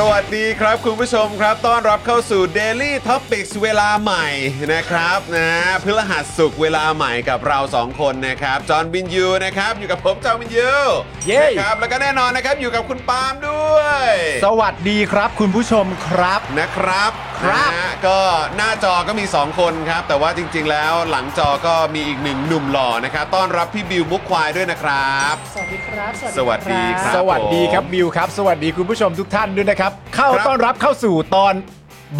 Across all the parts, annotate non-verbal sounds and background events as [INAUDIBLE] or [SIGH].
สวัสดีครับคุณผู้ชมครับ ต้อนรับเข้าสู่ Daily Topics เวลาใหม่นะครับนะพฤหัสสุขเวลาใหม่กับเรา 2 คนนะครับ จอห์นวินยูนะครับ อยู่กับผมจอห์นวินยู เย้ นะครับแล้วก็แน่นอนนะครับ อยู่กับคุณปาล์มด้วย สวัสดีครับคุณผู้ชมครับ นะครับ ครับ นะฮะก็หน้าจอก็มี 2 คนครับ แต่ว่าจริง ๆ แล้วหลังจอก็มีอีกหนึ่งหนุ่มหล่อนะครับต้อนรับพี่บิวมุกควายด้วยนะครับ สวัสดีครับ สวัสดีครับ สวัสดีครับบิวครับ สวัสดีคุณผู้ชมทุกท่านด้วยนะครับ เข้า ครับ ต้อนรับเข้าสู่ตอน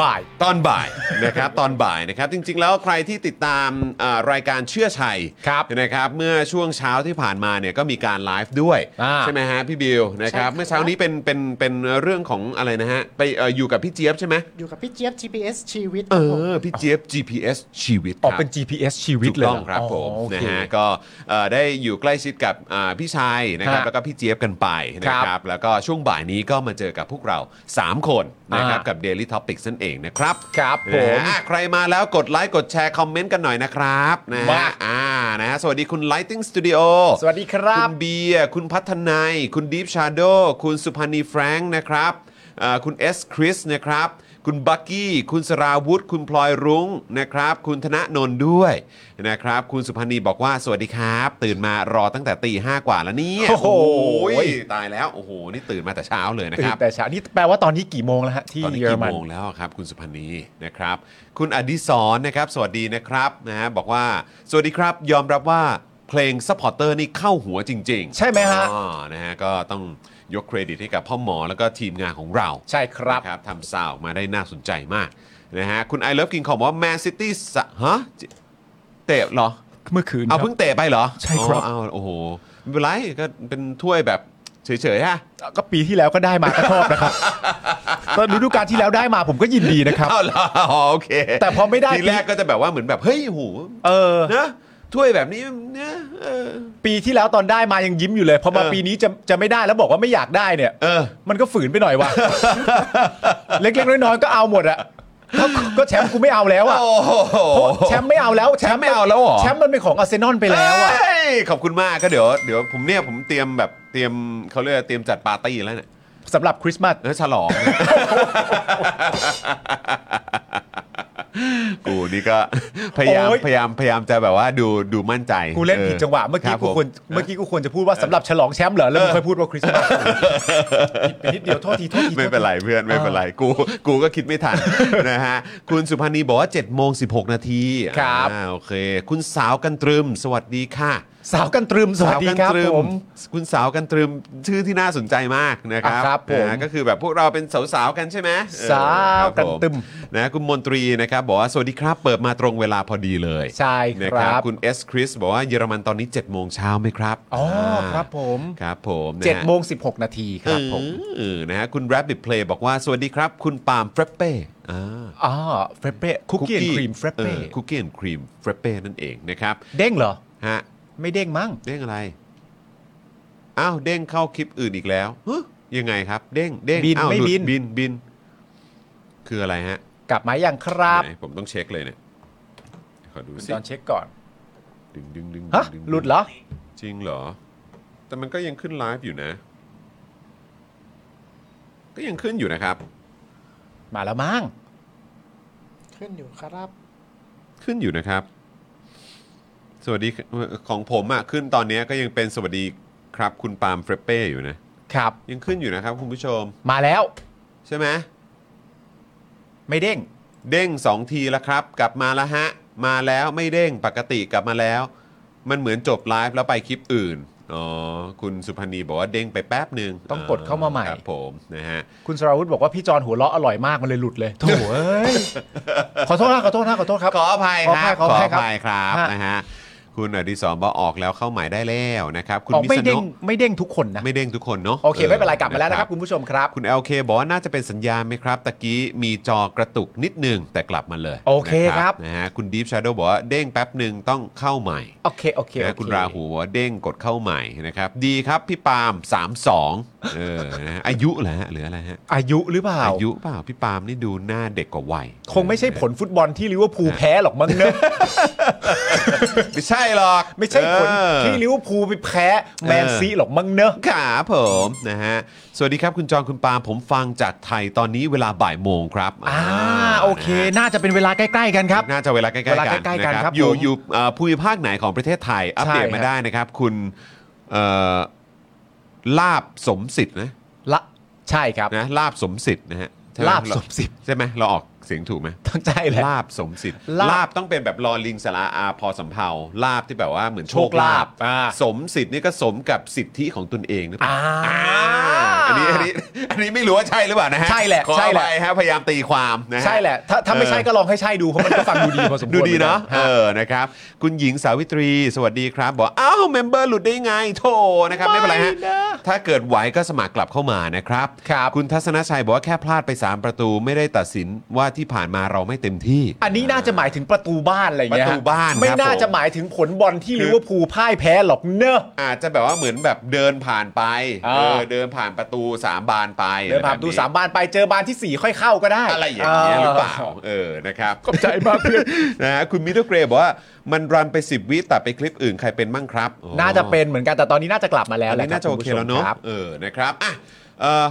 บ่าย ตอนบ่าย นะครับตอนบ่ายนะครับจริงๆ แล้วใครที่ติดตามอ่ารายการเชื่อชัย ครับ นะครับเมื่อช่วงเช้าที่ผ่านมาเนี่ยก็มีการไลฟ์ด้วย อ่า ใช่ไหมฮะพี่บิวนะครับ ใช่ครับ เมื่อเช้านี้เป็นเป็นเป็นเรื่องของอะไรนะฮะไปเอ่ออยู่กับพี่เจี๊ยบใช่ไหม อยู่กับพี่เจี๊ยบ GPS ชีวิต เอ ครับผม อพี่เจี๊ยบ GPS ชีวิต ออก ครับ เป็น GPS ชีวิต ถูก เลย ต้องครับผมนะฮะ ก็ ก็เอ่อได้อยู่ใกล้ชิดกับอ่าพี่ชายนะครับ ฮะ แล้วก็พี่เจี๊ยบกันไปนะค ครั รับบ แล้วก็ช่วงบ่ายนี้ก็มาเจอกับพวกเรา 3 คนนะครับ อ่ากั กับ Daily Topics นั่นเองนะครับ ครับ นะฮะ ผม อ่ะใครมาแล้วกดไลค์กดแชร์คอมเมนต์กันหน่อยนะครับนะฮะ มา อ่านะฮะสวัสดีคุณ Lighting Studio สวัสดีครั คุ บ ณเบียร์คุณพัฒนายคุณดีฟชาโดคุณสุพานีแฟรงค์นะครับอ่าคุณเอสคริสนะครับ คุณบักกี้ คุณสราวุธ คุณพลอยรุ้งนะครับ คุณธนนนท์ด้วยนะครับ คุณสุพานีบอกว่าสวัสดีครับ ตื่นมารอตั้งแต่ตีห้ากว่าแล้วเนี่ย โอ้โห ยตายแล้ว โอ้โห นี่ตื่นมาแต่เช้าเลยนะ ตื่ คน รับ แต่เช้านี่แปลว่าตอนนี้กี่โมงแล้วฮะที่ ตอนนี้ เยอร กี่ มัน โมงแล้วครับ คุณสุพันธ์นีนะครับ คุณอดิศรนะครับ สวัสดีนะครับนะฮะบอกว่าสวัสดีครับ ยอมรับว่าเพลงซัพพอร์เตอร์นี่เข้าหัวจริงๆ ใช่ไหมฮะ อ๋อนะฮะก็ต้องยกเครดิตให้กับพ่อหมอแล้วก็ทีมงานของเรา ใช่ครับ นะครับทำซาวด์ออกมาได้น่าสนใจมากนะฮะคุณไอเลิฟกินของบอกว่าแมนซิตี้ฮะเตะเหรอ เมื่อคืน เอา ครับ เพิ่งเตะไปเหรอ ใช่ครับ อ๋อเอาโอ้โหไม่เป็นไรก็เป็นถ้วยแบบเฉยๆฮะ ก็ปีที่แล้วก็ได้มาก็ชอบ [LAUGHS] นะครับ ตอนฤดูกาลที่แล้วได้มาผมก็ยินดีนะครับ เอาเหรออ๋อโอเค แต่พอไม่ได้ ทีแรกก็จะแบบว่าเหมือนแบบเฮ้ยโหู เออ นะถ้วยแบบนี้นะเออ ปีที่แล้วตอนได้มายังยิ้มอยู่เลยพอมา เออ ปีนี้จะจะไม่ได้แล้วบอกว่าไม่อยากได้เนี่ย เออ มันก็ฝืนไปหน่อย [LAUGHS] ว่ะ เล็กๆน้อยๆก็เอาหมดอะก็ก็แชมป์กูไม่เอาแล้วอะ โอ้โห แชมป์ไม่เอาแล้ว แชมป์ไม่เอาแล้วเหรอ แชมป์มันเป็นของอาร์เซนอลไปแล้วอะ เยขอบคุณมากก็เดี๋ยวเดี๋ยวผมเนี่ยผมเตรียมแบบเตรียมเขาเรียกว่าเตรียมจัดปาร์ตี้แล้วเนี่ย สำหรับคริสต์มาส แล้วฉลอง [LAUGHS] กูนี่ก็พยายาม โอ้ย พยายามพยายามจะแบบว่าดูดูมั่นใจ กูเล่นผิดจังหวะเมื่อกี้ รับ กู ผ ควรเมื่อกี้กูควรจะพูดว่าสำหรับฉลองแชมป์เหรอแล้วมึงค่อยพูดว่าคริสต์มาสผิดไปนิดเดียวโทษทีโทษที [LAUGHS] ไม่เป็นไรเพื่อนไม่เป็นไรกูกูก็คิดไม่ทัน [LAUGHS] นะฮะคุณสุพานีบอกว่า7จ็ดโมงสินาที ครับ อ่าโอเค คุณสาวกันตรึม สวัสดีค่ะ สาวกันตรึมสวัสดีครับ ตรึ ผม คุณสาวกันตรึมชื่อที่น่าสนใจมากนะครับ อ่ะครับผม นะฮะก็คือแบบพวกเราเป็นสาวๆกันใช่ไหมเออ สาวกันตรึม ครับผนะคุณมนตรีนะครับบอกว่าสวัสดีครับ เปิดมาตรงเวลาพอดีเลย ใช่ครับ นะคุณเอสคริสบอกว่าเยอรมันตอนนี้7จ็ดโมงเช้าไหมครับ อ๋ออา ครับผม ครับผมนะฮะ 7จ็ดโมงสิบหกนาทีครับผม เออนะฮะคุณ Rabbit Play บอกว่า สวัสดีครับ คุณปาล์มเฟรปเป้อ่า อ๋อเฟรเป้คุกกี้ครีมเฟรเป้ ออคุกกี้แอนด์ครีมเฟรปเป้นั่นเองนะครับ เด้งเหรอ ฮะ ไม่เด้งมั้ง เด้งอะไร อ้าว เด้งเข้าคลิปอื่นอีกแล้วฮะยังไงครับ เด้งเด้ง บิน อ้าว ไม่ หลุด บิน บินบิน คืออะไรฮะ กลับมาอย่างครับ ไหนผมต้องเช็คเลยเนี่ยขอดูสิ ตอนเช็คก่อน ดึงดึงดึง ฮะ ดึง หลุดเหรอ จริงเหรอ แต่มันก็ยังขึ้นไลฟ์อยู่นะ ก็ยังขึ้นอยู่นะครับ มาแล้วมั้ง ขึ้นอยู่ครับ ขึ้นอยู่นะครับ สวัสดีของผมอะขึ้นตอนเนี้ยก็ยังเป็นสวัสดีครับคุณปาล์มเฟรเป้อยู่นะ ครับ ยังขึ้นอยู่นะครับคุณผู้ชม มาแล้ว ใช่ไหม ไม่เด้ง เด้ง 2 ทีแล้วครับ กลับมาแล้วฮะ มาแล้วไม่เด้งปกติกลับมาแล้ว มันเหมือนจบไลฟ์แล้วไปคลิปอื่นอ๋อคุณสุพันธ์นีบอกว่าเด้งไปแป๊บหนึ่ง ต้องกดเข้ามาใหม่ ครับผมนะฮะ คุณสราวุธบอกว่าพี่จอนหัวเราะอร่อยมากมันเลยหลุดเลยโถ่เอ้ยขอโทษนะขอโทษนะขอโทษครับ ขออภัยครับ ขออภัยขออภัย ขออครับ ฮะ นะฮะคุณอดิศรบอกออกแล้วเข้าหมายได้แล้วนะครับ คุณ ออก มิ ไม่ ส เด้ง โนะ ไม่เด้งทุกคนนะ ไม่เด้งทุกคนเนาะ โอเคไม่เป็นไรกลับมาแล้วนะครับคุณผู้ชมครับ คุณ LK บอกว่าน่าจะเป็นสัญญาณไหมครับตะกี้มีจอกระตุกนิดนึงแต่กลับมาเลย โอเค นะครับ นะฮะคุณดีฟชา a ด o w บอกว่าเด้งแป๊บหนึ่งต้องเข้าใหม่ โอเคโอเคโอ นะ เ คุณราหูบอกว่าเด้งกดเข้าใหม่นะครับดีครับพี่ปาล์ม32เออนะฮะอายุเหรอฮะหรืออะไรฮะ อายุหรือเปล่า อายุเปล่าพี่ปาล์มนี่ดูหน้าเด็กกว่าวัย คงไม่ใช่ผลฟุตบอลที่ลิเวอร์พูลแพ้หรอกมั้งเนอะ ไม่ใช่หรอก ไม่ใช่ผล เออ ที่ลิเวอร์พูลไปแพ้แมน เออ ซีหรอกมั้งเนอะ ครับผมนะฮะ สวัสดีครับคุณจอนคุณปาล์มผมฟังจากไทยตอนนี้เวลาบ่ายโมงครับ อ่าโอเค น่าจะเป็นเวลาใกล้ ๆ กันครับ น่าจะเวลาใกล้ๆ เวลา กัน ใกล้ๆกัน นะครับ อยู่ ผม อยู่เอ่อภูมิภาคไหนของประเทศไทย อัปเดต ใช่ มา ฮะ ได้นะครับ คุณเอ่อลาบสมสิทธิ์นะ ละใช่ครับ นะลาบสมสิทธิ์นะฮะใช่ไห ลาบสมสิทธิ์ ใช่ไหมเราออกเสียงถูกไหม ต้องใจแหละ ลาบสมสิทธิ์ ลาบ ลาบต้องเป็นแบบลอลิงสระอาพอสำเพาลาบที่แบบว่าเหมือนโชค โชคลา ลา ภ บ อ่า สมสิทธิ์นี่ก็สมกับสิทธิของตนเองหรือเปล่า อ่า อันนี้อันนี้อันนี้ไม่รู้ว่าใช่หรือเปล่านะฮะ ใช่แหละ ขอ ใช่ อ แหละ ภัยฮะพยายามตีความนะฮ ใช่แหละ ถ้าถ้าไม่ใช่ก็ลองให้ใช่ดูเพราะมันก็ฟัง [LAUGHS] ดูดีพอสมควร ดูดีเนาะ หมื เอ อกัฮ อนะครับ คุณหญิงสาวิตรี สวัสดีครับ บอกอ้าวเมมเบอร์หลุดได้ไงโถนะครับ ไม่เป็นไรฮะ ไม่นะ ถ้าเกิดไหวก็สมัครกลับเข้ามานะครับ ครับ คุณทัศนชัยบอกว่าแค่พลาดไป 3 ประตูไม่ได้ตัดสินว่าที่ผ่านมาเราไม่เต็มที่ อันนี้น่าจะหมายถึงประตูบ้านอะไรอย่างเงี้ย ประตูบ้านครับ ไม่น่า ผม จะหมายถึงผลบอลที่ลิเวอร์พูลพ่ายแพ้หรอกเนอะ อาจจะแบบว่าเหมือนแบบเดินผ่านไป อ่า เออเดินผ่านประตูสามบานไป เดินผ่านประตูสามบานไปเจอบานที่สี่ค่อยเข้าก็ได้ อะไรอย่างเงี้ยหรือเปล่าเออนะครับ ขอบใจมากเพื่อน นะฮะคุณมิเตอร์เกรย์บอกว่ามันรันไป 10 วิตัดไปคลิปอื่นใครเป็นมั่งครับโอ้ น่าจะเป็นเหมือนกันแต่ตอนนี้น่าจะกลับมาแล้ว อัน แหละ นี้น่าจะโอเคแล้วเนาะ รับ เออนะครับอ่ะเอ่อ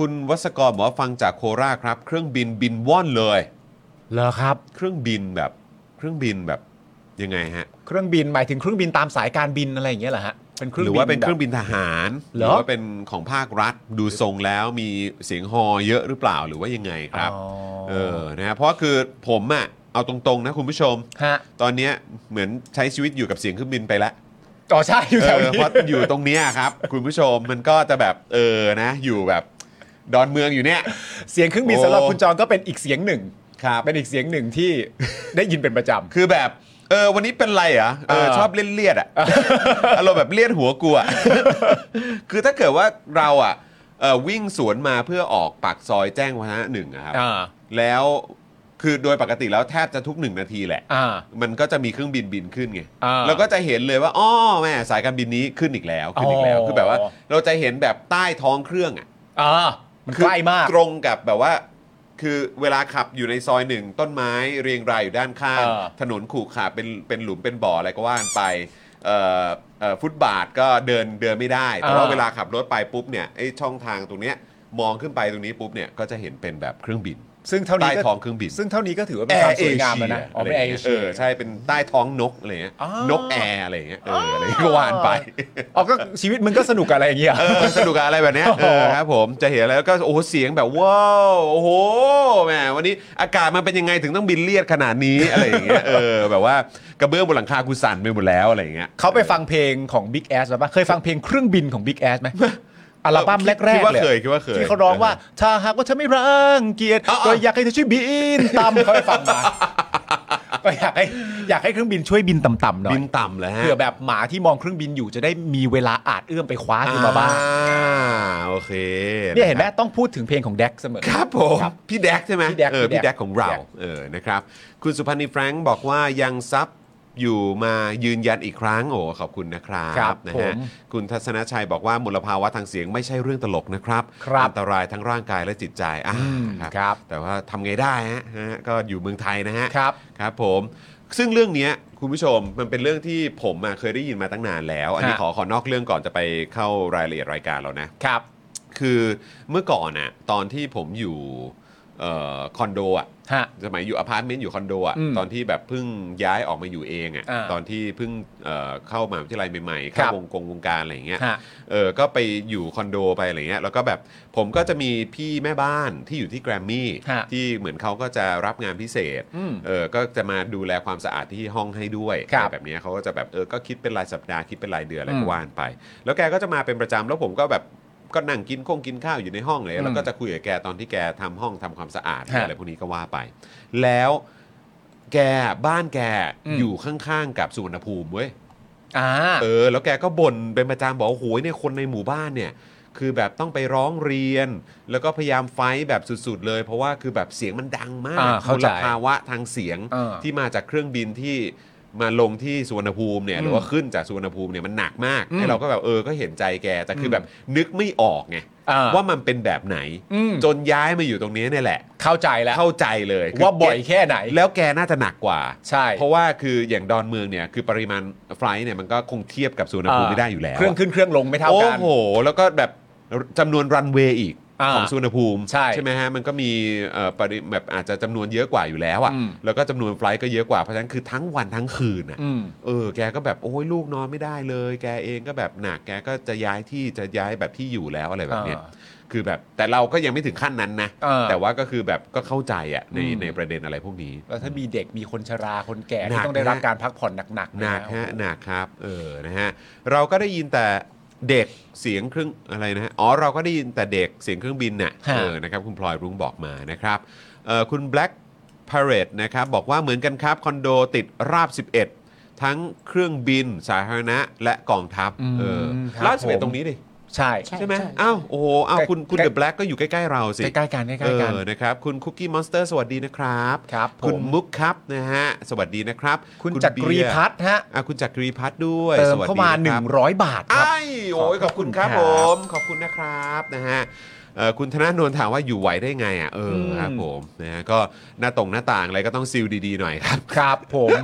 คุณวัศกรบอกว่าฟังจากโคราชครับ เครื่องบินบินว่อนเลย เหรอครับ เครื่องบินแบบเครื่องบินแบบยังไงฮะ เครื่องบินหมายถึงเครื่องบินตามสายการบินอะไรอย่างเงี้ยเหรอฮะเป็นเครื่อง ห บิน รือว่าเป็นเครื่องบินทหาร เหรอ หรือว่าเป็นของภาครัฐดูทรงแล้วมีเสียงฮอเยอะหรือเปล่าหรือว่ายังไงครับ อ๋อ เออนะฮะเพราะว่าคือผมอะเอาตรงๆนะคุณผู้ชม ฮะ ตอนเนี้ยเหมือนใช้ชีวิตอยู่กับเสียงเครื่องบินไปแล้ว อ๋อใช่อยู่ [LAUGHS] แถว เออ นี้ เพราะอยู่ตรงเนี้ยครับ คุณผู้ชมมันก็จะแบบเออนะ อยู่แบบดอนเมืองอยู่เนี่ย เสียงเครื่องบินสำหรับ โอ้ คุณจองก็เป็นอีกเสียงหนึ่ง ครับ เป็นอีกเสียงหนึ่งที่ [LAUGHS] ได้ยินเป็นประจ คือแบบเออวันนี้เป็นไรเหรอ่ะเออ เออ ชอบเล่นเลีย [LAUGHS] ดอ่ะ อารมณ์แบบเลียดหัวกูอ่ะ [LAUGHS] คือถ้าเกิดว่าเราอ่ะเออวิ่งสวนมาเพื่อออกปากซอยแจ้งวัฒนะหนึ่งอะครับ ำอ่า แล้วคือโดยปกติแล้วแทบจะทุกหนึ่งนาทีแหละ อ่า มันก็จะมีเครื่องบินบินขึ้นไง อ่า เราก็จะเห็นเลยว่าอ๋อแม่สายการบินนี้ขึ้นอีกแล้วขึ้นอีกแล้ว อ๋อ คือแบบว่า เราจะเห็นแบบใต้ท้องเครื่องอ่ะ อ่ามันใกล้มาก ตรงกับแบบว่า คือเวลาขับอยู่ในซอยหนึ่งต้นไม้เรียงรายอยู่ด้านข้าง เออ ถนนขรุขระเป็นเป็นหลุมเป็นบ่ออะไรก็ว่ากันไปเอ่อเอ่อฟุตบาทก็เดินเดินไม่ได้ แต่ว่า เออ เวลาขับรถไปปุ๊บเนี่ยไอ้ช่องทางตรงเนี้ยมองขึ้นไปตรงนี้ปุ๊บเนี่ยก็จะเห็นเป็นแบบเครื่องบิน ซึ่งเท่านี้ ใต้ ก็ ท้องเครื่องบิน ซึ่งเท่านี้ก็ถือว่าเป็น แอ ความ ร์เอ สวยงาม เชี แล้ว ย นะอ๋อเป็นแอร์เอ เอ เชีย อใช่เป็นใต้ท้องนกอะไรเงี้ย อ๋อ นกแอร์อะไรเงี้ยเอออะไรเงี้ยก็ว่านไป อ๋อก็ชีวิตมึงก็สนุกกับอะไรอย่างเงี้ย เออสนุกกับอะไรแบบเนี้ย โอ้โห เออครับผมจะเห็นแล้วก็โอ้โหเสียงแบบว้าวโอ้โหแหมวันนี้อากาศมันเป็นยังไงถึงต้องบินเลียดขนาดนี้ อะไรอย่างเงี้ยเออแบบว่ากระเบื้องบนหลังคากูสั่นไปหมดแล้วอะไรอย่างเงี้ย เขาไปฟังเพลงของ Big Ass หรือปะเคยฟังเพลงเครื่องบินของ Big Ass ไหมอัลบั้มแรกๆ คิดว่า เลย เคย อะ คิดว่าเคย ที่เขาร้องว่า ถ้าหากว่าเธอไม่รังเกียจ อ๋ออ๋อ ก็อยากให้เธอช่วยบินต่ำเขา [LAUGHS] ไปฟังมา ก็อยากให้อยากให้เครื่องบินช่วยบินต่ำๆหน่อย บินต่ำแล้วฮะ เผื่อแบบหมาที่มองเครื่องบินอยู่จะได้มีเวลาอาจเอื้อมไปคว้าขึ้นมาบ้าง อ่โอเค เนี่ยเห็นไหมต้องพูดถึงเพลงของแดกเสมอ ครับผมพี่แดกใช่ไหม พี่แดก เออ พี่ พี่ แดก แดกของเรา พี่แดก เออนะครับ คุณสุพันธ์นีแฟรงค์บอกว่ายังซับอยู่มายืนยันอีกครั้งโอ้ขอบคุณนะครับ ครับ นะ ผ ฮะ ม คุณทัศนชัยบอกว่ามลภาวะทางเสียงไม่ใช่เรื่องตลกนะครับ ครับ อันตรายทั้งร่างกายและจิตใจอ่า อืมครับ แต่ว่าทำไงได้ฮะนะฮะก็อยู่เมืองไทยนะฮะ ครับ ครับผม ซึ่งเรื่องเนี้ยคุณผู้ชมมันเป็นเรื่องที่ผมอะเคยได้ยินมาตั้งนานแล้ว อันนี้ ฮะ ขอขอนอกเรื่องก่อนจะไปเข้ารายละเอียดรายการเรานะ ครับ คือเมื่อก่อนน่ะตอนที่ผมอยู่ เอ่อคอนโดอ่ะ ฮะ สมัยอยู่อพาร์ตเมนต์อยู่คอนโดอ่ะ อืม ตอนที่แบบเพิ่งย้ายออกมาอยู่เองอ่ะ อ่า ตอนที่เพิ่งเอ่อเข้ามหาวิทยาลัยใหม่ครัๆเข้า บ วงกงวงการอะไรอย่างเงี้ย ฮะ เออ ก็ไปอยู่คอนโดไปอะไรเงี้ย แล้วก็แบบผมก็จะมีพี่แม่บ้านที่อยู่ที่แกรมมี่ ฮะ ที่เหมือนเขาก็จะรับงานพิเศษ อืม เออ ก็จะมาดูแลความสะอาดที่ห้องให้ด้วย ครับ อะไรแบบเนี้ยเขาก็จะแบบเออ ก็คิดเป็นรายสัปดาห์คิดเป็นรายเดือนอะไร อืม ก็ว่านไป แล้วแกก็จะมาเป็นประจำแล้วผมก็แบบก็นั่งกินคงกินข้าวอยู่ในห้องเลย แล้วก็จะคุยกับแกตอนที่แกทำห้องทำความสะอาด ฮะ อะไรพวกนี้ก็ว่าไป แล้วแกบ้านแก อืม อยู่ข้างๆกับสุวรรณภูมิเว้ย อ่า เออแล้วแกก็บ่นเป็นประจำบอกว่าโอ้ยเนี่ยคนในหมู่บ้านเนี่ย คือแบบต้องไปร้องเรียน แล้วก็พยายามไฟท์แบบสุดๆเลย เพราะว่าคือแบบเสียงมันดังมาก อ่าเข้าใจ ลภาวะทางเสียง เออ ที่มาจากเครื่องบินที่มาลงที่สุวรรณภูมิเนี่ย อืม หรือว่าขึ้นจากสุวรรณภูมิเนี่ยมันหนักมาก อืม ไอ้เราก็แบบเออก็เห็นใจแกแต่คือมอแบบนึกไม่ออกไง อ่า ว่ามันเป็นแบบไหน อืม จนย้ายมาอยู่ตรงนี้เนี่ยแหละ เข้าใจแล้ว เข้าใจเลยคื ว่าบ่อยแค่ไหน แล้วแกน่าจะหนักกว่า ใช่ เพราะว่าคืออย่างดอนเมืองเนี่ยคือปริมาณไฟลท์เนี่ยมันก็คงเทียบกับสุวรรณภูมิไม่ได้อยู่แล้ว เครื่องขึ้นเครื่องลงไม่เท่า โอ้ กัน โห แล้วก็แบบจำนวนรันเวย์อีก อ่า ของสุวรรณภูมิ ใช่ ไหมฮะมันก็มีเอ่อปริแบบอาจจะจำนวนเยอะกว่าอยู่แล้ว อืม อะ่ะแล้วก็จำนวนไฟลท์ก็เยอะกว่าเพราะฉะนั้นคือทั้งวันทั้งคืนอ่ะ อืม เออแกก็แบบโอ้ยลูกนอนไม่ได้เลย แกเองก็แบบหนักแกก็จะย้ายที่จะย้ายแบบที่อยู่แล้วอะไรแบบเนี้ย อ่า คือแบบแต่เราก็ยังไม่ถึงขั้นนั้นนะ อ่า แต่ว่าก็คือแบบก็เข้าใจอะ่ะใน อืม ในประเด็นอะไรพวกนี้ แล้วถ้ามีเด็กมีคนชราคนแก่ หนั ที่ ก ต้องได้รับ นะ การพักผ่อนหนักๆ หนัก นะ ฮะหนักครับเออนะฮะเราก็ได้ยินแต่เด็กเสียงเครื่องอะไรนะฮะอ๋อเราก็ได้ยินแต่เด็กเสียงเครื่องบินน่ะเออนะครับคุณพลอยรุ้งบอกมานะครับเอ่อคุณ Black p a r a d e นะครับบอกว่าเหมือนกันครับคอนโดติดราบ 11 ทั้งเครื่องบินสาธารณะและกองทัพเออราบ 11 ตรงนี้ดิ ใช่ ใช่ ใช่ไหมอ้าวโอ้โหอ้าวคุณคุณเดอะแบล็กก็อยู่ใกล้ๆเราสิ ใกล้ๆกันใกล้ๆกัน เออนะครับ คุณคุกกี้มอนสเตอร์สวัสดีนะครับ ครับผม ณมุกครับนะฮะ สวัสดีนะครับ คุณจักรีพัฒน์ฮะ เบียร์อ่ะคุณจักรีพัฒน์ด้วย เติ ส ม วัสดี เข้ามา ะครับ 100 บาทครับ ไอ้โอ้ยขอบคุณครับ ขอบ ผ คุณครับ ม ขอบคุณนะครับนะฮะเอ่อคุณธนาโนนถามว่าอยู่ไหวได้ไงอ่ะเอออ ม ครับผมนะฮะก็หน้าตรงหน้าต่างอะไรก็ต้องซิลดีๆหน่อยครับ ครับผม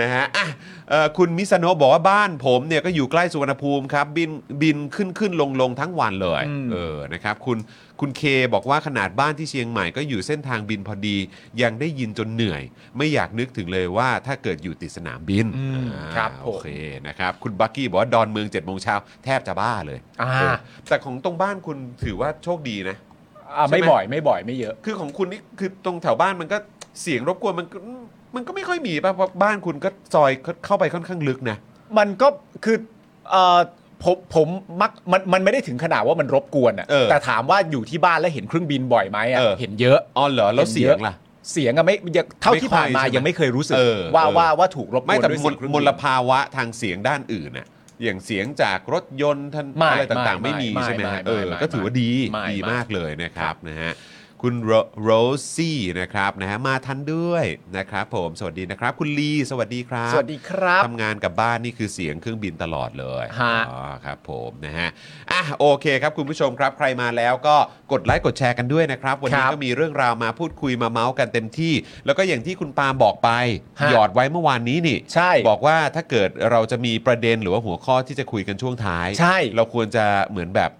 นะฮะอ่ะเอ่อคุณมิซาโนะบอกว่าบ้านผมเนี่ยก็อยู่ใกล้สุวรรณภูมิครับ บินบินขึ้นขึ้นลงลงทั้งวันเลย อืม เออนะครับคุณคุณเคบอกว่าขนาดบ้านที่เชียงใหม่ก็อยู่เส้นทางบินพอดี ยังได้ยินจนเหนื่อย ไม่อยากนึกถึงเลยว่าถ้าเกิดอยู่ติดสนามบิน อืม อ่า ครับผม โอเคนะครับคุณบักกี้บอกว่าดอนเมือง7จ็ดโมงเช้าแทบจะบ้าเลย อ่า เออแต่ของตรงบ้านคุณถือว่าโชคดีนะ อ่ะ ใช่ไหม ไม่บ่อยไม่บ่อยไม่เยอะ คือของคุณนี่คือตรงแถวบ้านมันก็เสียงรบกวนมันก็มันก็ไม่ค่อยมีป่ะเพราะบ้านคุณก็ซอยเข้าไปค่อนข้างลึกนะ มันก็คือเอ่อผมผมมักมันมันไม่ได้ถึงขนาดว่ามันรบกวนอะ เออ แต่ถามว่าอยู่ที่บ้านแล้วเห็นเครื่องบินบ่อยไหมอะ เออ เห็นเยอะ อ๋อเหรอแล้วเสียงล่ะ เสียงอะไม่ยังเท่า ไม่ค่อย ที่ผ่านมา ใช่ไหม ยังไม่เคยรู้สึก เออ ว่า เออ ว่าว่าถูกรบกวน ไม่แต่ ด้วย ม เสี ล ยงเครื่อง ม บิน ลภาวะทางเสียงด้านอื่นน่ะอย่างเสียงจากรถยนต์ทัน ไม่ อะไรต่างๆ ไม่ ไม่มี ไม่ ใช่ไหม ไม่ ฮะเออ ไม่ ก็ถือว่าดี ไม่ ดี ไม่ มากเลยนะครับนะฮะคุณโรซี่นะครับนะฮะมาทันด้วยนะครับผมสวัสดีนะครับ คุณลีสวัสดีครับ สวัสดีครับ ทำงานกับบ้านนี่คือเสียงเครื่องบินตลอดเลย ฮะ อ๋อครับผมนะฮะอ่ะโอเคครับคุณผู้ชมครับใครมาแล้วก็กดไลค์กดแชร์กันด้วยนะครับ วันนี้ ครับ ก็มีเรื่องราวมาพูดคุยมาเมาส์กันเต็มที่ แล้วก็อย่างที่คุณปาล์มบอกไป ฮะ หยอดไว้เมื่อวานนี้นี่ ใช่ บอกว่าถ้าเกิดเราจะมีประเด็นหรือว่าหัวข้อที่จะคุยกันช่วงท้าย ใช่ เราควรจะเหมือนแบบ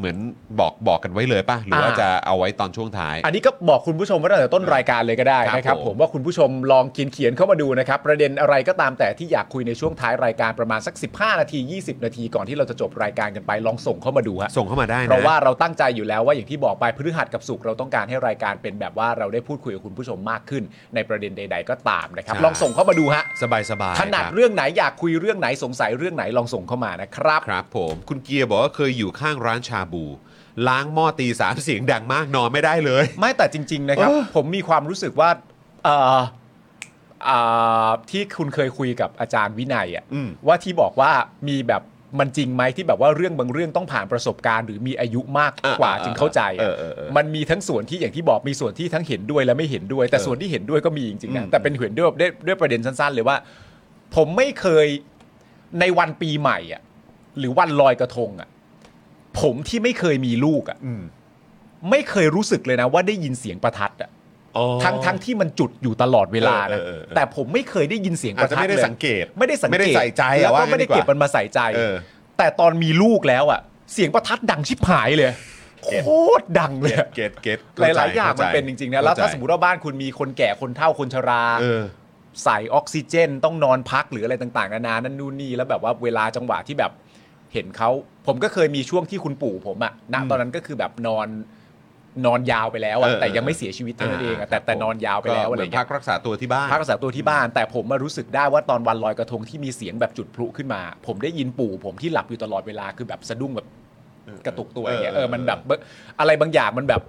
เหมือนบอกบอกกันไว้เลยป่ะ หรือว่า อ่า จะเอาไว้ตอนช่วงท้าย อันนี้ก็บอกคุณผู้ชมไว่าตั้งแต่ต้นรายการเลยก็ได้ ครับ นะครับ ผม ผมว่าคุณผู้ชมลองเขียนเขียนเข้ามาดูนะครับประเด็นอะไรก็ตามแต่ที่อยากคุยในช่วงท้ายรายการประมาณสัก 15 นาที 20 นาทีก่อนที่เราจะจบรายการกันไปลองส่งเข้ามาดูฮะ ส่งเข้ามาได้นะ เพราะว่าเราตั้งใจอยู่แล้วว่าอย่างที่บอกไปพฤหัสกับสุกร์เราต้องการให้รายการเป็นแบบว่าเราได้พูดคุยกับคุณผู้ชมมากขึ้น ในประเด็นใด ๆ ก็ตามนะครับลองส่งเข้ามาดูฮะ สบายสบาย ถนัดเรื่องไหนอยากคุยเรื่องไหนสงสัยเรื่องไหนลองส่งเข้ามานะครับ ครับผม คุณเกียร์บอกว่าเคยอยู่ข้างร้านชาบู ล้างหม้อตีสามเสียงดังมากนอนไม่ได้เลย ไม่แต่จริง ๆ นะครับ ผมมีความรู้สึกว่าเอ่อเอ่อที่คุณเคยคุยกับอาจารย์วินัยอะ อืม ว่าที่บอกว่ามีแบบมันจริงไหมที่แบบว่าเรื่องบางเรื่องต้องผ่านประสบการณ์หรือมีอายุมากกว่าจึงเข้าใจอะ เออเออเออ มันมีทั้งส่วนที่อย่างที่บอกมีส่วนที่ทั้งเห็นด้วยและไม่เห็นด้วย แต่ส่วนที่เห็นด้วยก็มีจริงๆนะ อืม แต่เป็นเห็นด้วยแบบด้วยด้วยประเด็นสั้น ๆ เลยว่า ผมไม่เคยในวันปีใหม่อะหรือวันลอยกระทงอะผมที่ไม่เคยมีลูกอะ อืม ไม่เคยรู้สึกเลยนะว่าได้ยินเสียงประทัดอะ อ๋อ ทั้งทั้งที่มันจุดอยู่ตลอดเวลานะ เออเออเออ แต่ผมไม่เคยได้ยินเสียงปอาจ ระ จะ ทัด ไม่ได้ เลย สังเกต ไม่ได้สังเกต ไม่ได้ใส่ใจอะ แล้ว ว่า ก็ งั้น ไม่ได้ ดีกว่า เก็บมันมาใส่ใจ เออ แต่ตอนมีลูกแล้วอะเสียงประทัดดังชิบหายเลย โคตรดังเลยอะ เก็ตเก็ต หลายๆอย่างมันเป็นจริงๆนะแล้วถ้าสมมติว่าบ้านคุณมีคนแก่คนเฒ่าคนชรา เออ ใส่ออกซิเจนต้องนอนพักหรืออะไรต่างๆนานานั่นนู่นนี่แล้วแบบว่าเวลาจังหวะที่แบบเห็นเขาผมก็เคยมีช่วงที่คุณปู่ผมอะณตอนนั้นก็คือแบบนอนนอนยาวไปแล้วอะ เออ แต่ยังไม่เสียชีวิตเท่านั้นเองอะแต่แต่นอนยาวไปแล้ว ก็ อะไร เหมื อน ย่างเงี้ พั ย กรักษาตัวที่บ้าน พักรักษาตัวที่บ้าน แต่ผมมารู้สึกได้ว่าตอนวันลอยกระทงที่มีเสียงแบบจุดพลุขึ้นมา ผมได้ยินปู่ผมที่หลับอยู่ตลอดเวลาคือแบบสะดุ้งแบบกระตุกตัวอย่างเงี้ยเออมันแบบอะไรบางอย่างมันแบบ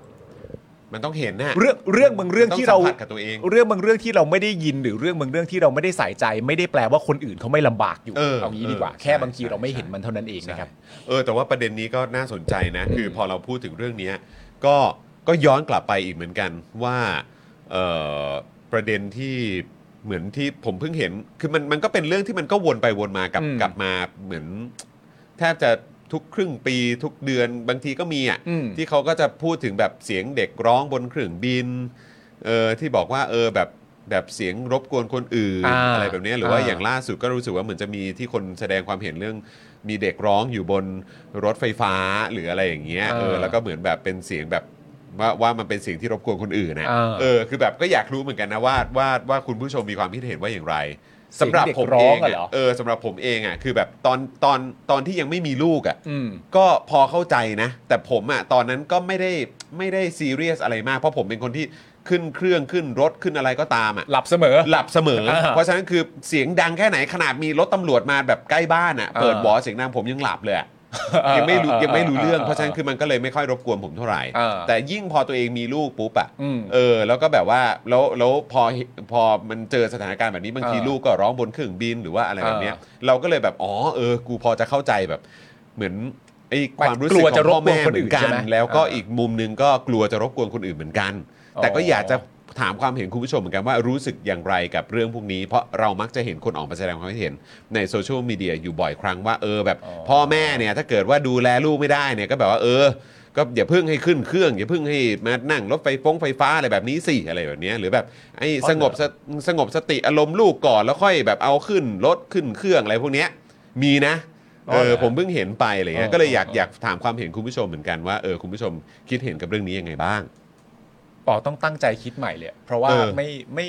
มันต้องเห็นน่ะ เรื่องเรื่องบางเรื่องที่เรา ต้องสัมผัสกับตัวเอง เรื่องบางเรื่องที่เราไม่ได้ยินหรือเรื่องบางเรื่องที่เราไม่ได้ใส่ใจ ไม่ได้แปลว่าคนอื่นเขาไม่ลำบากอยู่ เออ เอางี้ดีกว่า เออ แค่ ใช่ บางที ใช่ เราไม่เห็น ใช่ มันเท่านั้นเองนะครับ ใช่เออแต่ว่าประเด็นนี้ก็น่าสนใจนะ คือพอเราพูดถึงเรื่องเนี้ยก็ก็ย้อนกลับไปอีกเหมือนกันว่าเอ่อประเด็นที่เหมือนที่ผมเพิ่งเห็น คือมันมันก็เป็นเรื่องที่มันก็วนไปวนมากับ อืม กลับมาเหมือน แทบจะทุกครึ่งปีทุกเดือนบางทีก็มีอ่ะ อืม ที่เขาก็จะพูดถึงแบบเสียงเด็กร้องบนเครื่องบินเออที่บอกว่าเออแบบแบบเสียงรบกวนคนอื่น อ่า อะไรแบบเนี้ยหรือว่า อ่า อย่าง ล่าสุดก็รู้สึกว่าเหมือนจะมีที่คนแสดงความเห็นเรื่องมีเด็กร้องอยู่บนรถไฟฟ้าหรืออะไรอย่างเงี้ย เออ เออแล้วก็เหมือนแบบเป็นเสียงแบบว่าว่ามันเป็นเสียงที่รบกวนคนอื่นนะ เออ เออคือแบบก็อยากรู้เหมือนกันนะว่าว่าว่าคุณผู้ชมมีความคิดเห็นว่าอย่างไร เสียสำง หรับ เด็ก ผม ร้ เอ อง ง อะเหรอ อะเออสำหรับผมเองอ่ะคือแบบตอนตอนตอนที่ยังไม่มีลูกอ่ะ อืม ก็พอเข้าใจนะ แต่ผมอะตอนนั้นก็ไม่ได้ไม่ได้ซีเรียสอะไรมาก เพราะผมเป็นคนที่ขึ้นเครื่องขึ้นรถขึ้นอะไรก็ตามอะ หลับเสมอ หลับเสมอ อ่า เพราะฉะนั้นคือเสียงดังแค่ไหนขนาดมีรถตำรวจมาแบบใกล้บ้านอ่ะ อ่า เปิดบอเสียงดังผมยังหลับเลยอะยังไม่รู้ อ่ายั ยังไม่รู้เรื่อง อ่า เพราะฉะนั้นคือมันก็เลยไม่ค่อยรบกวนผมเท่าไหร่ อ่า แต่ยิ่งพอตัวเองมีลูกปุ๊บอ่ะ อืม เออ แล้วก็แบบว่า แล้วแล้วพอพอมันเจอสถานการณ์แบบนี้บางที อ่า ลูกก็ร้องบนเครื่องบินหรือว่าอะไรแบบเนี้ย อ่ เราก็เลยแบบ อ๋อ เออ กูพอจะเข้าใจแบบเหมือนไอ้ความรู้ ก สึ ลั ก ว ข จะ องพ่อ รบกวน แม่ คน เหมื อื่ อน นกั ใช่ น ไหม แล้วก็ อ่า อีกมุมหนึงก็กลัวจะรบกวนคนอื่นเหมือนกัน แต่ก็อยากจะ ถามความเห็นคุณผู้ชมเหมือนกันว่ารู้สึกอย่างไรกับเรื่องพวกนี้ เพราะเรามักจะเห็นคนออกมาแสดงความคิดเห็นในโซเชียลมีเดียอยู่บ่อยครั้งว่าเออแบบ อ๋อ พ่อแม่เนี่ยถ้าเกิดว่าดูแลลูกไม่ได้เนี่ยก็แบบว่าเออ ก็อย่าเพิ่งให้ขึ้นเครื่องอย่าเพิ่งให้มานั่งรถไฟฟ้องไฟฟ้าอะไรแบบนี้สิอะไรแบบเนี้ยหรือแบบไอ้สงบสสงบสติอารมณ์ลูกก่อนแล้วค่อยแบบเอาขึ้นรถขึ้นเครื่องอะไรพวกเนี้ยมีนะ อ๋ เอ อเหรอ อผมเพิ่งเห็นไปอะไรเงี้ย อ๋อ ก็เลยอยาก อ๋อ อ อ ยากถามความเห็นคุณผู้ชมเหมือนกันว่าเออคุณผู้ชมคิดเห็นกับเรื่องนี้ยังไงบ้าง ปอต้องตั้งใจคิดใหม่เลย เพราะว่า เออ ไม่ไม่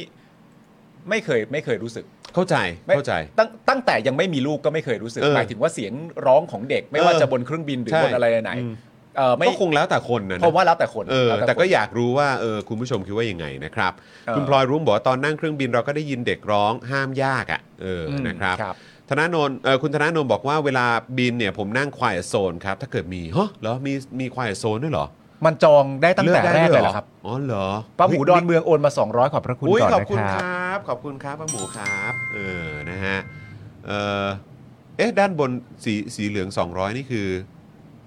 ไม่เคยไม่เคยรู้สึก เข้าใจ ไม่ เข้าใจ ตั้งตั้งแต่ยังไม่มีลูกก็ไม่เคยรู้สึก เออ หมายถึงว่าเสียงร้องของเด็ก ไม่ว่า เออ จะบนเครื่องบินหรือ ใช่ บนอะไรไหน อืม เออไม่ ก็คงแล้วแต่คนนะนะ เพราะว่าแล้วแต่คน เออ ล้ว แต่ก็ คน อยากรู้ว่าเออคุณผู้ชมคิดว่ายังไงนะครับ เออ คุณพลอยรุ้งบอกว่าตอนนั่งเครื่องบินเราก็ได้ยินเด็กร้องห้ามยากอ่ะเอออ ม นะครับ ครับ ธนาโนนเออคุณธนาโนนบอกว่าเวลาบินเนี่ยผมนั่งควายโซนครับ ถ้าเกิดมีฮะเหรอมีมีควายโซนด้วยเหรอ มันจองได้ตั้ง เลือ แต่ ได้ แรก ด้ว เลย ห เห ร ร อ อครับ อ๋อเหรอ ป้าหมูดอนเมืองโอนมา200ขอบพระคุณ อุ้ย ก่อน ขอบ นะ คุณ ค ครับ รับ ขอบคุณครับป้าหมูครับเออนะฮะเออเอ๊ะด้านบนสีสีเหลือง 200 นี่คือ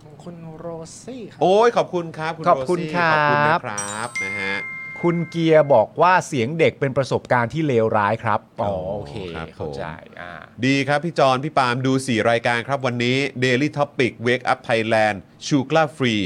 ของคุณโรซี่ครับ โอ้ยขอบคุณครับคุณ ขอบคุณ โซี่ ครับ ขอบคุณนะครับนะฮะ คุณเกียร์บอกว่าเสียงเด็กเป็นประสบการณ์ที่เลวร้ายครับ อ๋ อ๋ อ อ โอ โอ เค เค เข้า เข้า ใจ ใจอ่า ดีครับ พี่จอน พี่ปาล์มดู 4 รายการครับวันนี้ Daily Topic Wake Up Thailand ชูกล้าฟรี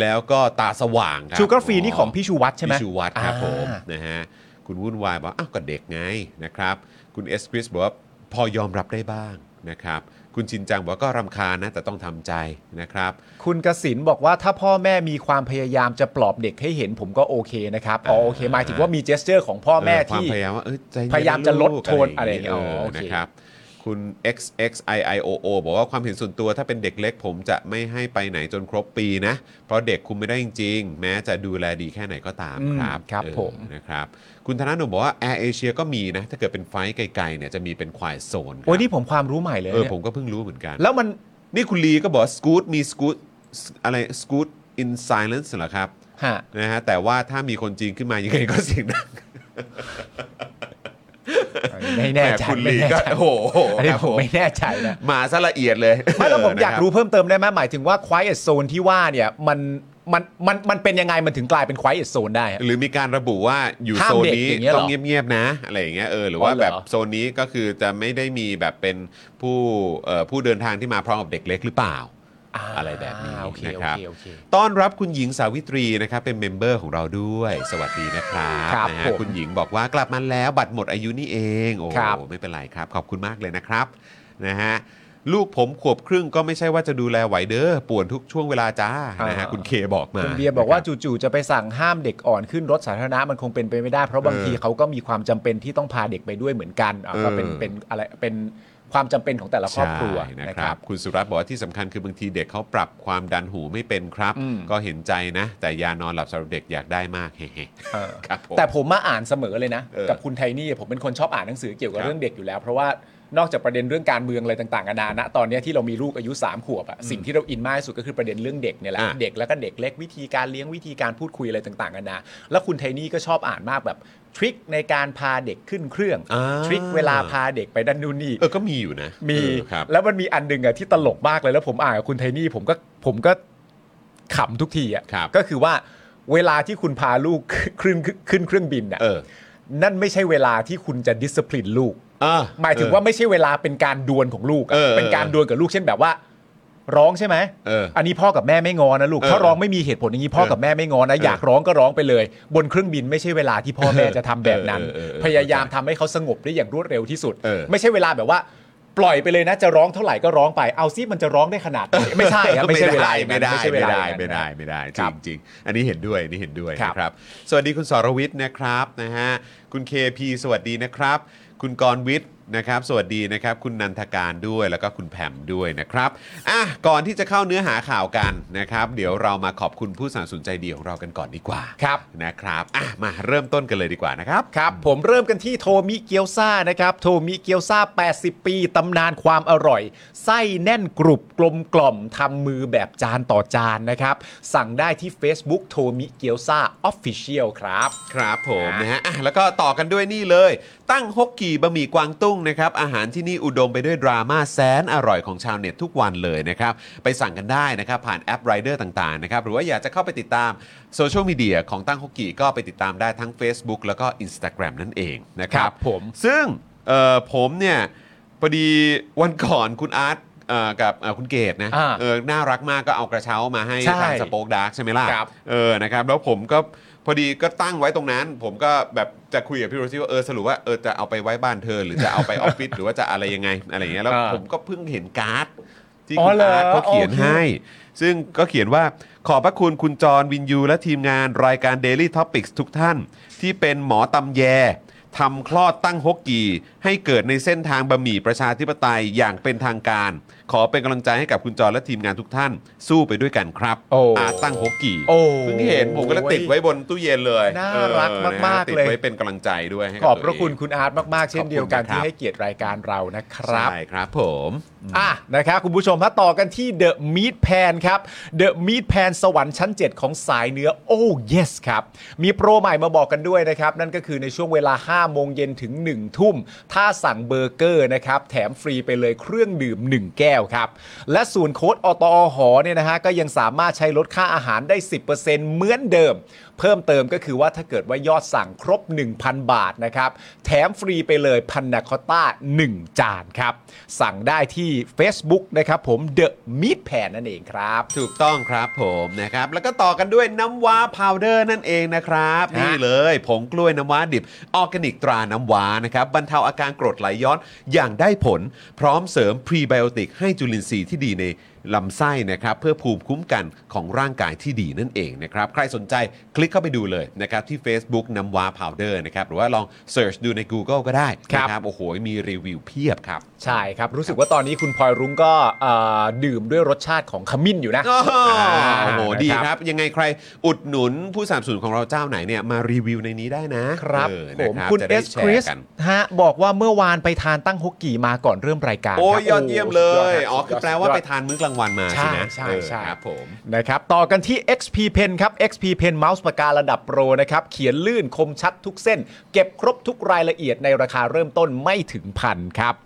แล้วก็ตาสว่างครับ ชูกราฟีนี่ของพี่ชูวัตรใช่ไหม พี่ชูวัตรครับ อ่า ผมนะฮะคุณวุ่นวายบอกอ้าวก็เด็กไงนะครับ คุณเอสคริสบอกว่าพอยอมรับได้บ้างนะครับ คุณชินจังบอกว่าก็รำคาญนะ แต่ต้องทำใจนะครับ คุณกสินบอกว่าถ้าพ่อแม่มีความพยายามจะปลอบเด็กให้เห็นผมก็โอเคนะครับอ๋อโอเคหมายถึงว่ามีเจสเจอร์ของพ่อแม่ เความ ที่ พยายามว่าเอ้ยใจเนน พยายามจะลดโทน ย่าง อะไรอย่างเงี้ย เ อ๋อโอเค นะครับคุณ xxiioo บอกว่าความเห็นส่วนตัวถ้าเป็นเด็กเล็กผมจะไม่ให้ไปไหนจนครบปีนะ เพราะเด็กคุมไม่ได้จริงๆ แม้จะดูแลดีแค่ไหนก็ตาม อืม ครับ ครับ เออ ผม นะครับ คุณธนาหนูบอกว่า Air Asia ก็มีนะ ถ้าเกิดเป็นไฟล์ไกลๆเนี่ยจะมีเป็นควายโซน โอ้ยนี่ผมความรู้ใหม่เลย เออ เนี่ย ผมก็เพิ่งรู้เหมือนกัน แล้วมัน นี่คุณลีก็บอกสกูตมีสกูตอะไรสกูต in silence เหรอครับ ฮะ นะฮะแต่ว่าถ้ามีคนจีนขึ้นมายังไงก็เสียงดัง ไม่แน่ใจ หมคุณ ไม่ ลี แน่ ก็ ใจ โอ้โห อันนี้ ครับ ผ ผม ม ไม่แน่ใจนะ มาซะละเอียดเลย ไม่แล้วผมอยาก นะคบ รู้เพิ่มเติมได้ไหมหมายถึงว่า quiet zone ที่ว่าเนี่ยมันมันมันมันเป็นยังไงมันถึงกลายเป็น quiet zone ได้ฮะ หรือมีการระบุว่าอยู่ ห้าม โซน เด็ก นี้ อย่างเงี้ยเหร ต้ อ องเงียบๆนะ อะไรอย่างเงี้ยเออหรือว่า อ๋อเหรอ แบบโซนนี้ก็คือจะไม่ได้มีแบบเป็นผู้เอ่อผู้เดินทางที่มาพร้อมกับเด็กเล็กหรือเปล่า อะไรแบบนี้ อ่าโอเค นะ โอ ครับ เคโอเค ต้อนรับคุณหญิงสาวิตรีนะครับเป็นเมมเบอร์ของเราด้วย สวัสดีนะครับ ครับ นะฮะ ผม คุณหญิงบอกว่ากลับมาแล้วบัตรหมดอายุนี่เองโอ้ ครับ ไม่เป็นไรครับ ขอบคุณมากเลยนะครับนะฮะ ลูกผมขวบครึ่งก็ไม่ใช่ว่าจะดูแลไหวเด้อป่วนทุกช่วงเวลาจ้านะฮะ อ่า คุณเคบอกมา คุณเบียร์บอกว่า นะค จู่ๆจะไปสั่งห้ามเด็กอ่อนขึ้นรถสาธารณะมันคงเป็นไปไม่ได้ เพราะบาง เออ ทีเขาก็มีความจำเป็นที่ต้องพาเด็กไปด้วยเหมือนกันอ่ะก็เป็น เออ เป็นอะไรเป็นความจำเป็นของแต่ละ บ ครอบครัว ใช่นะ นะ ค ค รั รั บบ คุณสุรัตน์บอกว่าที่สำคัญคือบางทีเด็กเขาปรับความดันหูไม่เป็นครับ อืม ก็เห็นใจนะ แต่ยานอนหลับสำหรับเด็กอยากได้มากเฮ้ เออ ๆครับผม แต่ผมมาอ่านเสมอเลยนะ เออ กับคุณไทนี่ผมเป็นคนชอบอ่านหนังสือเกี่ยวกับ ครับ เรื่องเด็กอยู่แล้ว เพราะว่านอกจากประเด็นเรื่องการเมืองอะไรต่างๆนานานะตอนเนี้ยที่เรามีลูกอายุ 3 ขวบอะสิ่งที่เราอินมากที่สุดก็คือประเด็นเรื่องเด็กเนี่ยแหละ อ่ะ เด็กแล้วก็เด็กเล็กวิธีการเลี้ยงวิธีการพูดคุยอะไรต่างๆนานาแล้วคุณไทนี่ก็ชอบอ่านมากแบบทริคในการพาเด็กขึ้นเครื่อง อ่า ทริคเวลาพาเด็กไปดันนู่นนี่ เออก็มีอยู่นะ มี เออครับ แล้วมันมีอันหนึ่งอะที่ตลกมากเลยแล้วผมอ่านกับคุณไทนี่ผมก็ผมก็ขำทุกทีอะ ครับ ก็คือว่าเวลาที่คุณพาลูกขึ้นขึ้นเครื่องบินอะ เออ นั่นไม่ใช่เวลาที่คุณจะดิส c ิ p ลินลูก อ่ะ หมายถึงว่าไม่ใช่เวลาเป็นการดวลของลูกอะ เออเออน การดวลกับลูกเช่นแบบว่า ร้องใช่ไหม เออ อันนี้พ่อกับแม่ไม่งอนนะลูก เออ ถ้าร้องไม่มีเหตุผลอย่างนี้พ่อกับแม่ไม่งอนนะ เออ อยากร้องก็ร้องไปเลย บนเครื่องบินไม่ใช่เวลาที่พ่อแม่จะทำแบบนั้น เออเออเออ พยายามทำให้เขาสงบได้อย่างรวดเร็วที่สุด เออ ไม่ใช่เวลาแบบว่า ปล่อยไปเลยนะ จะร้องเท่าไหร่ก็ร้องไปเอาซิมันจะร้องได้ขนาดไหนไม่ใช่อะไม่ใช่เวลาอย่างนั้ ไม่ น ได้ ใช่เว ไม่ ลาอ ได้ ย่างนั้น ไม่ได้ไม่ได้คจรั ริ บ งจริงๆอันนี้เห็นด้วยอันนี้เห็นด้วย ครับ นะครับ สวัสดีคุณสรวิทย์นะครับนะฮะคุณ KP สวัสดีนะครับ คุณกรณ์วิทย์นะครับ สวัสดีนะครับ คุณนันทการด้วยแล้วก็คุณแผมด้วยนะครับอ่ะก่อนที่จะเข้าเนื้อหาข่าวกันนะครับ เดี๋ยวเรามาขอบคุณผู้สนับสนุนใจดีของเรากันก่อนดีกว่า ครับ นะครับอ่ะมาเริ่มต้นกันเลยดีกว่านะครับ ครับผมเริ่มกันที่โทมิเกียวซานะครับ โทมิเกียวซา80 ปี ตำนานความอร่อย ไส้แน่นกรุบกลมกล่อมทำมือแบบจานต่อจานนะครับ สั่งได้ที่ Facebook โทมิเกียวซาออฟฟิเชียลครับ ครับผม นะ นะฮะอ่ะแล้วก็ต่อกันด้วยนี่เลย ตั้งฮกกี่บะหมี่กวางตุ้งนะครับ อาหารที่นี่อุดมไปด้วยดราม่าแสนอร่อยของชาวเน็ตทุกวันเลยนะครับ ไปสั่งกันได้นะครับ ผ่านแอปไรเดอร์ต่างๆนะครับ หรือว่าอยากจะเข้าไปติดตามโซเชียลมีเดียของตั้งฮกกี่ก็ไปติดตามได้ทั้ง Facebook แล้วก็ Instagram นั่นเองนะครั ครับ บผม ซึ่งเอ่อผมเนี่ยพอดีวันก่อนคุณอาร์ตเอ่อกับเอ่อคุณเกดนะ อ่า เออน่ารักมากก็เอากระเช้ามาให้ ใช่ ทางสปอคดาร์กใช่ไหมล่ะ ครับ เออ นะครับ แล้วผมก็พอดีก็ตั้งไว้ตรงนั้น ผมก็แบบจะคุยกับพี่โรซี่ว่าเออสรุปว่าเออจะเอาไปไว้บ้านเธอ หรือจะเอาไปออฟฟิศ หรือว่าจะอะไรยังไงอะไรอย่างเงี้ย แล้ว อ่า ผมก็เพิ่งเห็นการ์ดที่ อ๋อ คุณ เหรอ อาร์ตเขาเขียน โอเค ให้ ซึ่งก็เขียนว่าขอบพระคุณคุณจรวินยูและทีมงานรายการ Daily Topics ทุกท่าน ที่เป็นหมอตำแยทำคลอดตั้งฮกกีให้เกิดในเส้นทางบะหมี่ประชาธิปไตยอย่างเป็นทางการ ขอเป็นกำลังใจให้กับคุณจรและทีมงานทุกท่าน สู้ไปด้วยกันครับ โอ้ อาร์ตตั้งฮกกี โอ้ เพิ่งเห็นผมก็เลยติดไว้บนตู้เย็นเลย น่า เออ รักมากๆ นะฮะติด เลย ไว้เป็นกำลังใจด้วยให้ ขอบ ตัว พระคุณ เง คุณอาร์ตมาก ๆ เช่นเดียวกัน ขอบคุณครับ ที่ให้เกียรติรายการเรานะครับ ใช่ครับผม อ่ะนะครับคุณผู้ชมถ้าต่อกันที่เดอะม a t แพนครับเดอะม a t แพนสวรรค์ชั้น 7 ของสายเนื้อโอ้ yes ครับ มีโปรใหม่มาบอกกันด้วยนะครับ นั่นก็คือในช่วงเวลา 5 โมงเย็นถึง 1 ทุ่ม ถ้าสั่งเบอร์เกอร์นะครับ แถมฟรีไปเลยเครื่องดื่ม 1 แก้วครับ และส่วนโค้ดอตอหอเนี่ยนะฮะก็ยังสามารถใช้ลดค่าอาหารได้ 10%เหมือนเดิม เพิ่มเติมก็คือว่าถ้าเกิดว่ายอดสั่งครบ 1,000 บาทนะครับแถมฟรีไปเลยพันนาคอต้า 1 จานครับ สั่งได้ที่ Facebook นะครับผม The Meat Pan นั่นเองครับ ถูกต้องครับผมนะครับ แล้วก็ต่อกันด้วยน้ำว้าพาวเดอร์นั่นเองนะครับ นี่เลยผงกล้วยน้ำว้าดิบออร์แกนิกตราน้ำว้านะครับบรรเทาอาการกรดไหลย้อนอย่างได้ผล พร้อมเสริมพรีไบโอติกให้จุลินทรีย์ที่ดีในลำไส้นะครับ เพื่อภูมิคุ้มกันของร่างกายที่ดีนั่นเองนะครับ ใครสนใจคลิกเข้าไปดูเลยนะครับ ที่ Facebook น้ำว้าพาวเดอร์นะครับ หรือว่าลองเสิร์ชดูใน Google ก็ได้ ครับ นะครับโอ้โหมีรีวิวเพียบครับ ใช่ครับ รู้สึกว่าตอนนี้คุณพลอยรุ้งก็เอ่อดื่มด้วยรสชาติของขมิ้นอยู่นะ โอ้โห า โอ้โหดี นะครับ ยังไงใครอุดหนุนผู้สามสูนของเราเจ้าไหนเนี่ยมารีวิวในนี้ได้นะครับ เออ ผ นะ ม รับ คุณ จะ เอ ได้ ส แช คริส ร์กัน ฮะบอกว่าเมื่อวานไปทานตั้งฮกกี่มาก่อนเริ่มรายการ โอ้ย ครับ ยอดเยี่ยมเล โสุด ย ด อ๋อ สุด คือย ด แปลว่า สุดย ไป อด ทานมื้อกลางวันมา ใช่ ใช่นะ ใช่ เออ ใช่ ครับผม นะครับต่อกันที่ XP Pen ครับ XP Pen เมาส์ปากการะดับโปรนะครับ เขียนลื่นคมชัดทุกเส้น เก็บครบทุกรายละเอียดในราคาเริ่มต้นไม่ถึงพันครับ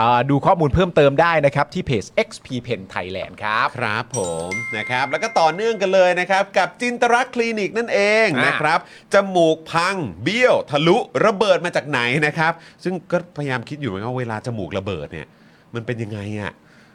อ่าดูข้อมูลเพิ่มเติมได้นะครับ ที่เพจ XP Pen Thailand ครับ ครับผมนะครับแล้วก็ต่อเนื่องกันเลยนะครับ กับจินตรักษณ์คลินิกนั่นเอง อ่ะ นะครับจมูกพัง เบี้ยว ทะลุระเบิดมาจากไหนนะครับ ซึ่งก็พยายามคิดอยู่เหมือนกันว่าเวลาจมูกระเบิดเนี่ยมันเป็นยังไงอะ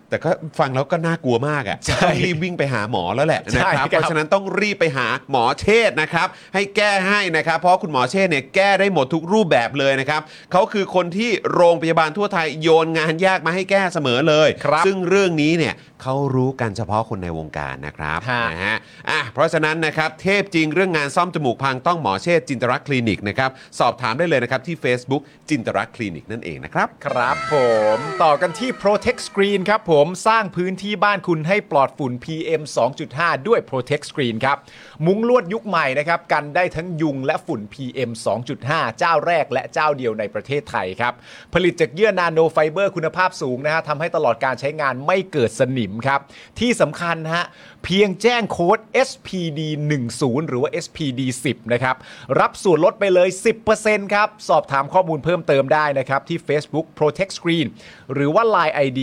แต่ก็ฟังแล้วก็น่ากลัวมากอะ่ะ ใช่ ต้องรีบวิ่งไปหาหมอแล้วแหละ ใช่ นะครับ ครับ เพราะฉะนั้นต้องรีบไปหาหมอเชษฐ์นะครับ ให้แก้ให้นะครับ เพราะคุณหมอเชษฐ์เนี่ยแก้ได้หมดทุกรูปแบบเลยนะครับเขาคือคนที่โรงพยาบาลทั่วไทยโยนงานยากมาให้แก้เสมอเลย ครับ ซึ่งเรื่องนี้เนี่ยเขารู้กันเฉพาะคนในวงการนะครับ ฮะ นะฮะอ่ะเพราะฉะนั้นนะครับ เทพจริงเรื่องงานซ่อมจมูกพังต้องหมอเชษฐ์จินตรักษณ์คลินิกนะครับ สอบถามได้เลยนะครับ ที่ Facebook จินตรักษณ์คลินิกนั่นเองนะครับ ครับผมต่อกันที่ Protect Screen ครับผมสร้างพื้นที่บ้านคุณให้ปลอดฝุ่น PM 2.5 ด้วย Protect Screen ครับ มุ้งลวดยุคใหม่นะครับ กันได้ทั้งยุงและฝุ่น PM 2.5 เจ้าแรกและเจ้าเดียวในประเทศไทยครับ ผลิตจากเยื่อนาโนไฟเบอร์คุณภาพสูงนะฮะทำให้ตลอดการใช้งานไม่เกิดสนิมครับ ที่สำคัญนะฮะ เพียงแจ้งโค้ด SPD 1 0หรือว่า SPD 10นะครับ รับส่วนลดไปเลย 10%ครับ สอบถามข้อมูลเพิ่มเติมได้นะครับ ที่ Facebook Protect Screen หรือว่า Line ID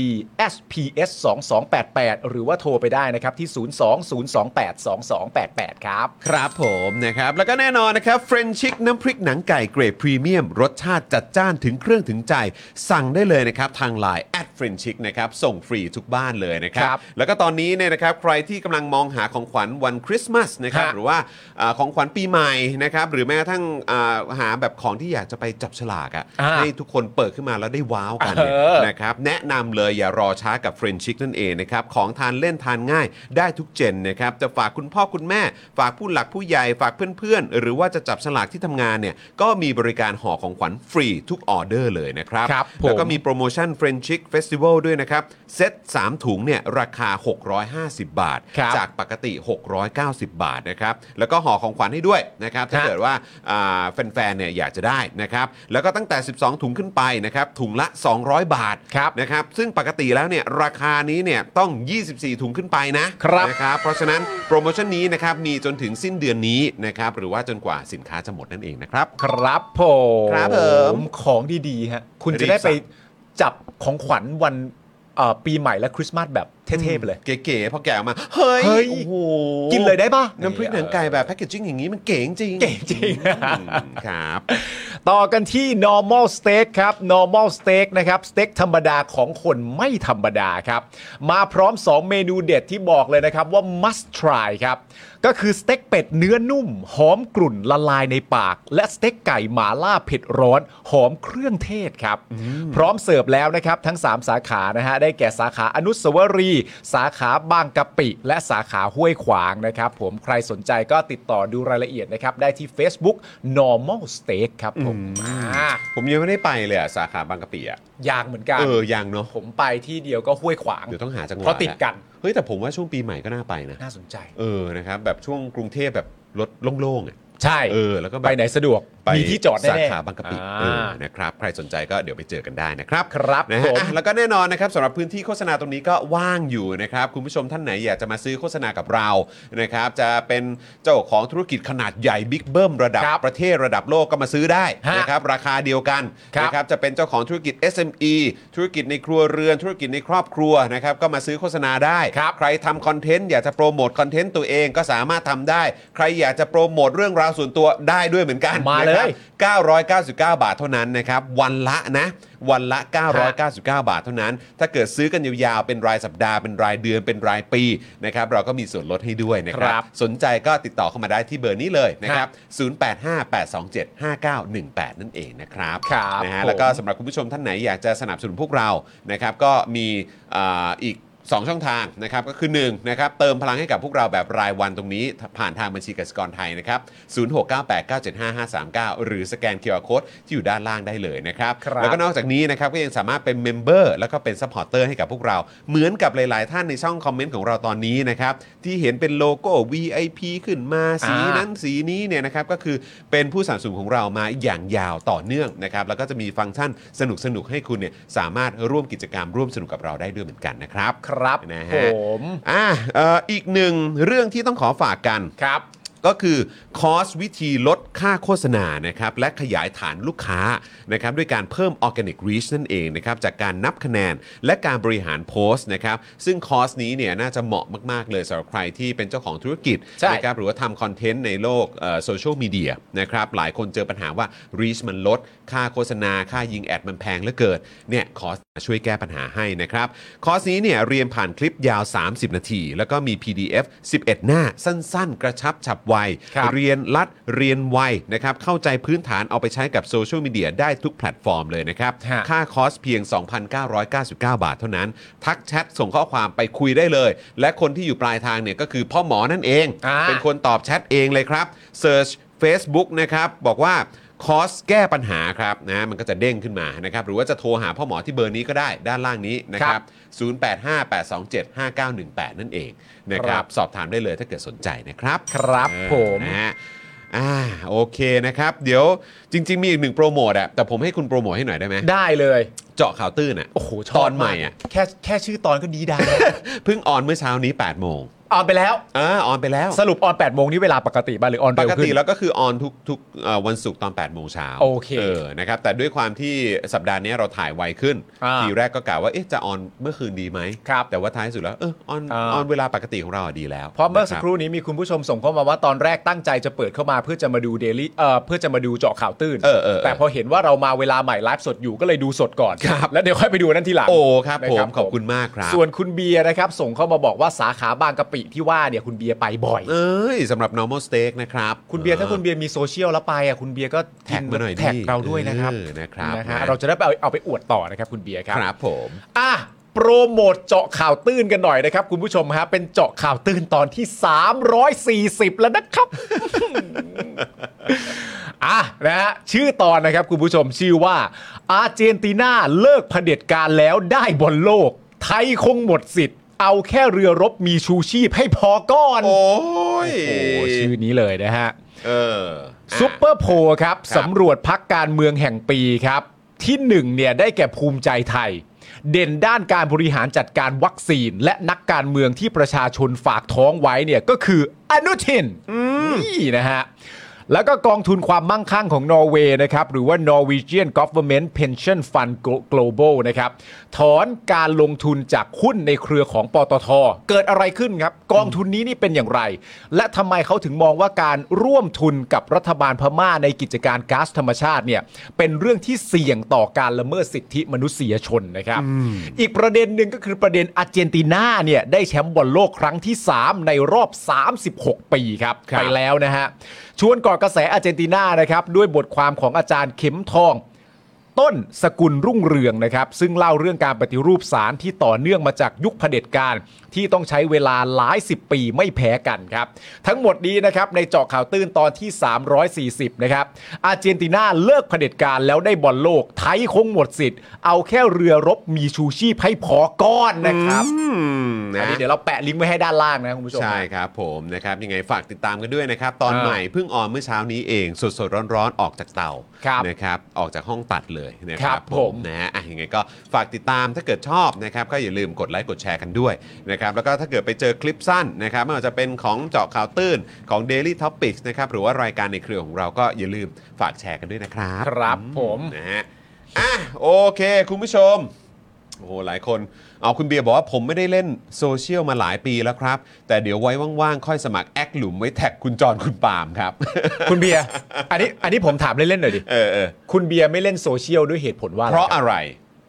SPS 2 2 8 8หรือว่าโทรไปได้นะครับ ที่ 02 028 2288 ครับ ครับผมนะครับ แล้วก็แน่นอนนะครับเฟรนชิกน้ำพริกหนังไก่เกรดพรีเมียม รสชาติจัดจ้านถึงเครื่องถึงใจ สั่งได้เลยนะครับ ทางไลน์แอดเฟรนชิกนะครับ ส่งฟรีทุกบ้านเลยนะครั ครับ บ แล้วก็ตอนนี้เนี่ยนะครับใครที่กำลังมองหาของขวัญวันคริสต์มาสนะครับ ฮะ หรือว่าอ่าของขวัญปีใหม่นะครับ หรือแม้กระทั่งอ่าหาแบบของที่อยากจะไปจับฉลากอะ อ่า ให้ทุกคนเปิดขึ้นมาแล้วได้ว้าวกันเนี่ย เออ นะครับแนะนำเลยอย่ารอช้ากับเฟรนชิกนั่นเองนะครับของทานเล่นทานง่ายได้ทุกเจนนะครับจะฝากคุณพ่อคุณแม่ ฝากผู้หลักผู้ใหญ่ฝากเพื่อนๆ หรือว่าจะจับฉลากที่ทำงานเนี่ยก็มีบริการห่อของขวัญฟรีทุกออเดอร์เลยนะครับ ครับผม แล้วก็มีโปรโมชั่นเฟรนชิกเฟสติวัลด้วยนะครับ เซต3 ถุงเนี่ยราคา 650 บาท ครับ จากปกติ 690 บาทนะครับแล้วก็ห่อของขวัญให้ด้วยนะครับถ้า ฮะ เกิดว่าอ่าแฟนๆเนี่ยอยากจะได้นะครับแล้วก็ตั้งแต่ 12 ถุงขึ้นไปนะครับถุงละ 200 บาท ครับ นะครับซึ่งปกติแล้วเนี่ยราคานี้เนี่ยต้อง 24 ถุงขึ้นไปนะครับ นะครับเพราะฉะนั้นโปรโมชั่นนี้นะครับมีจนถึงสิ้นเดือนนี้นะครับหรือว่าจนกว่าสินค้าจะหมดนั่นเองนะครับ ครับผม ครับผม ของดีๆฮะคุณจะได้ไปจับของขวัญวันเอ่อปีใหม่และคริสต์มาสแบบเท่ๆไปเลย เก๋ๆพอแกะออกมา เฮ้ย เฮ้ย โอ้โห กินเลยได้ปะ น้ำพริกหนังไก่แบบแพคเกจจิ้งอย่างนี้มันเก๋จริง เก๋จริง อืมครับ ต่อกันที่ normal steak ครับ normal steak นะครับสเต็กธรรมดาของคนไม่ธรรมดาครับ มาพร้อม 2 เมนูเด็ดที่บอกเลยนะครับว่า must try ครับ ก็คือสเต็กเป็ดเนื้อนุ่ม หอมกลุ่นละลายในปาก และสเต็กไก่หมาล่าเผ็ดร้อน หอมเครื่องเทศครับ พร้อมเสิร์ฟแล้วนะครับ ทั้ง 3 สาขานะฮะได้แก่สาขาอนุสาวรีย์สาขาบางกะปิ และสาขาห้วยขวางนะครับผมใครสนใจก็ติดต่อดูรายละเอียดนะครับ ได้ที่ Facebook normal steak ครับผมอ่า ผมยังไม่ได้ไปเลยอะสาขาบางกะปิอะ ยากเหมือนกัน เออยังเนาะ ผมไปที่เดียวก็ห้วยขวาง เดี๋ยวต้องหาจังหวะ เพราะติดกัน เฮ้ยแต่ผมว่าช่วงปีใหม่ก็น่าไปนะ น่าสนใจ เออนะครับแบบช่วงกรุงเทพแบบรถโล่งๆอะ ใช่ เออแล้วก็แบบ ไปไหนสะดวก ไป มีที่จอดแน่ สา ๆ ขาบางกะปิ อ่ เออา นะครับใครสนใจก็เดี๋ยวไปเจอกันได้นะครับ ครับ นะ ผ ฮะ ม อ่ะแล้วก็แน่นอนนะครับสำหรับพื้นที่โฆษณาตรงนี้ก็ว่างอยู่นะครับ คุณผู้ชมท่านไหนอยากจะมาซื้อโฆษณากับเรานะครับ จะเป็นเจ้าของธุรกิจขนาดใหญ่บิ๊กเบิ้มระดับ ครับ ประเทศระดับโลกก็มาซื้อได้ ฮะ นะครับราคาเดียวกัน ครับ นะครับจะเป็นเจ้าของธุรกิจ SME ธุรกิจในครัวเรือน ธุรกิจในครอบครัวนะครับก็มาซื้อโฆษณาได้ ครับ ใครทำคอนเทนต์อยากจะโปรโมทคอนเทนต์ตัวเองก็สามารถทำได้ ใครอยากจะโปรโมทเรื่องราวส่วนตัวได้ด้วยเหมือนกัน มาเลย 999 บาทเท่านั้นนะครับ วันละนะ วันละ 999 บาทเท่านั้น ถ้าเกิดซื้อกันยาวๆ เป็นรายสัปดาห์ เป็นรายเดือน เป็นรายปีนะครับ เราก็มีส่วนลดให้ด้วยนะคครัรับ บ สนใจก็ติดต่อเข้ามาได้ที่เบอร์นี้เลยนะครับ ครั 0858275918 นั่นเองนะครับ ครับ นะฮะ ผม แล้วก็สำหรับคุณผู้ชมท่านไหนอยากจะสนับสนุนพวกเรานะครับ ก็มีอ่าอีก 2 ช่องทางนะครับก็คือ1นะครับเติมพลังให้กับพวกเราแบบรายวันตรงนี้ ผ่านทางบัญชีกสิกรไทยนะครับ 0698975539 หรือสแกน QR Code ที่อยู่ด้านล่างได้เลยนะครับ ครับ แล้วก็นอกจากนี้นะครับก็ยังสามารถเป็นเมมเบอร์แล้วก็เป็นซัพพอร์เตอร์ให้กับพวกเรา เหมือนกับหลาย ๆ ท่านในช่องคอมเมนต์ของเราตอนนี้นะครับ ที่เห็นเป็นโลโก้ VIP ขึ้นมาสี อ่า นั้น สีนี้เนี่ยนะครับก็คือเป็นผู้สนับสนุนของเรามาอย่างยาวต่อเนื่องนะครับแล้วก็จะมีฟังก์ชันสนุกๆให้คุณเนี่ยสามารถร่วมกิจกรรมร่วมสนุกกับเราได้ด้วยเหมือนกันนะครับ ครับ นะ ผ ฮะ ม อ่ะเอ่ออีกหนึ่งเรื่องที่ต้องขอฝากกัน ครับ ก็คือคอร์สวิธีลดค่าโฆษณานะครับและขยายฐานลูกค้านะครับด้วยการเพิ่ม Organic Reach นั่นเองนะครับจากการนับคะแนนและการบริหารโพสต์นะครับซึ่งคอร์สนี้เนี่ยน่าจะเหมาะมาก ๆ เลยสำหรับใครที่เป็นเจ้าของธุรกิจ ใช่ นะครับ นะครับหรือว่าทำคอนเทนต์ในโลกโซเชียลมีเดียนะครับหลายคนเจอปัญหาว่า reach มันลด ค่าโฆษณา ค่ายิงแอดมันแพงเหลือเกินเนี่ยคอร์สช่วยแก้ปัญหาให้นะครับ คอร์สนี้เนี่ยเรียนผ่านคลิปยาว 30 นาที แล้วก็มี PDF 11 หน้า สั้นๆ กระชับฉับไว ครับ เรียนรัดเรียนไวนะครับเข้าใจพื้นฐานเอาไปใช้กับโซเชียลมีเดียได้ทุกแพลตฟอร์มเลยนะครับ ฮะ ค่าคอร์สเพียง 2,999 บาทเท่านั้น ทักแชทส่งข้อความไปคุยได้เลย และคนที่อยู่ปลายทางเนี่ยก็คือพ่อหมอนั่นเอง อ่า เป็นคนตอบแชทเองเลยครับเซิร์ช Facebook นะครับ บอกว่าคอร์สแก้ปัญหาครับนะมันก็จะเด้งขึ้นมานะครับ หรือว่าจะโทรหาพ่อหมอที่เบอร์นี้ก็ได้ด้านล่างนี้นะครับ 0858275918 นั่นเองนะครับ สอบถามได้เลยถ้าเกิดสนใจนะครับ ครับผม เออนะฮะอ่าโอเคนะครับ เดี๋ยวจริง ๆ มีอีกหนึ่งโปรโมทอะแต่ผมให้คุณโปรโมทให้หน่อยได้ไหม ได้เลย เจาะข่าวตื้นอะ โอ้โหช ต บ อนใหาม่ก อะ [LAUGHS] แค่แค่ชื่อตอนก็ดีดายแล้ว เพิ่งออนเมื่อเช้านี้ 8 โมง ออนไปแล้ว อ่าออนไปแล้ว สรุปออน8โมงนี้เวลาปกติบ้างหรือออน ป เร็ว ก ขึ้ ติ น แล้วก็คือออนทุกทุกเอ่อวันศุกร์ตอน 8 โมงเช้า โอเค เออนะครับแต่ด้วยความที่สัปดาห์นี้เราถ่ายไวขึ้น อ่า ทีแรกก็กะว่าเอ๊ะจะออนเมื่อคืนดีไหม ครับ แต่ว่าท้ายสุดแล้วเออออน อ่า ออนเวลาปกติของเราอะดีแล้ว เพราะเมื่อสัก นบ ครู่นี้มีคุณผู้ชมส่งเข้ามาว่าตอนแรกตั้งใจจะเปิดเข้ามาเพื่อจะมาดูเดลี่เอ่อเพื่อจะมาดูเจาะข่าวตื้น เออเออเออ แต่พอเห็นว่าเรามาเวลาใหม่ไลฟ์สดอยู่ก็เลยดูสดก่อน ครับ แล้วเดี๋ยวค่อยไปดูนั่นทีหลัง โอ้ครับ นะ ผ ครั ม บ ขอบคุณมากครับ ส่วนคุณเบียร์นะครับ ส่งเข้ามาบอกว่าสาขาบางกะปิที่ว่าเนี่ยคุณเบียร์ไปบ่อย เอ้ยสำหรับ normal steak นะครับ คุณเบียร์ ออ ถ้าคุณเบียร์มีโซเชียลแล้วไปอ่ะคุณเบียร์ก็ แท็กมาหน่อยดิ แท็กเราด้วยนะครับ เออนะครับ นะฮะ นะ เราจะได้ไปเอาเอาไปอวดต่อนะครับคุณเบียร์ครับ ครับผม อ่ะโปรโมทเจาะข่าวตื้นกันหน่อยนะครับ คุณผู้ชมฮะเป็นเจาะข่าวตื้นตอนที่ 340 แล้วนะครับ [LAUGHS] อ่ะนะฮะชื่อตอนนะครับคุณผู้ชมชื่อว่า อาร์เจนตินาเลิกเผด็จการแล้วได้บอลโลก ไทยคงหมดสิทธิ์ เอาแค่เรือรบมีชูชีพให้พอก่อน โอ้ย โอ้ชื่อนี้เลยนะฮะ เออ ซุปเปอร์โพลครับ ครับ สำรวจพักการเมืองแห่งปีครับ ที่หนึ่งเนี่ยได้แก่ภูมิใจไทย เด่นด้านการบริหารจัดการวัคซีน และนักการเมืองที่ประชาชนฝากท้องไว้เนี่ยก็คืออนุทินนี่นะฮะ แล้วก็กองทุนความมั่งคั่งของนอร์เวย์นะครับ หรือว่า Norwegian Government Pension Fund Glo- Global นะครับ ถอนการลงทุนจากหุ้นในเครือของปตท เกิดอะไรขึ้นครับ กองทุนนี้นี่เป็นอย่างไร และทำไมเขาถึงมองว่าการร่วมทุนกับรัฐบาลพม่าในกิจการก๊าซธรรมชาติเนี่ยเป็นเรื่องที่เสี่ยงต่อการละเมิดสิทธิมนุษยชนนะครับ อีกประเด็นหนึ่งก็คือประเด็นอาร์เจนตินาเนี่ยได้แชมป์บอลโลกครั้งที่ 3 ในรอบ 36 ปีครับ ครับ ไปแล้วนะฮะ ชวนก่อกระแสอาร์เจนตินานะครับ ด้วยบทความของอาจารย์เข็มทอง ต้นสกุลรุ่งเรืองนะครับ ซึ่งเล่าเรื่องการปฏิรูปสารที่ต่อเนื่องมาจากยุคเผด็จการ ที่ต้องใช้เวลาหลาย 10 ปีไม่แพ้กันครับ ทั้งหมดนี้นะครับ ในเจาะข่าวตื้นตอนที่ 340 นะครับ อาร์เจนตินาเลิกเผด็จการแล้วได้บอลโลก ไทยคงหมดสิทธิ์ เอาแค่เรือรบมีชูชีพให้พอก้อนนะครับ อืม อัน นะ นี้เดี๋ยวเราแปะลิงก์ไว้ให้ด้านล่างนะคุณผู้ชม ใช่ครับผมนะครับ ยังไงฝากติดตามกันด้วยนะครับ ตอน อ่า ใหม่เพิ่งออนเมื่อเช้านี้เอง สดๆ ร้อนๆ ออกจากเตา ครับ นะครับออกจากห้องตัดเลยนะค ครั รับบ ผผมม นะฮะอ่ะยังไงก็ฝากติดตามถ้าเกิดชอบนะครับ ก็อย่าลืมกดไลค์กดแชร์กันด้วยนะครับ แล้วก็ถ้าเกิดไปเจอคลิปสั้นนะครับไม่ว่าจะเป็นของเจาะข่าวตื้นของ Daily Topics นะครับหรือว่ารายการในเครือของเราก็อย่าลืมฝากแชร์กันด้วยนะครับ ครับผม นะฮะอ่ะโอเค คุณผู้ชม โอ้โหหลายคน เอาคุณเบียร์บอกว่าผมไม่ได้เล่นโซเชียลมาหลายปีแล้วครับ แต่เดี๋ยวไว้ว่างๆ ค่อยสมัครแอคหลุมไว้แท็กคุณจรคุณปาล์มครับ คุณเบียร์ อันนี้อันนี้ผมถามเล่นๆหน่อยดิ เออเออ คุณเบียร์ไม่เล่นโซเชียลด้วยเหตุผลว่าอไรเพราะ คบ อะไร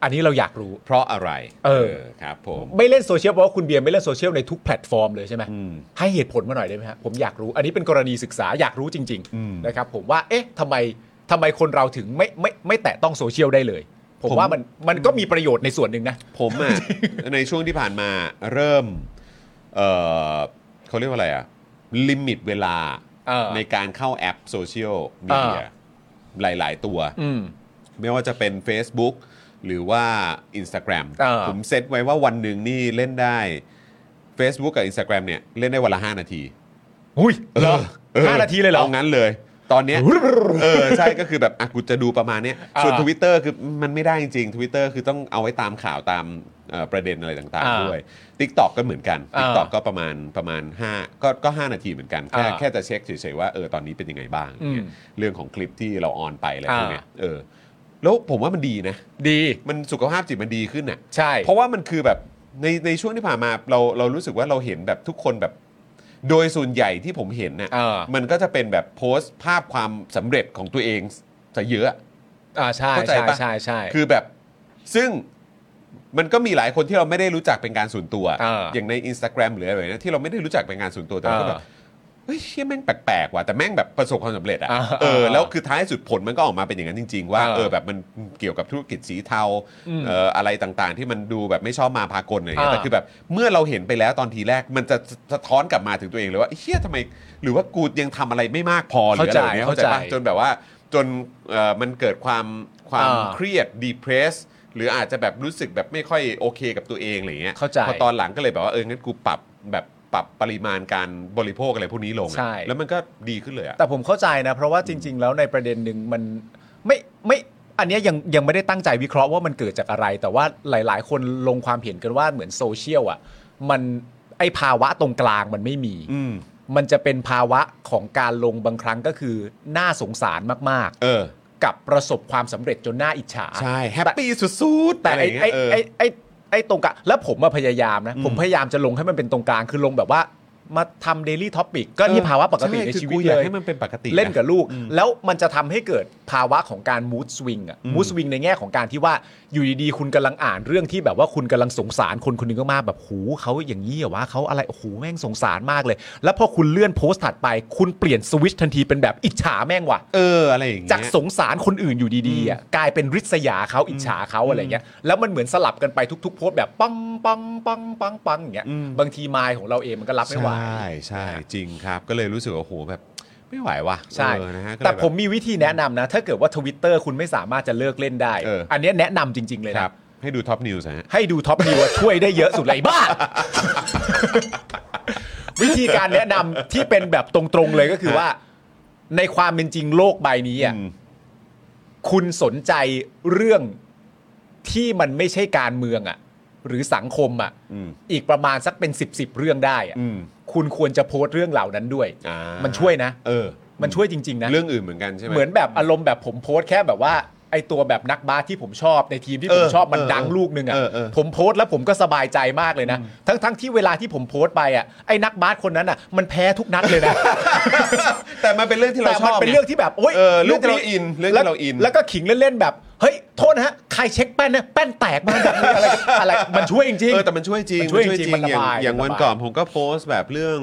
อันนี้เราอยากรู้ เพราะอะไร เออ ครับผม ไม่เล่นโซเชียลเพราะว่าคุณเบียร์ไม่เล่นโซเชียลในทุกแพลตฟอร์มเลยใช่ไหม อืม ให้เหตุผลมาหน่อยได้ไหมฮะผมอยากรู้อันนี้เป็นกรณีศึกษาอยากรู้จริงๆนะครับผมว่าเอ๊ะทำไมทำไมคนเราถึงไม่ไม่ไม่แตะต้องโซเชียลได้เลย ผมว่ามันมันก็มีประโยชน์ในส่วนหนึ่งนะ ผมอ่ะ ในช่วงที่ผ่านมาเริ่ม เออเขาเรียกว่าอะไรอ่ะ ลิมิตเวลา เออ ในการเข้าแอปโซเชียลมีเดีย เออ หลายๆตัว อืม ไม่ว่าจะเป็น Facebook หรือว่า Instagram เออ ผมเซตไว้ว่าวันหนึ่งนี่เล่นได้ Facebook กับ Instagram เนี่ย เล่นได้วันละ 5 นาที หุ้ยเหรอ เออ ห้านาทีเลยเหรอ เอางั้นเลย ตอน [LAUGHS] เนี้ย เออใช่ก็คือแบบอ่ะกูจะดูประมาณเนี้ยส่วน อ่า Twitter คือมันไม่ได้จริง Twitter คือต้องเอาไว้ตามข่าวตามเอ่อประเด็นอะไรต่าง อ่า ๆด้วย TikTok ก็เหมือนกัน อ่า TikTok ก็ประมาณประมาณ5ก็ก็5นาทีเหมือนกัน แค่ อ่า แค่จะเช็คเฉยๆว่าเออตอนนี้เป็นยังไงบ้างเนี่อืยม เรื่องของคลิปที่เราออนไปอะไรพวกเนี้ย อ่า เออแล้วผมว่ามันดีนะ ดี มันสุขภาพจิตมันดีขึ้นอ่ะ ใช่ เพราะว่ามันคือแบบในในช่วงที่ผ่านมาเราเรารู้สึกว่าเราเห็นแบบทุกคนแบบ โดยส่วนใหญ่ที่ผมเห็นเนี่ย เออ มันก็จะเป็นแบบโพสต์ภาพความสำเร็จของตัวเองซะเยอะ อ่าใช่ เข้าใจ ใช่ ปะ ใช่ใช่ คือแบบซึ่งมันก็มีหลายคนที่เราไม่ได้รู้จักเป็นการส่วนตัว เอออย่าง ใน Instagram หรืออะไรแบบนะที่เราไม่ได้รู้จักเป็นการส่วนตัวแต่ว่าก็แบเออบเฮ้ยเชี่ยแม่งแปลกๆว่ะแต่แม่งแบบประสบความสำเร็จอะ เออ เออแล้วคือท้ายสุดผลมันก็ออกมาเป็นอย่างนั้นจริง ๆ ว่า เออ เออแบบมันเกี่ยวกับธุรกิจสีเทา อืม เอออะไรต่างๆ ที่มันดูแบบไม่ชอบมาพากลอะไรอย่างเงี้ย เออ แต่คือแบบเมื่อเราเห็นไปแล้วตอนทีแรกมันจะสะท้อนกลับมาถึงตัวเองเลยว่าเฮียทำไมหรือว่ากูยังทำอะไรไม่มากพอ หรืออะไรแบบนี้ เข้า เข้า ใจ ใจปะจนแบบว่าจนเอ่อมันเกิดความความ อ่า เครียด depress หรืออาจจะแบบรู้สึกแบบไม่ค่อยโอเคกับตัวเองอะไรเงี้ย เข้าใจ พอตอนหลังก็เลยแบบว่าเอองั้นกูปรับแบบปรับปริมาณการบริโภคอะไรพวกนี้ลงอะ ใช่ แล้วมันก็ดีขึ้นเลยอะ แต่ผมเข้าใจนะ เพราะว่าจริง ๆ แล้วในประเด็นหนึ่งมันไม่ไม่อันเนี้ยยังยังไม่ได้ตั้งใจวิเคราะห์ว่ามันเกิดจากอะไร แต่ว่าหลายๆ คนลงความเห็นกันว่าเหมือนโซเชียลอ่ะมันไอภาวะตรงกลางมันไม่มี อืม มันจะเป็นภาวะของการลงบางครั้งก็คือน่าสงสารมาก เออ ๆ กับประสบความสำเร็จจนน่าอิจฉา ใช่แฮปปี้สุดๆ แต่ อะไร ไอ้ เงี้ ไอ้ ยเออ ไอ้ไอ้ไอ้ตรงกลางแล้วผมมาพยายามนะ อืม ผมพยายามจะลงให้มันเป็นตรงกลางคือลงแบบว่ามาทำเดลี่ท็อปิกก็นี่ เออ ภาวะปกติ ใช่ ใน คือ ชีวิต กูเลยอาก ย ให้มันเป็นปกตินะ เล่นกับลูก อืม แล้วมันจะทำให้เกิดภาวะของการมู d สวิงอะ อืม มู d สวิงในแง่ของการที่ว่าอยู่ดีๆ คุณกำลังอ่านเรื่องที่แบบว่าคุณกำลังสงสารคนคนหนึงก็มากๆแบบหูเขาอย่างนี้เหรอวะเขาอะไรโอ้โหแม่งสงสารมากเลย แล้วพอคุณเลื่อนโพสต์ถัดไป คุณเปลี่ยนสวิตชทันทีเป็นแบบอิจฉาแม่งว่ะ เอออะไรอย่างเงี้ย จากสงสารคนอื่นอยู่ดีๆอ่ะกลายเป็นริษยาเขาอิจฉาเขาอะไรเงี้ยแล้วมันเหมือนสลับกันไปทุก ๆ โพสต์แบบปังปังปังปังปังอย่างเงี้ย อืม บางทีมายของเราเองมันก็รับไม่ไหว ใช่ใช่จริงครับ ก็เลยรู้สึกว่าโหแบบไม่ไหวว่ะ ใช่ เออนะฮะก็เลย แต่ บบ ผมมีวิธีแนะนำนะ ถ้าเกิดว่า Twitter คุณไม่สามารถจะเลิกเล่นได้ เอออั อันเนี้ยแนะนำจริง ๆ เลย ค นะ รับ ให้ดูท็อปนิวส์ฮะ ให้ดูท็อปนิวช่วยได้เยอะสุดเลยไอ้ [LAUGHS] บ้า วิธีการแนะนำที่เป็นแบบตรงๆเลยก็คือว่า ในความเป็นจริงโลกใบนี้อ่ะ อืม คุณสนใจเรื่องที่มันไม่ใช่การเมืองอะ่ะ หรือสังคมอะ่ะ อืม อีกประมาณสักเป็น 10บสเรื่องได้อะ อืม คุณควรจะโพสต์เรื่องเหล่านั้นด้วย อ่า มันช่วยนะ เออ มันช่วยจริง ๆ นะ เรื่องอื่นเหมือนกันใช่ไหม เหมือนแบบอารมณ์แบบผมโพสต์แค่แบบว่าไอตัวแบบนักบาสที่ผมชอบในทีมที่ผม เออ ชอบมัน เออ ดังลูกนึง เอ อะ่ะ อเออ ผมโพสต์แล้วผมก็สบายใจมากเลยนะ ทั้งๆที่เวลาที่ผมโพสต์ไปอะ่ะไอ้นักบาสคนนั้นอะ่ะมันแพ้ทุกนัดเลยนะ แต่มันเป็นเรื่องที่เรา แต่ ช มัน อบ เป็น ไ เรื่องที่แบบโอ๊ย เออเรื่องที่เราอินเรื่องที่ แล้ว เราอิน แล้วก็ขิงเล่นๆแบบ เฮ้ย โทษนะฮะ ใครเช็คแป้นนะแป้นแตกมาแบบนี้อะไร [LAUGHS] อะไร มันช่วยจริง เออแต่มันช่วยจริง มันช่วยจริงมันระ อย่าง บาย อย่าง มันระบาย วันก่อนผมก็โพสต์แบบเรื่อง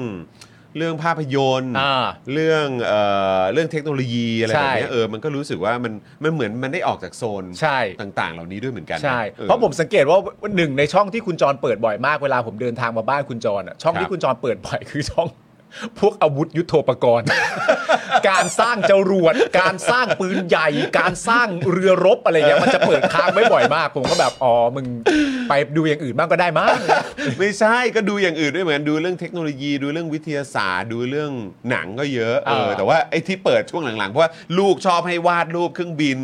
เรื่องภาพยนตร์ อ่า เรื่องเอ่อเรื่องเทคโนโลยีอะไรแบบเนี้ ใช่ ยเออมันก็รู้สึกว่ามันมันเหมือนมันได้ออกจากโซน ใช่ ต่างๆ เหล่านี้ด้วยเหมือนกันน ใช่ ออ เพราะผมสังเกตว่าหนึ่งในช่องที่คุณจรเปิดบ่อยมากเวลาผมเดินทางมาบ้านคุณจรอะช่อง ครับ ที่คุณจรเปิดบ่อยคือช่อง [LAUGHS] พวกอาวุธยุโทโธปกรณ์ [LAUGHS] การสร้างจรวด การสร้างปืนใหญ่ การสร้างเรือรบอะไรเงี้ยมันจะเปิดค้างไว้บ่อยมาก ผมก็แบบอ๋อมึงไปดูอย่างอื่นบ้างก็ได้มั้ง [LAUGHS] ไม่ใช่ก็ดูอย่างอื่นด้วยเหมือนกันดูเรื่องเทคโนโลยีดูเรื่องวิทยาศาสตร์ ดูเรื่องหนังก็เยอะเออ อ่า แต่ว่าไอ้ที่เปิดช่วงหลังๆ เพราะว่าลูกชอบให้วาดรูปเครื่องบิน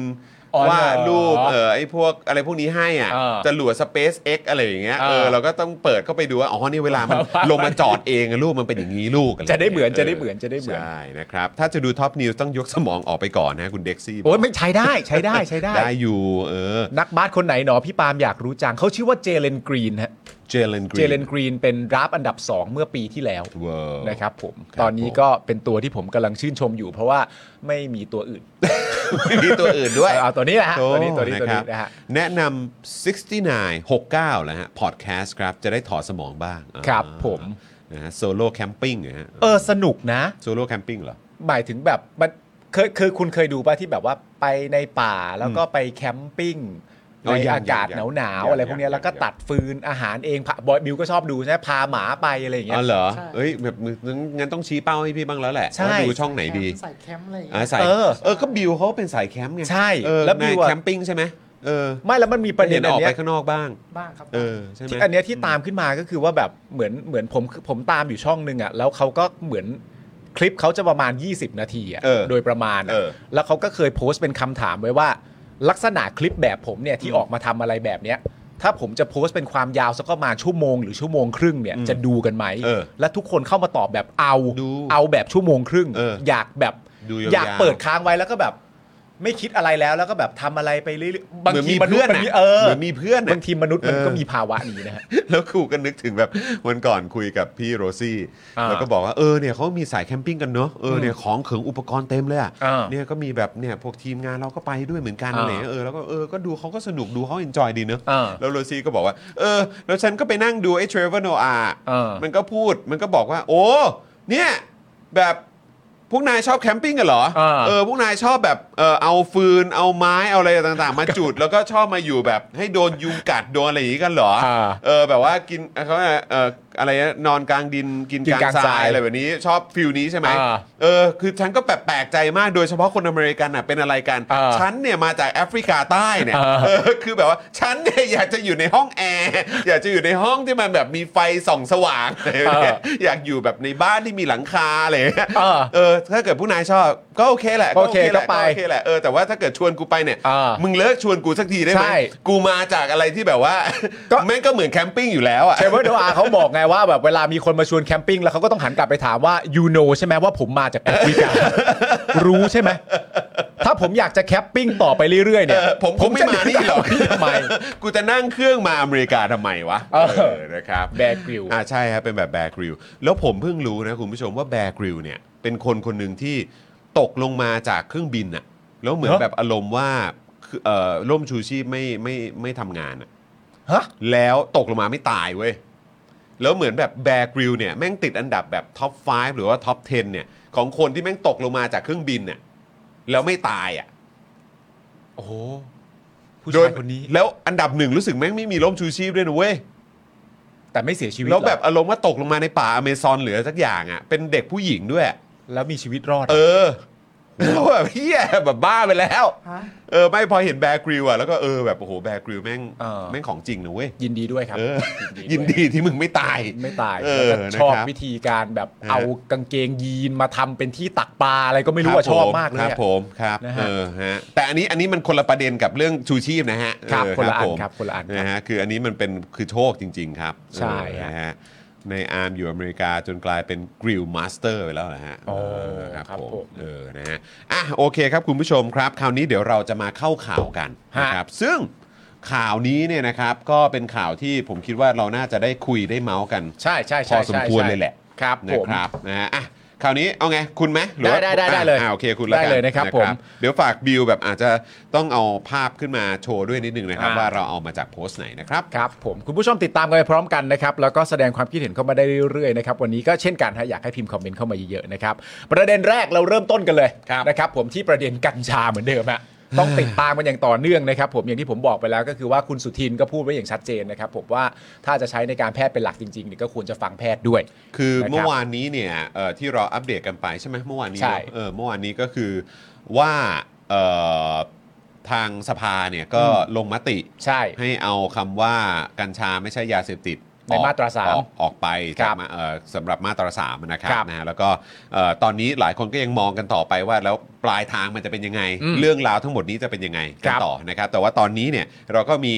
อ๋อเหรอ วาดรูปเออไอ้พวกอะไรพวกนี้ให้อ่ะ อ่า จะหลวด SpaceX อะไรอย่างเงี้ย อ่า เออเราก็ต้องเปิดเข้าไปดูว่าอ๋อนี่เวลา [LAUGHS] มัน ลงมาจอดเองอะลูกมันเป็นอย่างนี้ลูกร จะได้เหมือน ย่างงี้ย จะได้เหมือนจะได้เหมือน ใช่นะครับถ้าจะดูท็อปนิวส์ต้องยกสมองออกไปก่อนนะคุณเด็กซี่ โอ้ยไม่ใช้ได้ใช้ [LAUGHS] ได้ใช้ได้ ได้อยู่เออ นักบาสคนไหนหนอพี่ปาล์มอยากรู้จังเขาชื่อว่าเจเลนกรีนฮะ เจเลนกรีน เจเลนกรีนเป็นดราฟต์อันดับ 2 เมื่อปีที่แล้ว เวิร์ นะครับผม ครับ ตอนนี้ก็เป็นตัวที่ผมกำลังชื่นชมอยู่ เพราะว่าไม่มีตัว [LAUGHS] อื่น มีตัวอื่นด้วย เอาตัวนี้แหละฮะ โอ้ ตัวนี้ตัวนี้ตัว ค นี้ รับ นะฮะ แนะนำ69 69แล้วฮะ พอดแคสต์ครับ จะได้ถอดสมองบ้าง ครับ อ่า ผม นะฮะโซโล่แคมปิ้งเหรอฮะ เออสนุกนะ โซโล่แคมปิ้งเหรอ หมายถึงแบบมันเคยคือคุณเคยดูป่ะที่แบบว่าไปในป่าแล้วก็ไปแคมปิ้ง อ๋อ ใน ยัง อากาศ ยัง หนาวหนาว ยัง อะไรพวกเนี้ยยัง แล้วก็ ยัง ตัดฟืนอาหารเองพาบอยบิวก็ชอบดูใช่ไหมพาหมาไปอะไรอย่างเงี้ อ๋ ย อเหรอ ใช่ เอ้ยแบบงั้นต้องชี้เป้าให้พี่บ้างแล้วแหละ ใช่ ว่าดูช่องไหนดี ใส่แคมป์อะไรอย่าง อ่า เงี้ย สาย เออ เออ ก็บิวเขาเป็นสายแคมป์ไง ใช่แล้ แล้ว วบิ บิ ว ว อะ แคมปิ้งใช่ไหมเออ ไม่แล้วมันมีประเด็ เห็ น น อั อน อก เนี้ ไป ย ข้างนอกบ้าง บ้างครับ เออ ใช่ไหม ที่อันเนี้ยที่ตามขึ้นมาก็คือว่าแบบเหมือนเหมือนผมผมตามอยู่ช่องหนึ่งอ่ะแล้วเขาก็เหมือน คลิปเขาจะประมาณ 20 นาทีอะ เออ โดยประมาณอะ เออ แล้วเขาก็เคยโพสต์เป็นคำถามไว้ว่า ลักษณะคลิปแบบผมเนี่ยที่ออกมาทำอะไรแบบเนี้ย ถ้าผมจะโพสต์เป็นความยาวสักประมาณชั่วโมงหรือชั่วโมงครึ่งเนี่ยจะดูกันไหม เออ และทุกคนเข้ามาตอบแบบเอา ดู เอาแบบชั่วโมงครึ่ง เออ อยากแบบ ดูยาวๆ อยากเปิดค้างไว้แล้วก็แบบ ไม่คิดอะไรแล้วแล้วก็แบบทำอะไรไปเรื่อยๆบาง เหมือน ที มี มนุษย์มั เพื่อน มี อะ เออ เหมือนมีเพื่อนอะ บางทีมนุษย์มัน เออ ก็มีภาวะนี้นะฮะ [LAUGHS] แล้วครูก็นึกถึงแบบวันก่อนคุยกับพี่โรซี่ อ่า แล้วก็บอกว่าเออเนี่ยเขามีสายแคมปิ้งกันเนอะเออเนี่ยของเขิงอุปกรณ์เต็มเลยอ่ะ อ่า เนี่ยก็มีแบบเนี่ยพวกทีมงานเราก็ไปด้วยเหมือนกัน อ่า อะไรเนี่ยเออแล้วก็เออก็ดูเขาก็สนุกดูเขาเอนจอยดีเนอะ อ่า แล้วโรซี่ก็บอกว่าเออแล้วฉันก็ไปนั่งดูไอ้เทรเวอร์โนอา อ่ามั มันก็พูดมันก็บอกว่า โอ้เนี่ยแบบพวกนายชอบแคมปิ้งกันเหรอ อ่า เออพวกนายชอบแบบเออเอาฟืนเอาไม้เอาอะไรต่าง [LAUGHS] ๆ มาจุด แล้วก็ชอบมาอยู่แบบให้โดนยุงกัดโดนอะไรอย่างงี้กันเหรอ อ่า เออแบบว่ากินเขาเรียกอะไรเอออะไรนะนอนกลางดินกิน กิน กลาง กลางทรารทายยอะไรแบบนี้ ชอบฟิลนี้ใช่ไหม อ่า เออคือฉันก็แบบแปลกใจมากโดยเฉพาะคนอเมริกันน่ะเป็นอะไรกัน อ่า ฉันเนี่ยมาจากแอฟริกาใต้เนี่ย อ่า เออคือแบบว่าฉันเนี่ยอยากจะอยู่ในห้องแอร์ [LAUGHS] อยากจะอยู่ในห้องที่มันแบบมีไฟส่องสว่างอะไรแบบเนี้ยอยากอยู่แบบในบ้านที่มีหลังคาอะไรอย่างเงี้ย อ่า เออถ้าเกิดผู้นายชอบก็โอเคแหละ โอเค แหละ ก็ไป โอเคแหละเออแต่ว่าถ้าเกิดชวนกูไปเนี่ย อ่ามึ มึงเลิกชวนกูสักทีได้ไหม ใช่ กูมาจากอะไรที่แบบว่า ก็ [LAUGHS] แม่งก็เหมือนแคมปิ้งอยู่แล้วอ่ะ เทเวอร์โดอาเขาบอกไงว่าแบบเวลามีคนมาชวนแคมปิ้งแล้วเขาก็ต้องหันกลับไปถามว่า you know ใช่ไหมว่าผมมาจากแอฟริกา รู้ใช่ไหม ถ้าผมอยากจะแคมปิ้งต่อไปเรื่อยๆเนี่ย เออผมผมไม่มานี่หรอก ทำไม กูจะนั่งเครื่องมาอเมริกาทำไมวะ เออ นะครับ แบกริว อ่าใช่ครับเป็นแบบแบกริวแล้วผมเพิ่งรู้นะคุณผู้ชมว่าแบกริวเนี่ย เป็นคนคนหนึ่งที่ตกลงมาจากเครื่องบินอะแล้วเหมือน ฮะ แบบอารมณ์ว่าคือเอ่อร่มชูชีพไม่ไม่ไม่ทำงานอะ ฮะ แล้วตกลงมาไม่ตายเว้ย แล้วเหมือนแบบแบกริวเนี่ยแม่งติดอันดับแบบท็อป 5 หรือว่าท็อป 10 เนี่ย ของคนที่แม่งตกลงมาจากเครื่องบินเนี่ยแล้วไม่ตายอ่ะ โอ้โหผู้ โด ชาย ยคนนี้ แล้วอันดับหนึ่งรู้สึกแม่งไม่มีร่มชูชีพด้วยนะเว้ย แต่ไม่เสียชีวิต แล้วแบบ เหรอ อารมณ์ว่าตกลงมาในป่าอเมซอนเหลือสักอย่างอ่ะ เป็นเด็กผู้หญิงด้วย แล้วมีชีวิตรอด เออแล้วแบบเฮียแบบบ้าไปแล้ว ฮะ เออไม่พอเห็นแบกริวอ่ะแล้วก็เออแบบโอ้โหแบกริวแม่ง เออ แม่งของจริงนะเว้ย ยินดีด้วยครับ เออ ยิ ยิ น น ดี ดีที่มึงไม่ตาย ด้วยไม่ตาย เออ แล้วก็ชอบ นะครับ วิธีการแบบ ฮะ เอากางเกงยีนมาทำเป็นที่ตักปลาอะไรก็ไม่รู้ว่า ค ช บ อผมบากเลยครับ อะ ผมครับ นะฮะ เออฮะแต่อันนี้อันนี้มันคนละประเด็นกับเรื่องชูชีพนะฮะ ครับ เ คนละอัน ผม ครับคนละอันครับ นะฮะคืออันนี้มันเป็นคือโชคจริง ๆ ครับ ใช่ เอฮะอนะฮะในอาร์มอยู่อเมริกาจนกลายเป็นกริลมาสเตอร์ไปแล้วนะฮะ อ๋อ เออครับ ครับ ผม ผม เออนะฮะอ่ะโอเคครับคุณผู้ชมครับ คราวนี้เดี๋ยวเราจะมาเข้าข่าวกัน ฮะ นะครับซึ่งข่าวนี้เนี่ยนะครับก็เป็นข่าวที่ผมคิดว่าเราน่าจะได้คุยได้เมาส์กัน ใช่ใช่ พอ ใช่ สม ใช่ ควร ใช่ เลยแหละ ครับ นะ ผม ครับนะฮะอ่ะคราวนี้เอาไงคุณไหมหรือว่า ได้ได้ได้ได้เลย อ่าโอเคคุณแล้วกั ได้เลยนะครับผม เดี๋ยวฝากบิวแบบอาจจะต้องเอาภาพขึ้นมาโชว์ด้วยนิดนึงนะครับ อ่า ว่าเราเอามาจากโพสต์ไหนนะครับ ครับผมคุณผู้ชมติดตามกันไปพร้อมกันนะครับ แล้วก็แสดงความคิดเห็นเข้ามาได้เรื่อยๆนะครับวันนี้ก็เช่นกันฮะอยากให้พิมพ์คอมเมนต์เข้ามาเยอะๆนะครับประเด็นแรกเราเริ่มต้นกันเลย ครับ นะครับผมที่ประเด็นกัญชาเหมือนเดิม [LAUGHS] ฮะต้องติดตามมันอย่างต่อเนื่องนะครับผมอย่างที่ผมบอกไปแล้วก็คือว่าคุณสุทินก็พูดไว้อย่างชัดเจนนะครับผมว่าถ้าจะใช้ในการแพทย์เป็นหลักจริงๆเนี่ยก็ควรจะฟังแพทย์ด้วย คือ นะครับ เมื่อวานนี้เนี่ยเอ่อที่เราอัปเดตกันไปใช่ไหมเมื่อวานนี้ ใช่ เนอะเออเมื่อวานนี้ก็คือว่าเอ่อทางสภาเนี่ยก็ อืม ลงมติ ใช่ ให้เอาคำว่ากัญชาไม่ใช่ยาเสพติด ในมาตราสาม ออกออกไป ครั จาก บ มาเอ่อสำหรับมาตราสามนะครับ ครับ นะฮะแล้วก็เอ่อตอนนี้หลายคนก็ยังมองกันต่อไปว่าแล้วปลายทางมันจะเป็นยังไง อืม เรื่องราวทั้งหมดนี้จะเป็นยังไง ค กั รั น บ ต่อนะครับ แต่ว่าตอนนี้เนี่ยเราก็มี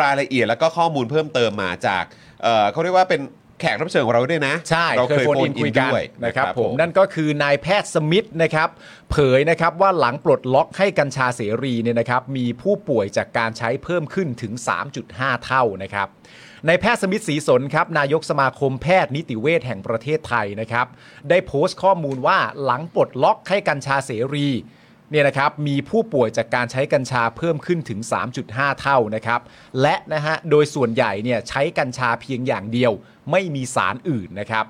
รายละเอียดแล้วก็ข้อมูลเพิ่มเติมมาจากเอ่อเขาเรียกว่าเป็นแขกรับเชิญของเราด้วยนะ ใช่ เรา เค เค ย ย โฟน โฟ อิ น น อิ คุย น กัน ด้วย นะครับผมนั่นก็คือนายแพทย์สมิธนะครับเผยนะครับว่าหลังปลดล็อกให้กัญชาเสรีเนี่ยนะครับมีผู้ป่วยจากการใช้เพิ่มขึ้นถึง 3.5 เท่านะครับนายแพทย์สมิธศรีสนครับนายกสมาคมแพทย์นิติเวชแห่งประเทศไทยนะครับได้โพสต์ข้อมูลว่าหลังปลดล็อกให้กัญชาเสรี เนี่ยนะครับมีผู้ป่วยจากการใช้กัญชาเพิ่มขึ้นถึง 3.5 เท่านะครับและนะฮะโดยส่วนใหญ่เนี่ยใช้กัญชาเพียงอย่างเดียว ไม่มีสารอื่นนะครับ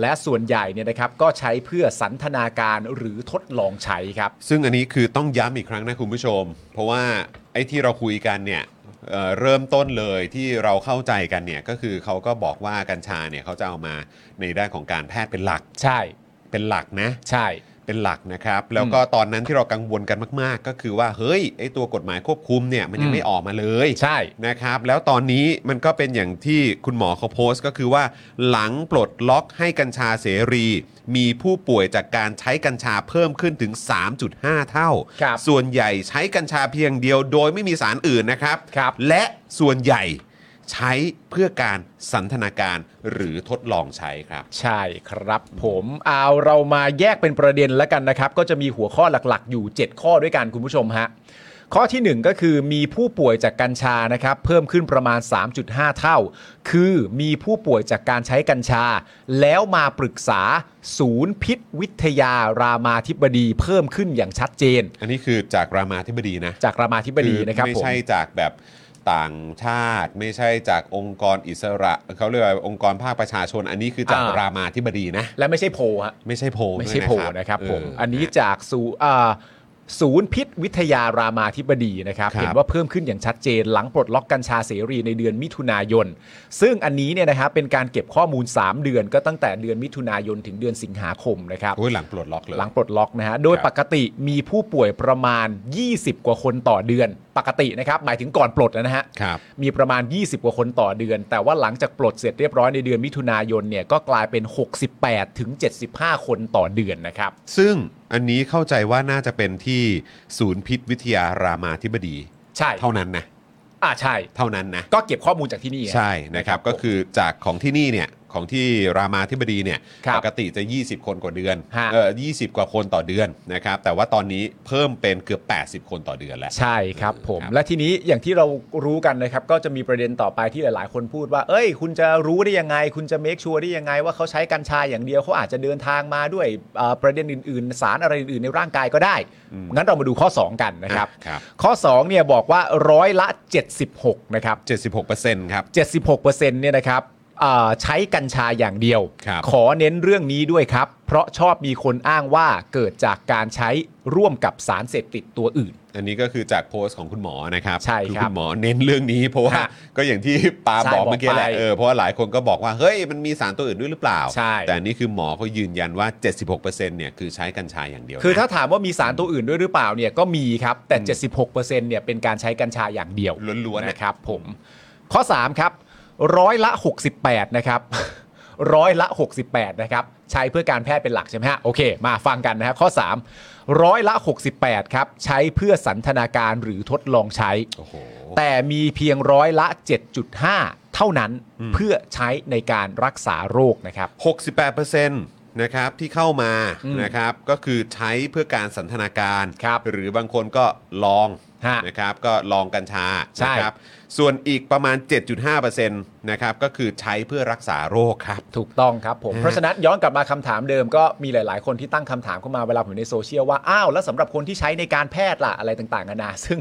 และส่วนใหญ่เนี่ยนะครับก็ใช้เพื่อสันทนาการหรือทดลองใช้ครับ ซึ่งอันนี้คือต้องย้ำอีกครั้งนะคุณผู้ชม เพราะว่าไอ้ที่เราคุยกันเนี่ยเอ่อเริ่มต้นเลยที่เราเข้าใจกันเนี่ยก็คือเขาก็บอกว่ากัญชาเนี่ยเขาจะเอามาในด้านของการแพทย์เป็นหลัก ใช่ เป็นหลักนะ ใช่ เป็นหลักนะครับ แล้วก็ตอนนั้นที่เรากังวลกันมาก ๆ ก็คือว่าเฮ้ยไอ้ตัวกฎหมายควบคุมเนี่ยมันยั อื ง ม ไม่ออกมาเลย ใช่ นะครับ แล้วตอนนี้มันก็เป็นอย่างที่คุณหมอเขาโพสต์ก็คือว่าหลังปลดล็อกให้กัญชาเสรี มีผู้ป่วยจากการใช้กัญชาเพิ่มขึ้นถึง 3.5 เท่า ครับ ส่วนใหญ่ใช้กัญชาเพียงเดียวโดยไม่มีสารอื่นนะครับ ครับ และส่วนใหญ่ใช้เพื่อการสันทนาการหรือทดลองใช้ครับ ใช่ครับผมเอาเรามาแยกเป็นประเด็นแล้วกันนะครับ ก็จะมีหัวข้อหลักๆ อยู่ 7 ข้อด้วยกันคุณผู้ชมฮะข้อทีหนึ่1 ก็คือมีผู้ป่วยจากกัญชานะครับ เพิ่มขึ้นประมาณ 3.5 เท่า คือมีผู้ป่วยจากการใช้กัญชา แล้วมาปรึกษาศูนย์พิษวิทยารามาธิบดีเพิ่มขึ้นอย่างชัดเจน อันนี้คือจากรามาธิบดีนะ จากรามาธิบดีนะครับ อไม่ ผม ใช่จากแบบต่างชาติ ไม่ใช่จากองค์กรอิสระเขาเรียกว่าองค์กรภาคประชาชน อันนี้คือจาก อ่า รามาธิบดีนะ และไม่ใช่โพลฮะ ไม่ใช่โพล ไม่ใช่โพล ด้วย นะครับผม เ อันนี้จากศูอ่าศูนย์พิษวิทยารามาธิบดีนะครับ ครับ เห็นว่าเพิ่มขึ้นอย่างชัดเจน หลังปลดล็อกกัญชาเสรีในเดือนมิถุนายน ซึ่งอันนี้เนี่ยนะครับเป็นการเก็บข้อมูล 3 เดือนก็ตั้งแต่เดือนมิถุนายนถึงเดือนสิงหาคมนะครับ โอ้ยหลังปลดล็อกเลย หลังปลดล็อกนะฮะ โดย ครับ ปกติมีผู้ป่วยประมาณ 20 กว่าคนต่อเดือน ปกตินะครับ หมายถึงก่อนปลดนะฮะ ครับ มีประมาณ 20 กว่าคนต่อเดือน แต่ว่าหลังจากปลดเสร็จเรียบร้อยในเดือนมิถุนายนเนี่ย ก็กลายเป็น 68 ถึง 75 คนต่อเดือนนะครับ ซึ่งอันนี้เข้าใจว่าน่าจะเป็นที่ศูนย์พิษวิทยารามาธิบดี ใช่ เท่านั้นนะ อ่าใช่ เท่านั้นนะ ก็เก็บข้อมูลจากที่นี่ ใช่นะครับก็คือจากของที่นี่เนี่ยของที่รามาธิบดีเนี่ย ครับ ปกติจะ 20 คนกว่าเดือน ฮะ เออ20 กว่าคนต่อเดือนนะครับแต่ว่าตอนนี้เพิ่มเป็นเกือบ 80 คนต่อเดือนแล้ว ใช่ครับผม ครับ และทีนี้อย่างที่เรารู้กันนะครับก็จะมีประเด็นต่อไปที่หลาย ๆ คนพูดว่า เอ้ย คุณจะรู้ได้ยังไง คุณจะเมคชัวร์ได้ยังไง ว่าเขาใช้กัญชาอย่างเดียวเขาอาจจะเดินทางมาด้วยเอ่อประเด็นอื่น ๆ สารอะไรอื่น ๆ ในร่างกายก็ได้ งั้นเรามาดูข้อ 2 กันนะครับ ครับ ข้อ2เนี่ยบอกว่าร้อยละ 76 นะครับ 76%ครับ 76%เนี่ยนะครับอ่าใช้กัญชาอย่างเดียว ครับ ขอเน้นเรื่องนี้ด้วยครับ เพราะชอบมีคนอ้างว่าเกิดจากการใช้ร่วมกับสารเสพติดตัวอื่น อันนี้ก็คือจากโพสต์ของคุณหมอนะครับ ใช่ครับ คุณหมอเน้นเรื่องนี้เพราะว่า ฮะ ก็อย่างที่ปา ใช่ บอกเมื่อกี้แหละ บอกไป เออเพราะว่าหลายคนก็บอกว่าเฮ้ยมันมีสารตัวอื่นด้วยหรือเปล่า ใช่ แต่อันนี่คือหมอเขายืนยันว่า 76%เนี่ยคือใช้กัญชาอย่างเดียวนะ คือถ้าถามว่ามีสารตัวอื่นด้วยหรือเปล่าเนี่ยก็มีครับ แต่ 76%เนี่ยเป็นการใช้กัญชาอย่างเดียว ล้วนๆนะ นะครับผม ข้อ 3 ครับ ร้อยละ 68 นะครับ [LAUGHS] ร้อยละ 68 นะครับ ใช้เพื่อการแพทย์เป็นหลักใช่ไหมฮะโอเค มาฟังกันนะฮะข้อ 3 ร้อยละ 68 ครับ ใช้เพื่อสันทนาการหรือทดลองใช้ โอ้โห แต่มีเพียงร้อยละ 7.5 เท่านั้นเพื่อใช้ในการรักษาโรคนะครับ 68%นะครับที่เข้ามานะครับก็คือใช้เพื่อการสันทนาการ ครับ หรือบางคนก็ลอง ฮะ นะครับก็ลองกัญชา ใช่ นะครับส่วนอีกประมาณ 7.5%นะครับก็คือใช้เพื่อรักษาโรคครับ ถูกต้องครับผม ฮะ เพราะฉะนั้นย้อนกลับมาคำถามเดิมก็มีหลาย ๆ คนที่ตั้งคำถามเข้ามาเวลาผมอยู่ในโซเชียลว่า อ้าว แล้วสำหรับคนที่ใช้ในการแพทย์ล่ะ อะไรต่างๆกันานาซึ่ง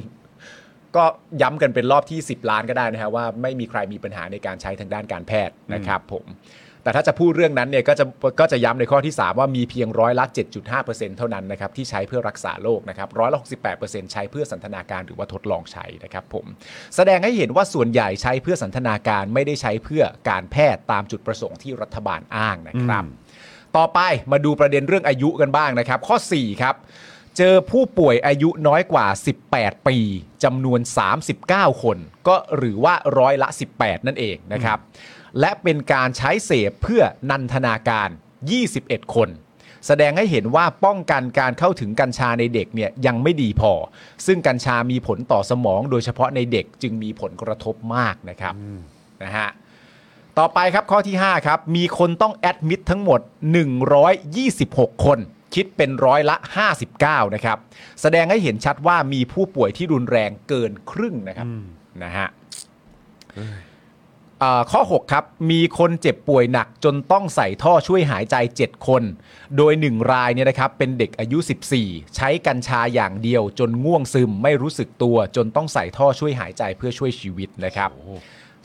ก็ย้ำกันเป็นรอบที่ 10 ล้านก็ได้นะฮะว่าไม่มีใครมีปัญหาในการใช้ทางด้านการแพทย์นะครับผม แต่ถ้าจะพูดเรื่องนั้นเนี่ยก็จะก็จะย้ำในข้อที่ 3 ว่ามีเพียงร้อยละ 7.5%เท่านั้นนะครับที่ใช้เพื่อรักษาโรคนะครับร้อยละ 68%ใช้เพื่อสันทนาการหรือว่าทดลองใช้นะครับผม แสดงให้เห็นว่าส่วนใหญ่ใช้เพื่อสันทนาการไม่ได้ใช้เพื่อการแพทย์ตามจุดประสงค์ที่รัฐบาลอ้างนะครับ ต่อไปมาดูประเด็นเรื่องอายุกันบ้างนะครับ ข้อ 4 ครับ เจอผู้ป่วยอายุน้อยกว่า 18 ปีจำนวน 39 คน ก็หรือว่าร้อยละ 18 นั่นเองนะครับ และเป็นการใช้เสพเพื่อนันทนาการ 21 คน แสดงให้เห็นว่าป้องกันการเข้าถึงกัญชาในเด็กเนี่ยยังไม่ดีพอ ซึ่งกัญชามีผลต่อสมองโดยเฉพาะในเด็กจึงมีผลกระทบมากนะครับนะฮะ ต่อไปครับข้อที่ 5 ครับ มีคนต้องแอดมิดทั้งหมด 126 คน คิดเป็นร้อยละ 59 นะครับ แสดงให้เห็นชัดว่ามีผู้ป่วยที่รุนแรงเกินครึ่งนะครับนะฮะเอ่อข้อ 6 ครับ มีคนเจ็บป่วยหนักจนต้องใส่ท่อช่วยหายใจ 7 คน โดย 1 รายเนี่ยนะครับเป็นเด็กอายุ 14 ใช้กัญชาอย่างเดียวจนง่วงซึมไม่รู้สึกตัว จนต้องใส่ท่อช่วยหายใจเพื่อช่วยชีวิตนะครับ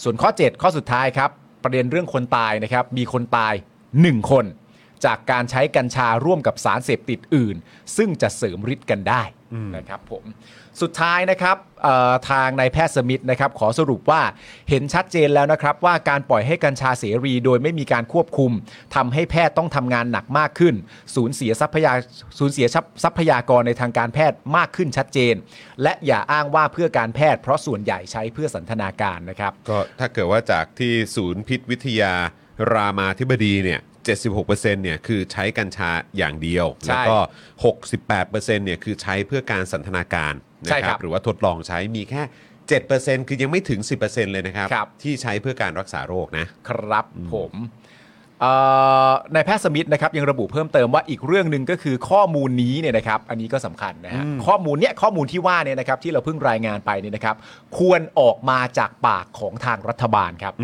ส่วนข้อ 7 ข้อสุดท้ายครับ ประเด็นเรื่องคนตายนะครับ มีคนตาย 1 คน จากการใช้กัญชาร่วมกับสารเสพติดอื่น ซึ่งจะเสริมฤทธิ์กันได้นะครับผมสุดท้ายนะครับเอ่อทางนายแพทย์สมิทธ์นะครับ ขอสรุปว่าเห็นชัดเจนแล้วนะครับ ว่าการปล่อยให้กัญชาเสรีโดยไม่มีการควบคุมทำให้แพทย์ต้องทำงานหนักมากขึ้น สูญเสียทรัพยาสูญเสียทรัพยากรในทางการแพทย์มากขึ้นชัดเจน และอย่าอ้างว่าเพื่อการแพทย์เพราะส่วนใหญ่ใช้เพื่อสันทนาการนะครับ ก็ถ้าเกิดว่าจากที่ศูนย์พิษวิทยารามาธิบดีเนี่ย76%เนี่ยคือใช้กัญชาอย่างเดียว ใช่ แล้วก็ 68%เนี่ยคือใช้เพื่อการสันทนาการนะ ใช่ ค ครั รับบหรือว่าทดลองใช้มีแค่ 7%คือยังไม่ถึง 10%เลยนะครับ ครับ ที่ใช้เพื่อการรักษาโรคนะ ครับผมเอ่อนายแพทย์สมิธนะครับยังระบุเพิ่มเติมว่าอีกเรื่องหนึ่งก็คือข้อมูลนี้เนี่ยนะครับ อันนี้ก็สำคัญนะฮะข้อมูลเนี้ยข้อมูลที่ว่าเนี่ยนะครับที่เราเพิ่งรายงานไปเนี่ยนะครับ ควรออกมาจากปากของทางรัฐบาลครับ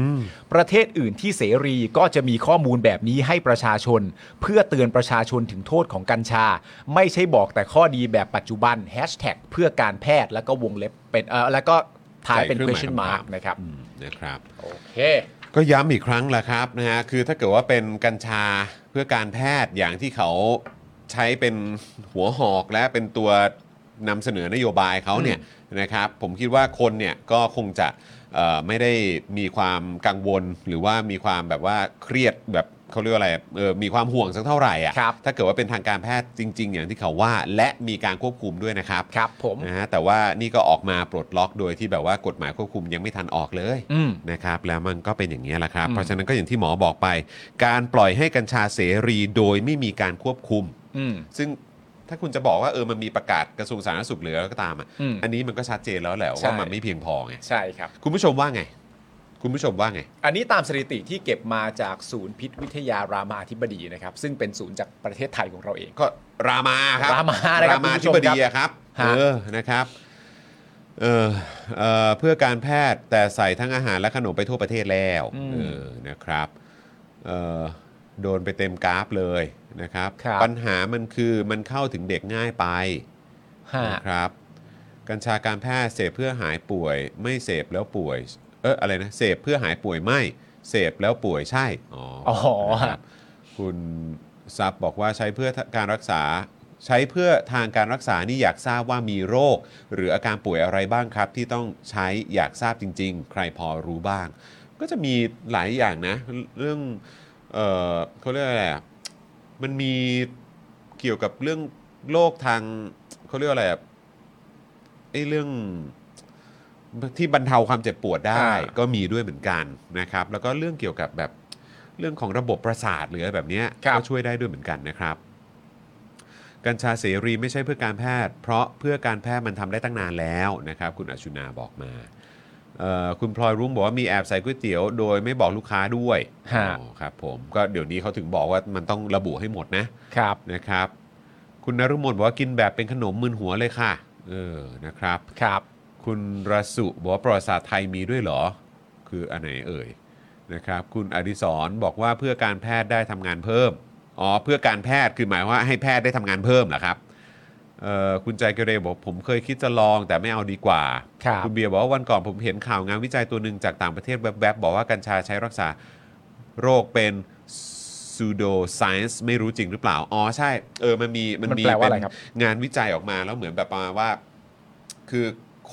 ประเทศอื่นที่เสรีก็จะมีข้อมูลแบบนี้ให้ประชาชน เพื่อเตือนประชาชนถึงโทษของกัญชา ไม่ใช่บอกแต่ข้อดีแบบปัจจุบันแฮชแท็กเพื่อการแพทย์แล้วก็วงเล็บเป็นเออแล้วก็ท้ายเป็น ใส่เครื่องหมา question ย mark นะครับ อืมนะครับ โอเค ก็ย้ำอีกครั้งแหละครับนะฮะคือถ้าเกิดว่าเป็นกัญชาเพื่อการแพทย์อย่างที่เขาใช้เป็นหัวหอกและเป็นตัวนำเสนอนโยบายเขาเนี่ยนะครับ ผมคิดว่าคนเนี่ยก็คงจะเอ่อไม่ได้มีความกังวล หรือว่ามีความแบบว่าเครียดแบบเขาเรียกว่าอะไรเออมีความห่วงสักเท่าไหร่อ่ะ ครับ ถ้าเกิดว่าเป็นทางการแพทย์จริง ๆ อย่างที่เขาว่าและมีการควบคุมด้วยนะครับ ครับผม นะฮะแต่ว่านี่ก็ออกมาปลดล็อกโดยที่แบบว่ากฎหมายควบคุมยังไม่ทันออกเลย อืม นะครับแล้วมันก็เป็นอย่างนี้ยแหละครับ อืม เพราะฉะนั้นก็อย่างที่หมอบอกไป การปล่อยให้กัญชาเสรีโดยไม่มีการควบคุม อืม ซึ่งถ้าคุณจะบอกว่าเออมันมีประกาศกระทรวงสาธารณสุขเหลือก็ตามอ่ะ อืม อันนี้มันก็ชัดเจนแล้วแหละ ใช่ ว่ามันไม่เพียงพอไง ใช่ครับ คุณผู้ชมว่าไง คุณผู้ชมว่าไง อันนี้ตามสถิติที่เก็บมาจากศูนย์พิษวิทยารามาธิบดีนะครับ ซึ่งเป็นศูนย์จากประเทศไทยของเราเอง ก็รามาครับ รามานะครับ มา คุณผู้ชมคธิบรั ดี บ อะครับ ฮะ เออนะครับเออเออเพื่อการแพทย์แต่ใส่ทั้งอาหารและขนมไปทั่วประเทศแล้วเออนะครับเออโดนไปเต็มกราฟเลยนะครับ ครับ ปัญหามันคือมันเข้าถึงเด็กง่ายไป ฮะ นะครับ กัญชาการแพทย์เสพเพื่อหายป่วย ไม่เสพแล้วป่วย เอออะไรนะเสพเพื่อหายป่วยไม่เสพแล้วป่วยใช่อ๋อ อ๋อ นะค ฮะ รับคุณซับบอกว่าใช้เพื่อการรักษา ใช้เพื่อทางการรักษานี่อยากทราบว่ามีโรค หรืออาการป่วยอะไรบ้างครับ ที่ต้องใช้อยากทราบจริง ๆ ใครพอรู้บ้าง ก็จะมีหลายอย่างนะ เรื่องเออเขาเรียกอะไรอะมันมีเกี่ยวกับเรื่องโรคทางเขาเรียกอะไรอะไอ้เรื่องที่บรรเทาความเจ็บปวดได้ อ่า ก็มีด้วยเหมือนกันนะครับ แล้วก็เรื่องเกี่ยวกับแบบเรื่องของระบบประสาทหรืออะไรแบบเนี้ย ครับ ก็ช่วยได้ด้วยเหมือนกันนะครับ กัญชาเสรีไม่ใช่เพื่อการแพทย์ เพราะเพื่อการแพทย์มันทำได้ตั้งนานแล้วนะครับ คุณอชุนาบอกมาเอ่อคุณพลอยรุ้งบอกว่ามีแอบใส่ก๋วยเตี๋ยวโดยไม่บอกลูกค้าด้วย ฮะ อ๋อครับผมก็เดี๋ยวนี้เขาถึงบอกว่ามันต้องระบุให้หมดนะ ครับ นะครับ คุณนรุมนบอกว่ากินแบบเป็นขนมมืนหัวเลยค่ะ เออ นะครับ ครับ คุณรสุบอกว่าประวัติศาสตร์ไทยมีด้วยเหรอ คืออันไหนเอ่ย นะครับ คุณอดิศรบอกว่าเพื่อการแพทย์ได้ทำงานเพิ่ม อ๋อ เพื่อการแพทย์คือหมายว่าให้แพทย์ได้ทำงานเพิ่มเหรอครับ เอ่อ คุณใจเกเรบอกผมเคยคิดจะลองแต่ไม่เอาดีกว่า ครับ คุณเบียร์บอกว่าวันก่อนผมเห็นข่าวงานวิจัยตัวหนึ่งจากต่างประเทศแวบๆบอกว่ากัญชาใช้รักษา โรคเป็น pseudo science ไม่รู้จริงหรือเปล่า อ๋อ ใช่ เออ มันมี มัน มัน มี แปลว่าอะไร เป็น ครับ งานวิจัยออกมาแล้วเหมือนแบบประมาณว่า คือ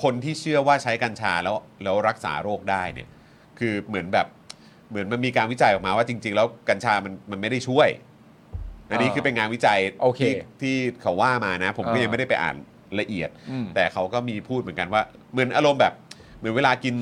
คนที่เชื่อว่าใช้กัญชาแล้วแล้วรักษาโรคได้เนี่ย คือเหมือนแบบเหมือนมันมีการวิจัยออกมาว่าจริง ๆ แล้วกัญชามันมันไม่ได้ช่วย อันนี้ อ่า คือเป็นงานวิจัย โอเค ที่ที่เขาว่ามานะ ผมก็ อ่ายั ยังไม่ได้ไปอ่านละเอียด อืม แต่เขาก็มีพูดเหมือนกันว่าเหมือนอารมณ์แบบ เหมือนเวลากิน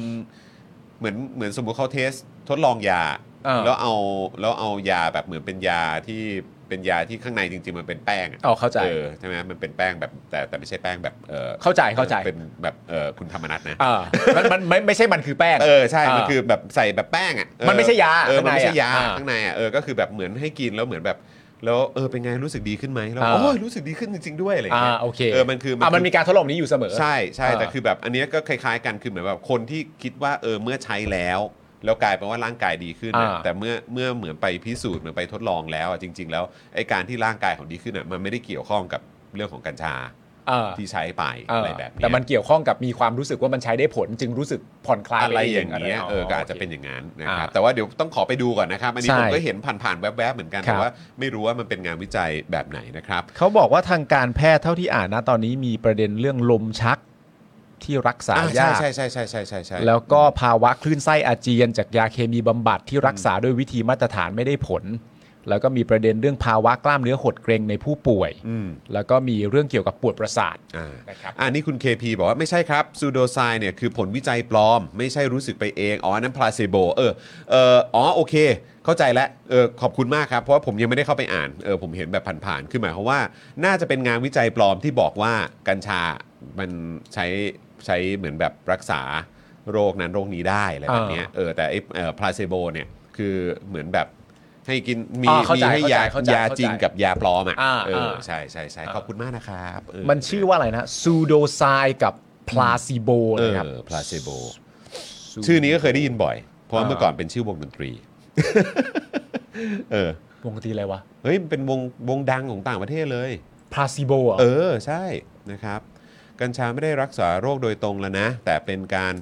เหมือนเหมือนสมมุติเขาเทสทดลองยา อ่า แล้วเอาแล้วเอายาแบบเหมือนเป็นยาที่เป็นยาที่ข้างในจริง ๆ มันเป็นแป้งอะ อ๋อเข้าใจ เออใช่ไหมมันเป็นแป้งแบบแต่แต่ไม่ใช่แป้งแบบเออ เข้าใจเข้าใจ เป็นแบบเออคุณธรรมนัทนะ อ่ามันมันไม่ไม่ใช่มันคือแป้ง เออใช่มัน อ่า คือแบบใส่แบบแป้งอ่ะเออ มันไม่ใช่ยา เออมัน ข้างใน ไม่ใช่ยา อ่ะ ข้างในอ่ะเออก็คือแบบเหมือนให้กินแล้วเหมือนแบบ แล้วเออเป็นไงรู้สึกดีขึ้นไหมแล้ว อ่า โอ้ยรู้สึกดีขึ้นจริง ๆ ด้วยอะไรย่าง อ่า เงี้ย โอเค เออมันคือ อ่า คื มันมีการทดลองนี้อยู่เสมอ ใช่ใช่ อ่า แต่คือแบบอันเนี้ยก็คล้าย ๆ กันคือเหมือนแบบคนที่คิดว่าเออเมื่อใช้แล้ว แล้วกลายเป็นว่าร่างกายดีขึ้นน่ะแต่เมื่อเมื่อเหมือนไปพิสูจน์เหมือนไปทดลองแล้วอ่ะจริง ๆ แล้วไอ้การที่ร่างกายของดีขึ้นอ่ะมันไม่ได้เกี่ยวข้องกับเรื่องของกัญชา เออ ที่ใช้ไป เออ อะไรแบบเนี้ย แต่มันเกี่ยวข้องกับมีความรู้สึกว่ามันใช้ได้ผลจึงรู้สึกผ่อนคลายป อะไร ง อย่างเงี้ยเออก็อาจจะเป็น โ อย่างนั้นนะครับ อ่า แต่ว่าเดี๋ยวต้องขอไปดูก่อนนะครับ อันนี้ ใช่ ผมก็เห็นผ่านๆแวบๆเหมือนกัน ครั แต่ บ ว่าไม่รู้ว่ามันเป็นงานวิจัยแบบไหนนะครับ เขาบอกว่าทางการแพทย์เท่าที่อ่านนะตอนนี้มีประเด็นเรื่องลมชักที่รักษา อ่ ยาก ใช่ใช่ใช่ใช่ใช่ใช่ แล้วก็ภาวะคลื่นไส้อาเจียน จากยาเคมีบำบัดที่รักษาด้วยวิธีมาตรฐานไม่ได้ผล แล้วก็มีประเด็นเรื่องภาวะกล้ามเนื้อหดเกรงในผู้ป่วย อืม แล้วก็มีเรื่องเกี่ยวกับปวดประสาท อ่า นะครับ อันนี้คุณ KP บอกว่าไม่ใช่ครับซูโดไซเนี่ยคือผลวิจัยปลอม ไม่ใช่รู้สึกไปเอง อ๋ออันนั้นพลาเซโบเออเอออ๋อโอเค เข้าใจแล้วเออขอบคุณมากครับ เพราะว่าผมยังไม่ได้เข้าไปอ่านเออผมเห็นแบบผ่านๆคือหมายความว่า น่าจะเป็นงานวิจัยปลอมที่บอกว่ากัญชามันใช้ใช้เหมือนแบบรักษาโรคนั้นโรคนี้ได้อะไรแบบเนี้ยเออแต่ไอ้พลาเซโบเนี่ยคือเหมือนแบบให้กินมี อ่าเข้า มี ใจ ให้ยา เข้าใจ ยาจริง เข้าใจ กับยาปลอมอ่ะ อ่า เอออา ใช่ใช่ใช่ อ่า ขอบคุณมากนะครับเ มันชื่อว่าอะไรนะซูโดไซกับพลาซิโบ เอ นะ อ ครับ พลาเซโบชื่อนี้ก็เคยได้ยินบ่อย เพราะว่า อ่า เมื่อก่อนเป็นชื่อวงดนตรี เออ วงดนตรีอะไรวะ เฮ้ยมันเป็นวงวงดังของต่างประเทศเลย พลาซิโบอ่ะ เออใช่นะครับ กัญชาไม่ได้รักษาโรคโดยตรงแล้วนะ แต่เป็นการ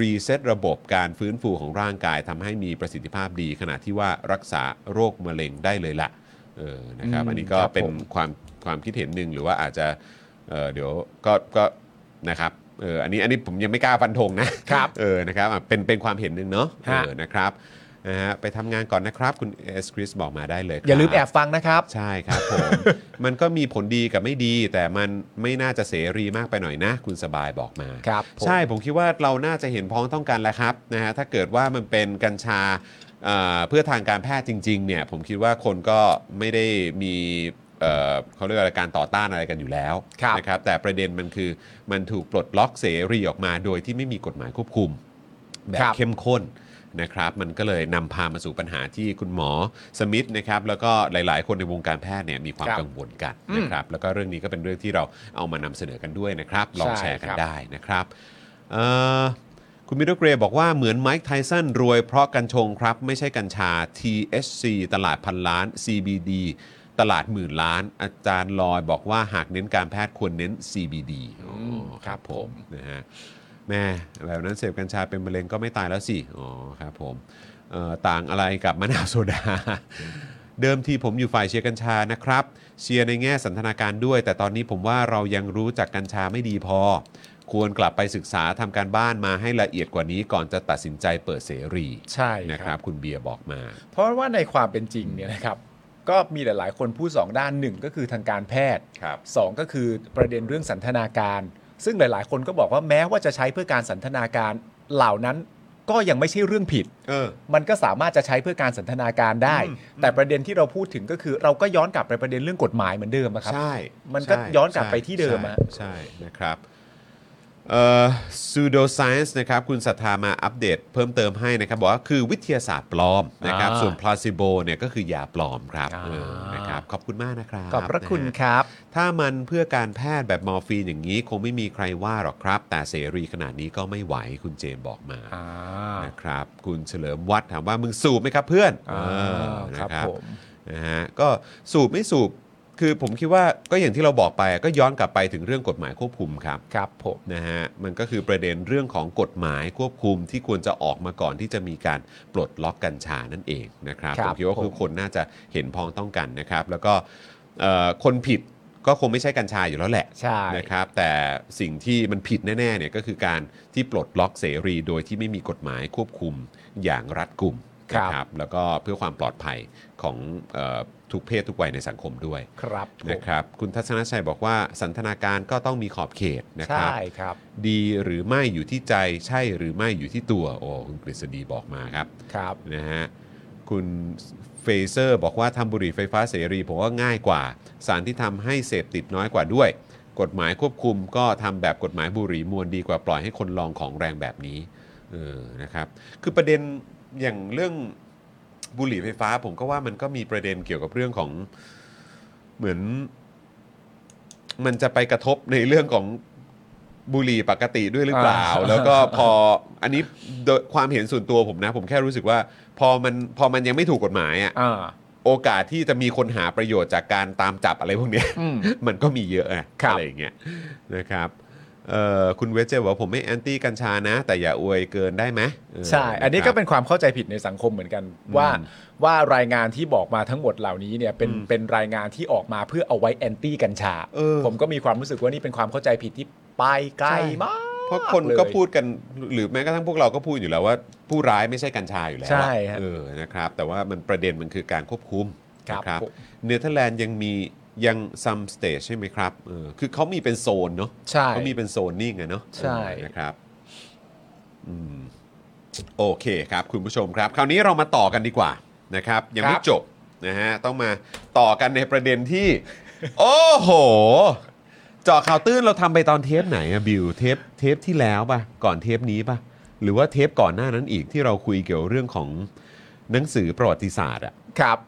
รีเซ็ตระบบการฟื้นฟูของร่างกายทำให้มีประสิทธิภาพดี ขณะที่ว่ารักษาโรคมะเร็งได้เลยละ่ะเออนะครับ อืม อันนี้ก็ ครับ เป็น ผม ความความคิดเห็นหนึ่งหรือว่าอาจจะเออเดี๋ยวก็ก็นะครับเอออันนี้อันนี้ผมยังไม่กล้าฟันธงนะครับ เออนะครับอ่ะเป็นเป็นความเห็นหนึ่งเนาะเอ ฮะ อนะครับนะฮะไปทำงานก่อนนะครับคุณเอสคริสบอกมาได้เลยครับ อย่าลืมแอบฟังนะครับ ใช่ครับผม [LAUGHS] มันก็มีผลดีกับไม่ดี แต่มันไม่น่าจะเสรีมากไปหน่อยนะ คุณสบายบอกมา ครับผม ใช่ผมคิดว่าเราน่าจะเห็นพ้องต้องกันแล้วครับนะฮะถ้าเกิดว่ามันเป็นกัญชาเอ่อเพื่อทางการแพทย์จริงๆเนี่ยผมคิดว่าคนก็ไม่ได้มีเอ่อเขาเรียกว่าอะไรการต่อต้านอะไรกันอยู่แล้ว ครับ นะครับแต่ประเด็นมันคือมันถูกปลดล็อกเสรีออกมาโดยที่ไม่มีกฎหมายควบคุม แบบ ครับ เข้มข้นนะครับ มันก็เลยนำพามาสู่ปัญหาที่คุณหมอสมิธนะครับ แล้วก็หลาย ๆ คนในวงการแพทย์เนี่ยมีความ ครับ กังวลกันนะครับ แล้วก็เรื่องนี้ก็เป็นเรื่องที่เราเอามานำเสนอกันด้วยนะครับ ลองแชร์กัน ใช่ครับ ได้นะครับเอ่อคุณมิโดเกรบอกว่าเหมือนไมค์ไทสันรวยเพราะกัญชงครับ ไม่ใช่กัญชา THC ตลาดพันล้าน CBD ตลาดหมื่นล้าน อาจารย์ลอยบอกว่าหากเน้นการแพทย์ควรเน้น CBD อ๋อครับผมนะฮะ แม่แบบนั้นเสพกัญชาเป็นมะเร็งก็ไม่ตายแล้วสิ อ๋อครับผมเอ่อต่างอะไรกับมะนาวโซดา [LAUGHS] เดิมทีผมอยู่ฝ่ายเชียร์กัญชานะครับ เชียร์ในแง่สันทนาการด้วย แต่ตอนนี้ผมว่าเรายังรู้จักกัญชาไม่ดีพอ ควรกลับไปศึกษาทำการบ้านมาให้ละเอียดกว่านี้ก่อนจะตัดสินใจเปิดเสรี ใช่ นะค ค รั รั บบ คุณเบียร์บอกมา เพราะว่าในความเป็นจริงเนี่ยนะครับ ก็มีหลาย ๆ คนพูดสองด้านหนึ่งก็คือทางการแพทย์ ครับ สองก็คือประเด็นเรื่องสันทนาการ ซึ่งหลาย ๆ คนก็บอกว่าแม้ว่าจะใช้เพื่อการสันทนาการเหล่านั้นก็ยังไม่ใช่เรื่องผิด เออ มันก็สามารถจะใช้เพื่อการสันทนาการได้ แต่ประเด็นที่เราพูดถึงก็คือ เราก็ย้อนกลับไปประเด็นเรื่องกฎหมายเหมือนเดิมอะครับ ใช่ มันก็ ใช่ ย้อนกลับไป ใช่ ที่เดิม ใช่ อะ ใช่นะครับเอ่อ pseudo science นะครับ คุณศรัทธามาอัปเดตเพิ่มเติมให้นะครับ บอกว่าคือวิทยาศาสตร์ปลอมนะครับ อ่า ส่วน placebo เนี่ยก็คือยาปลอมครับ อ่า เออนะครับ ขอบคุณมากนะครับ ขอบพระคุณ นฮ ครับ ถ้ามันเพื่อการแพทย์แบบมอร์ฟีนอย่างนี้ คงไม่มีใครว่าหรอกครับ แต่เสรีขนาดนี้ก็ไม่ไหวคุณเจมส์บอกมา อ่า นะครับ คุณเฉลิมวัดถามว่ามึงสูบไหมครับเพื่อน อ่า เออนะ ครับผม นะฮะก็สูบไม่สูบคือผมคิดว่าก็อย่างที่เราบอกไปก็ย้อนกลับไปถึงเรื่องกฎหมายควบคุมครับ ครับผม นะฮะมันก็คือประเด็นเรื่องของกฎหมายควบคุมที่ควรจะออกมาก่อนที่จะมีการปลดล็อกกัญชานั่นเองนะครับ ครับ ผมคิดว่า ผม คือคนน่าจะเห็นพ้องต้องกันนะครับ แล้วก็เอ่อคนผิดก็คงไม่ใช่กัญชาอยู่แล้วแหละ ใช่ นะครับ แต่สิ่งที่มันผิดแน่ๆเนี่ยก็คือการที่ปลดล็อกเสรี โดยที่ไม่มีกฎหมายควบคุมอย่างรัดกุม ครับ นะครับแล้วก็เพื่อความปลอดภัยของเออทุกเพศทุกวัยในสังคมด้วย ครับผม นะครับคุณทัศนชัยบอกว่าสันทนาการก็ต้องมีขอบเขตนะครับ ใช่ครับ ดีหรือไม่อยู่ที่ใจใช่หรือไม่อยู่ที่ตัว โอ้คุณกฤษฎีบอกมาครับ ครับ นะฮะคุณเฟเซอร์บอกว่าทำบุหรี่ไฟฟ้าเสรีผมว่าง่ายกว่า สารที่ทำให้เสพติดน้อยกว่าด้วย กฎหมายควบคุมก็ทำแบบกฎหมายบุหรี่มวลดีกว่าปล่อยให้คนลองของแรงแบบนี้เออนะครับ คือประเด็นอย่างเรื่องบุหรี่ไฟฟ้า ผมก็ว่ามันก็มีประเด็นเกี่ยวกับเรื่องของเหมือน มันจะไปกระทบในเรื่องของบุหรี่ปกติด้วยหรือเปล่า อ่า แล้วก็พออันนี้โดยความเห็นส่วนตัวผมนะ ผมแค่รู้สึกว่า พอมันพอมันยังไม่ถูกกฎหมายอ่ะ อ่า โอกาสที่จะมีคนหาประโยชน์จากการตามจับอะไรพวกเนี้ย [LAUGHS] อืม มันก็มีเยอะอะ ครับ อะไรอย่างเงี้ยนะครับเอ่อคุณเวจเจบอกว่าผมไม่แอนตี้กัญชานะ แต่อย่าอวยเกินได้ไหมเ ใช่ อันนี้ก็ ะครับ เป็นความเข้าใจผิดในสังคมเหมือนกันว่าว่ารายงานที่บอกมาทั้งหมดเหล่านี้เนี่ยเป็นเป็นรายงานที่ออกมาเพื่อเอาไว้แอนตี้กัญชา เออ ผมก็มีความรู้สึกว่านี่เป็นความเข้าใจผิดที่ไปไกลมาก เพราะคนก็ ลย พูดกันหรือแม้กระทั่งพวกเราก็พูดอยู่แล้วว่า ผู้ร้ายไม่ใช่กัญชาอยู่แล้วอะ ใช่ฮะ เออนะครับ แต่ว่ามันประเด็นมันคือการควบคุม ครับ นะ ผม เนเธอร์แลนด์ยังมียังซัมสเตจใช่ไหมครับเออคือเขามีเป็นโซนเนาะ ใช่ เขามีเป็นโซนนิ่งอะเนาะ ใช่ เออนะครับอืมโอเคครับ คุณผู้ชมครับ คราวนี้เรามาต่อกันดีกว่านะครับ ยังไม่จบนะฮะต้องมาต่อกันในประเด็นที่ [LAUGHS] โอ้โห เจาะข่าวตื้นเราทำไปตอนเทปไหนอะบิวเทปเทปที่แล้วปะก่อนเทปนี้ปะหรือว่าเทปก่อนหน้านั้นอีกที่เราคุยเกี่ยวเรื่องของหนังสือประวัติศาสตร์อะ ครับ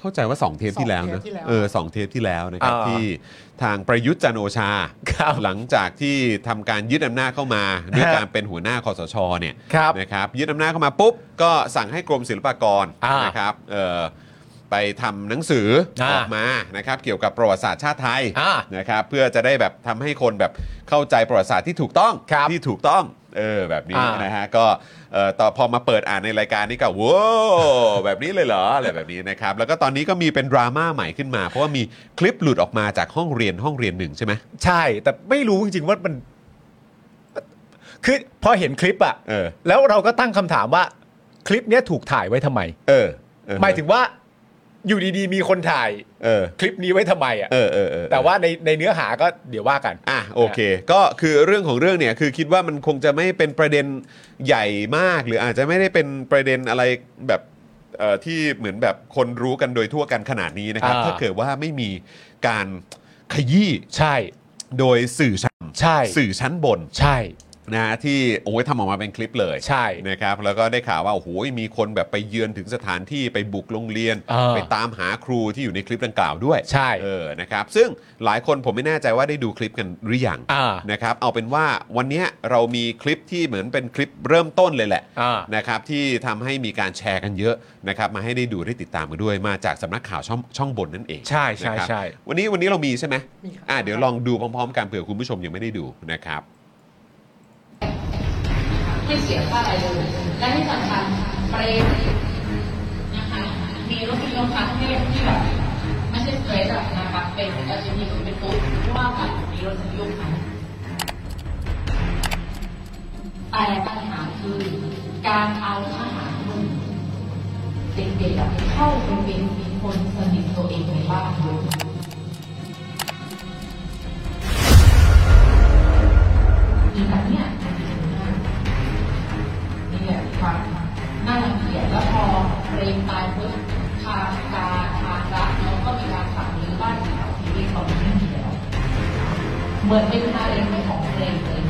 เข้าใจว่าสองเทปที่แล้วนะ สองเทปที่แล้ว เออสองเทปที่แล้วนะครับ อ่า ที่ทางประยุทธ์จันทร์โอชา ครับ หลังจากที่ทำการยึดอำนาจเข้ามาด้วยการเป็นหัวหน้าคอสชเนี่ย ครับ นะครับยึดอำนาจเข้ามาปุ๊บก็สั่งให้กรมศิลปากร อ่าน นะครับเออไปทำหนังสืออา ออกมานะครับเกี่ยวกับประวัติศาสตร์ชาติไทย อ่า [LAUGHS] นะครับเพื่อจะได้แบบทำให้คนแบบเข้าใจประวัติศาสตร์ที่ถูกต้อง ครับ ที่ถูกต้องเออแบบนี้ อ่าน นะฮะก็เอ่อต่อพอมาเปิดอ่านในรายการนี้ก็ว้าวแบบนี้เลยเหรออะไรแบบนี้นะครับแล้วก็ตอนนี้ก็มีเป็นดราม่าใหม่ขึ้นมา เพราะว่ามีคลิปหลุดออกมาจากห้องเรียนห้องเรียนหนึ่งใช่ไหม ใช่ แต่ไม่รู้จริงๆว่ามัน คือพอเห็นคลิปอะ เออ แล้วเราก็ตั้งคำถามว่า คลิปเนี้ยถูกถ่ายไว้ทำไม เออเออ หมายถึงว่า อยู่ดีๆ มีคนถ่าย เออ คลิปนี้ไว้ทำไมอะ เออเออเออ แต่ว่าในในเนื้อหาก็เดี๋ยวว่ากัน อ่ะโอเค ก็คือเรื่องของเรื่องเนี่ยคือคิดว่ามันคงจะไม่เป็นประเด็นใหญ่มาก หรืออาจจะไม่ได้เป็นประเด็นอะไรแบบเอ่อที่เหมือนแบบคนรู้กันโดยทั่วกันขนาดนี้นะครับ อ่า ถ้าเกิดว่าไม่มีการขยี้ ใช่ โดยสื่อชั้น ใช่ สื่อชั้นบน ใช่ นะฮะที่โอ้ยทำออกมาเป็นคลิปเลย ใช่ นะครับ แล้วก็ได้ข่าวว่าโอ้โหมีคนแบบไปเยือนถึงสถานที่ไปบุกโรงเรียน เออ ไปตามหาครูที่อยู่ในคลิปดังกล่าวด้วย ใช่ เออ นะครับ ซึ่งหลายคนผมไม่แน่ใจว่าได้ดูคลิปกันหรือยัง อ่า นะครับ เอาเป็นว่าวันเนี้ยเรามีคลิปที่เหมือนเป็นคลิปเริ่มต้นเลยแหละ อ่า นะครับ ที่ทำให้มีการแชร์กันเยอะนะครับ มาให้ได้ดูได้ติดตามกันด้วย มาจากสำนักข่าวช่องช่องบนนั่นเอง ใช่ใช่ นะครับ ใช่ วันนี้วันนี้เรามีใช่ไหม มีครับ อ่าเดี๋ยวลองดูพร้อมๆกันเผื่อคุณผู้ชมยังไม่ได้ดูนะครับ ให้เสียค่าอะไรายเดือนและที่สำคัญเปรตนะคะมีรถมีโรงพักที่ที่แบบไม่ใช่เปรตอะนะคะเป็นอาชีพเป็นปุ๊บว่ากันมีรถมีโรงพักแต่ปัญหาคือการเอาทหารหนุ่มเด็กๆอะเข้าไปเป็นคนสนิทตัวเองในบ้านเลย มีแบบเนี้ยมีแบบความน่ารังเกียจแล้วพอเรียนตายปุ๊บทางการทางรัฐเขาก็มีการสั่งรื้อบ้านเขาที่มีเขาไม่มีแล้วเหมือนเป็นการเรียนไม่ของเรียนเลย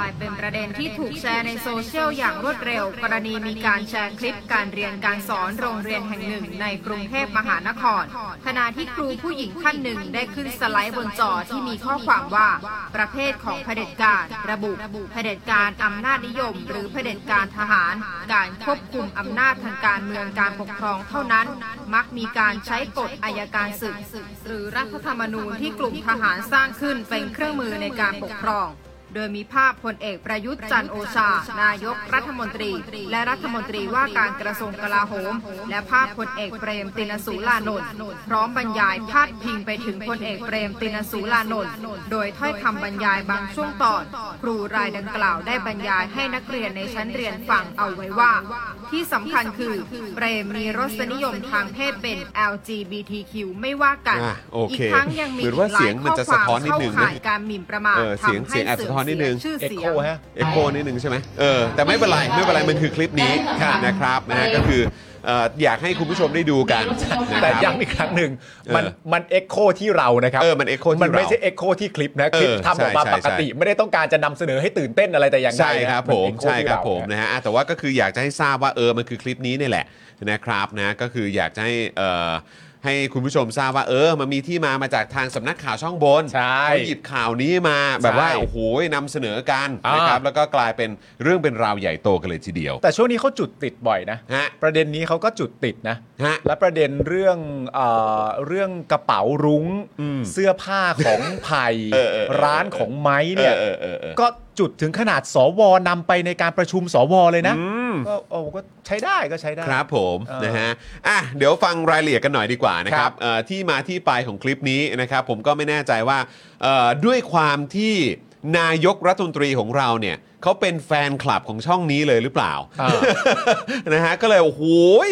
กลายเป็นประเด็นที่ถูกแชร์ในโซเชียลอย่างรวดเร็ว กรณีมีการแชร์คลิปการเรียนการสอนโรงเรียนแห่งหนึ่ง ในกรุงเทพมหานคร ขณะที่ครูผู้หญิงท่านหนึ่งได้ขึ้นสไลด์บนจอที่มีข้อความว่า ประเภทของเผด็จการ ระบุเผด็จการอำนาจนิยม หรือเผด็จการทหาร การควบคุมอำนาจทางการเมืองการปกครองเท่านั้น มักมีการใช้กฎอายการศึกหรือรัฐธรรมนูญที่กลุ่มทหารสร้างขึ้นเป็นเครื่องมือในการปกครอง โดยมีภาพพลเอกประยุทธ์จันทร์โอชา นายกรัฐมนตรี และรัฐมนตรีว่าการกระทรวงกลาโหม และภาพพลเอกเปรมตินสุรานนท์พร้อมบรรยายพาดพิงไปถึงพลเอกเปรมตินสุรานนท์โดยถ้อยคำบรรยายบางช่วงตอน ครูรายดังกล่าวได้บรรยายให้นักเรียนในชั้นเรียนฟังเอาไว้ว่า ที่สำคัญคือเปรมมีรสนิยมทางเพศเป็น LGBTQ ไม่ว่ากัน อ่ะโอเค กทั้งยังมี เหมือนว่าเสียงมันจะสะท้อนนิดนึงนะ หลายข้อความเข้าข่ายการหมิ่นประมาท เออเสียง ทำ เสียงให้แอบสะท้อนนิดนึง เสื่อมเสียเอ็กชื่อเสีย โค ง ฮะ เอ็กโคนิดนึงใช่ไหมเออแต่ไม่เป็นไรไม่เป็นไรมันคือคลิปนี้ ค่ะ นะครับนะฮะก็คือเอ่ออยากให้คุณผู้ชมได้ดูกันนะ แต่ ครับ ย้ำอีกครั้งหนึ่งมัน เออ มันเอ็กโคที่เรานะครับ เออมัน echo ที่ มันไม่ เรา ใช่เอ็กโคที่คลิปนะคลิป เออ ทำออกมา ใช่ ปกติ ใช่ใช่ ไม่ได้ต้องการจะนำเสนอให้ตื่นเต้นอะไรแต่อย่างใด ใช่ นะครับ น ผม echo ใช่ ที่ ค เา รับผมนะฮะอ่ะแต่ว่าก็คืออยากจะให้ทราบว่าเออมันคือคลิปนี้เนี่ยแหละนะครับนะก็คืออยากจะให้เอ่อ ให้คุณผู้ชมทราบว่าเออ มันมีที่มามาจากทางสำนักข่าวช่องบน ใช่ เขาหยิบข่าวนี้มาแบบว่า ใช่ โอ้โหนำเสนอกัน อ่าน นะครับแล้วก็กลายเป็นเรื่องเป็นราวใหญ่โตกันเลยทีเดียว แต่ช่วงนี้เขาจุดติดบ่อยนะ ฮะ ประเด็นนี้เขาก็จุดติดนะ ฮะ และประเด็นเรื่องเออเรื่องกระเป๋ารุง้ง อืม เสื้อผ้าของไผ่ เออเออเออ ร้านของไม้เนี่ย ออออเออเออ ก็จุดถึงขนาดสวนำไปในการประชุมสวเลยนะ อืม ก็โอ้ก็ใช้ได้ก็ใช้ได้ ครับผม เออ นะฮะอ่ะเดี๋ยวฟังรายละเอียดกันหน่อยดีกว่านะค ครั รับบ เอ่อที่มาที่ไปของคลิปนี้นะครับ ผมก็ไม่แน่ใจว่าเอ่อด้วยความที่นายกรัฐมนตรีของเราเนี่ยเขาเป็นแฟนคลับของช่องนี้เลยหรือเปล่า อ่า นะฮะก็เลยโอ้โหย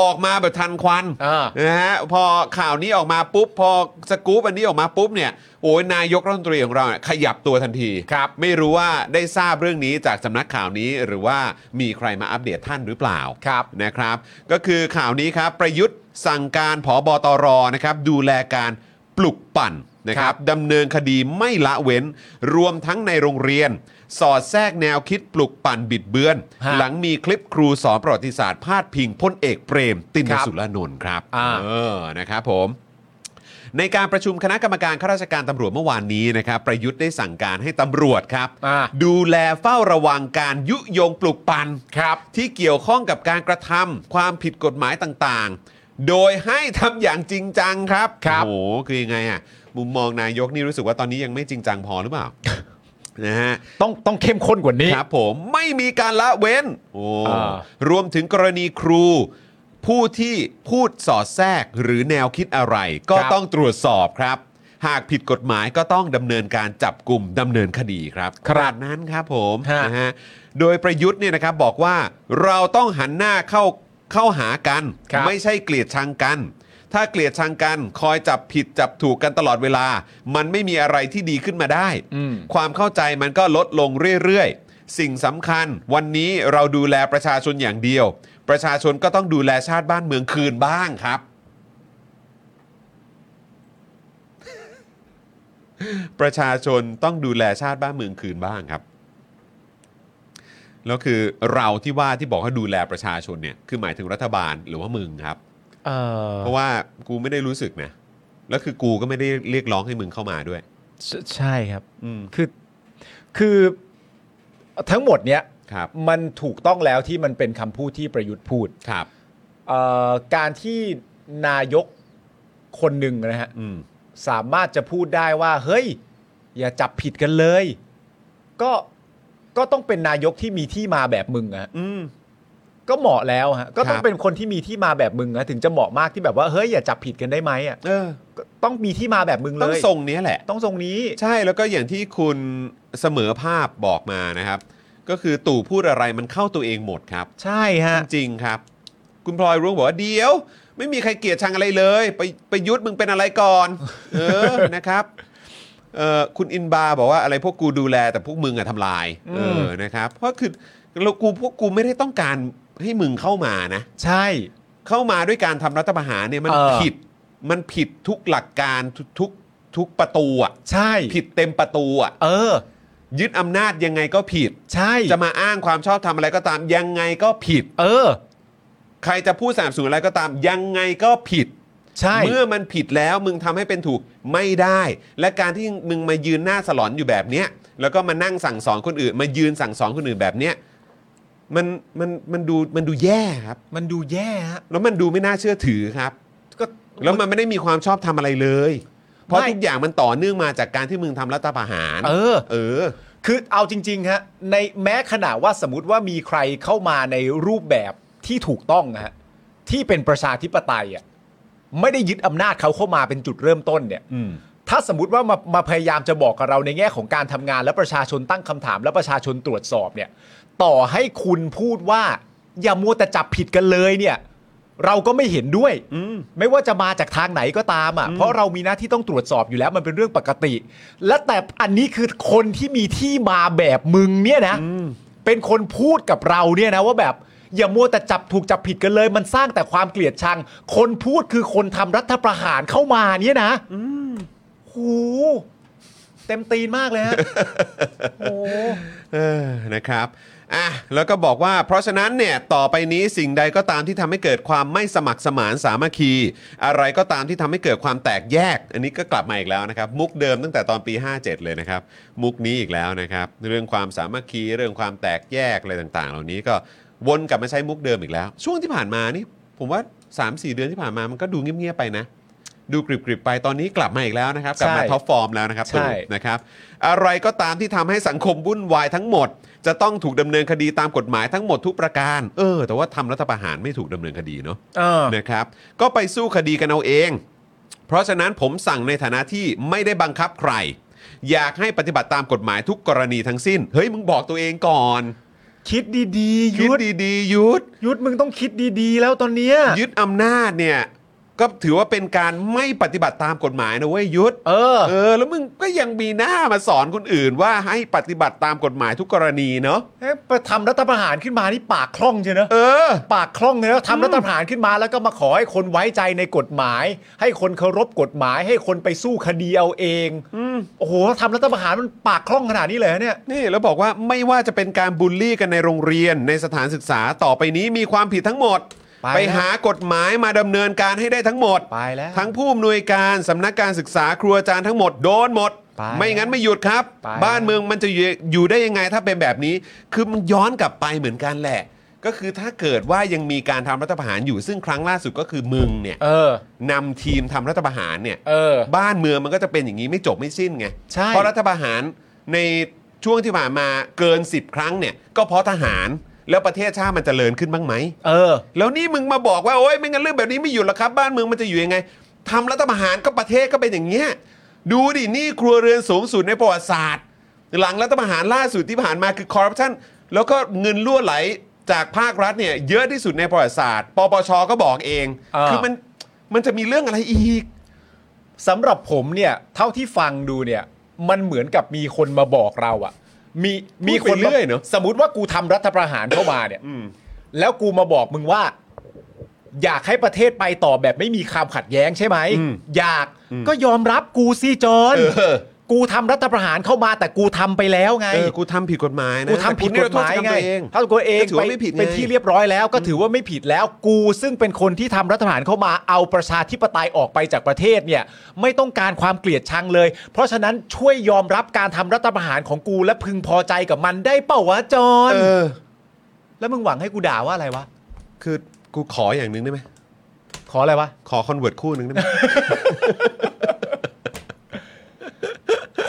ออกมาแบบทันควัน อ่า นะฮะพอข่าวนี้ออกมาปุ๊บ พอสกู๊ปอันนี้ออกมาปุ๊บเนี่ยโอ้ยนายกรัฐมนตรีของเราเนี่ยขยับตัวทันทีครับไม่รู้ว่าได้ทราบเรื่องนี้จากสำนักข่าวนี้หรือว่ามีใครมาอัปเดตท่านหรือเปล่า ครับ นะครับก็คือข่าวนี้ครับประยุทธ์สั่งการผอบอตรนะครับดูแลการปลุกปั่นนะครับดำเนินคดีไม่ละเว้น รวมทั้งในโรงเรียน สอดแทรกแนวคิดปลุกปั่นบิดเบือน ฮะ หลังมีคลิปครูสอนประวัติศาสตร์พาดพิงพลเอกเปรม ติน ครับ สุรานนท์ครับ อ่า เออนะครับผม ในการประชุมคณะกรรมการข้าราชการตำรวจเมื่อวานนี้นะครับประยุทธ์ได้สั่งการให้ตำรวจครับ อ่า ดูแลเฝ้าระวังการยุยงปลุกปั่น ครับ ที่เกี่ยวข้องกับการกระทำความผิดกฎหมายต่างๆ โดยให้ทำอย่างจริงจังครับ ครับ โอ้โหคือยังไงอ่ะ มุมมองนายกนี่รู้สึกว่าตอนนี้ยังไม่จริงจังพอหรือเปล่า [LAUGHS] นะฮะ ต้องต้องเข้มข้นกว่านี้ ครับผมไม่มีการละเว้นโอ้ อ่าร วมถึงกรณีครู ผู้ที่พูดสอดแทรกหรือแนวคิดอะไร ก็ ครับ ต้องตรวจสอบครับ หากผิดกฎหมายก็ต้องดำเนินการจับกลุ่มดำเนินคดีครับขนาดนั้นครับผม ฮะ นะฮะโดยประยุทธ์เนี่ยนะครับบอกว่าเราต้องหันหน้าเข้าเข้าหากัน ครับ ไม่ใช่เกลียดชังกัน ถ้าเกลียดชังกัน คอยจับผิดจับถูกกันตลอดเวลา มันไม่มีอะไรที่ดีขึ้นมาได้ อืม ความเข้าใจมันก็ลดลงเรื่อยๆ สิ่งสำคัญวันนี้เราดูแลประชาชนอย่างเดียว ประชาชนก็ต้องดูแลชาติบ้านเมืองคืนบ้างครับ [LAUGHS] ประชาชนต้องดูแลชาติบ้านเมืองคืนบ้างครับ แล้วคือเราที่ว่าที่บอกให้ดูแลประชาชนเนี่ยคือหมายถึงรัฐบาลหรือว่ามึงครับ เออ เพราะว่ากูไม่ได้รู้สึกนะ แล้วคือกูก็ไม่ได้เรียกร้องให้มึงเข้ามาด้วย ใชใช่ครับ อืม คือคือทั้งหมดเนี้ย ครับ มันถูกต้องแล้วที่มันเป็นคำพูดที่ประยุทธ์พูด ครับ เอ่อการที่นายกคนหนึ่งนะฮะ อืม สามารถจะพูดได้ว่า เฮ้ย อย่าจับผิดกันเลย ก็ก็ต้องเป็นนายกที่มีที่มาแบบมึงอะฮะ อืม ก็เหมาะแล้วฮะก็ต้องครับ เป็นคนที่มีที่มาแบบมึงอะถึงจะเหมาะมากที่แบบว่าเฮ้ยอย่าจับผิดกันได้ไหมอะ เออ ก็ต้องมีที่มาแบบมึงเลย ต้องทรงเนี้ยแหละ ต้องทรงนี้ ใช่แล้วก็อย่างที่คุณเสมอภาพบอกมานะครับ ก็คือตู่พูดอะไรมันเข้าตัวเองหมดครับ ใช่ฮะ จริงๆครับ คุณพลอยรุ้งบอกว่าเดี๋ยว ไม่มีใครเกลียดชังอะไรเลยไปไปยุทธมึงเป็นอะไรก่อน เออ นะครับเออคุณอินบาร์บอกว่าอะไรพวกกูดูแลแต่พวกมึงอะทำลาย อืม เออนะครับ เพราะคือเรากูพวกกูไม่ได้ต้องการให้มึงเข้ามานะ ใช่ เข้ามาด้วยการทำรัฐประหารเนี่ยมัน เออ ผิดมันผิดทุกหลักการทุกทุกทุกประตูอะ ใช่ ผิดเต็มประตูอะ เออ ยึดอำนาจยังไงก็ผิด ใช่ จะมาอ้างความชอบทำอะไรก็ตามยังไงก็ผิด เออ ใครจะพูดสามสูนอะไรก็ตามยังไงก็ผิด ใช่ เมื่อมันผิดแล้วมึงทำให้เป็นถูกไม่ได้ และการที่มึงมายืนหน้าสลอนอยู่แบบเนี้ยแล้วก็มานั่งสั่งสอนคนอื่น มายืนสั่งสอนคนอื่นแบบเนี้ยมันมันมันดูมันดูแย่ครับ มันดูแย่ฮะ แล้วมันดูไม่น่าเชื่อถือครับ ก็ แล้วมันไม่ได้มีความชอบทำอะไรเลย เพราะ ไม่ ทุกอย่างมันต่อเนื่องมาจากการที่มึงทำรัฐประหาร เออ เออ คือเอาจริงๆฮะในแม้ขณะว่าสมมติว่ามีใครเข้ามาในรูปแบบที่ถูกต้องนะฮะที่เป็นประชาธิปไตยอ่ะไม่ได้ยึดอำนาจเขาเข้ามาเป็นจุดเริ่มต้นเนี่ยถ้าสมมติว่ามามาพยายามจะบอกกับเราในแง่ของการทำงาน และประชาชนตั้งคำถาม และประชาชนตรวจสอบเนี่ย ต่อให้คุณพูดว่า อย่ามัวแต่จับผิดกันเลยเนี่ย เราก็ไม่เห็นด้วย ไม่ว่าจะมาจากทางไหนก็ตามอ่ะ เพราะเรามีหน้าที่ต้องตรวจสอบอยู่แล้วมันเป็นเรื่องปกติ และแต่อันนี้คือคนที่มีที่มาแบบมึงเนี่ยนะ เป็นคนพูดกับเราเนี่ยนะว่าแบบ อย่ามัวแต่จับถูกจับผิดกันเลย มันสร้างแต่ความเกลียดชัง คนพูดคือคนทำรัฐประหารเข้ามาเนี่ยนะหูเต็มตีนมากเลยฮะ โอ้ เออนะครับ อ่ะแล้วก็บอกว่าเพราะฉะนั้นเนี่ยต่อไปนี้สิ่งใดก็ตามที่ทำให้เกิดความไม่สมัครสมานสามัคคี อะไรก็ตามที่ทำให้เกิดความแตกแยก อันนี้ก็กลับมาอีกแล้วนะครับ มุกเดิมตั้งแต่ตอนปี 57 เลยนะครับ มุกนี้อีกแล้วนะครับ เรื่องความสามัคคีเรื่องความแตกแยกอะไรต่างๆ เหล่านี้ก็วนกลับมาใช้มุกเดิมอีกแล้ว ช่วงที่ผ่านมานี่ผมว่า 3-4 เดือนที่ผ่านมามันก็ดูเงียบๆไปนะ ดูกริบๆไปตอนนี้กลับมาอีกแล้วนะครับกลับมา ใช่ ท็อปฟอร์มแล้วนะครับ ใช่ ตู่นะครับ อะไรก็ตามที่ทำให้สังคมวุ่นวายทั้งหมด จะต้องถูกดำเนินคดีตามกฎหมายทั้งหมดทุกประการ เออ แต่ว่าทำรัฐประหารไม่ถูกดำเนินคดีเนาะ เออ นะครับก็ไปสู้คดีกันเอาเอง เพราะฉะนั้นผมสั่งในฐานะที่ไม่ได้บังคับใคร อยากให้ปฏิบัติตามกฎหมายทุกกรณีทั้งสิ้น เฮ้ย มึงบอกตัวเองก่อน คิดดีๆ คิด ยุทธ ดีๆยุด ยุทธมึงต้องคิดดีๆ แล้วตอนเนี้ย ยึดอำนาจเนี่ย ก็ถือว่าเป็นการไม่ปฏิบัติตามกฎหมายนะเว้ยยุด เออ เออ แล้วมึงก็ยังมีหน้ามาสอนคนอื่นว่าให้ปฏิบัติตามกฎหมายทุกกรณีเนาะ เอ๊ะไปทำรัฐประหารขึ้นมานี่ปากคล่องใช่เนอะ เออ ปากคล่องเลยนะทำรัฐประหารขึ้นมาแล้วก็มาขอให้คนไว้ใจในกฎหมาย ให้คนเคารพกฎหมาย ให้คนไปสู้คดีเอาเองโอ้โหทำรัฐประหารมันปากคล่องขนาดนี้เลยเหรอเนี่ย นี่แล้วบอกว่าไม่ว่าจะเป็นการบูลลี่กันในโรงเรียนในสถานศึกษาต่อไปนี้มีความผิดทั้งหมด ไป ไป แล้ว หากฎหมายมาดำเนินการให้ได้ทั้งหมด ไปแล้ว ทั้งผู้อำนวยการสำนักการศึกษาครูอาจารย์ทั้งหมดโดนหมด ไป ไม่งั้นไม่หยุดครับ ไป บ้านเมืองมันจะอยู่อยู่ได้ยังไงถ้าเป็นแบบนี้ คือมันย้อนกลับไปเหมือนกันแหละ ก็คือถ้าเกิดว่ายังมีการทำรัฐประหารอยู่ซึ่งครั้งล่าสุดก็คือมึงเนี่ย เออ นำทีมทำรัฐประหารเนี่ย เออ บ้านเมืองมันก็จะเป็นอย่างนี้ไม่จบไม่สิ้นไง ใช่ เพราะรัฐประหารในช่วงที่ผ่านมาเกิน 10 ครั้งเนี่ย ก็เพราะทหารแล้วประเทศชาติมันจเจริญขึ้นบ้างไหม เออ แล้วนี่มึงมาบอกว่า โอ๊ยไม่งั้นเรื่องแบบนี้ไม่อยู่หรอกครับ บ้านเมืองมันจะอยู่ยังไงทำรัฐประหารก็ประเทศก็เป็นอย่างเงี้ยดูดิหนี่ครัวเรือนสูงสุดในประวัติศาสตร์ หลังรัฐประหารล่าสุดที่ผ่านมาคือคอร์รัปชันแล้วก็เงินล่วไหลจากภาครัฐเนี่ยเยอะที่สุดในประวัติศาสตร์ ปปชก็บอกเอง เออ คือมันมันจะมีเรื่องอะไรอีก สำหรับผมเนี่ย เท่าที่ฟังดูเนี่ย มันเหมือนกับมีคนมาบอกเราอะมีมีคน พูดไปเรื่อยเนอะ สมมติว่ากูทำรัฐประหารเข้ามาเนี่ย แล้วกูมาบอกมึงว่า อยากให้ประเทศไปต่อแบบไม่มีความขัดแย้งใช่ไหม อยากก็ยอมรับกูสิจอน เออ กูทำรัฐประหารเข้ามาแต่กูทำไปแล้วไง เออกูทำผิดกฎหมายนะ กูทำผิดกฎหมาย แต่คุณ ไง นี่เรโทษกรรมตัวเอง เท่ากับตัวเอง ก็ถือว่าไม่ผิดไง เป็นที่เรียบร้อยแล้ว ก็ถือว่าไม่ผิดแล้ว กูซึ่งเป็นคนที่ทำรัฐประหารเข้ามาเอาประชาธิปไตยออกไปจากประเทศเนี่ย ไม่ต้องการความเกลียดชังเลย เพราะฉะนั้นช่วยยอมรับการทำรัฐประหารของกูและพึงพอใจกับมันได้เปล่าวะจอห์น เออ แล้วมึงหวังให้กูด่าว่าอะไรวะ คือกูขออย่างหนึ่งได้ไหม ขออะไรวะ ขอคอนเวิร์ตคู่หนึ่งได้ไหม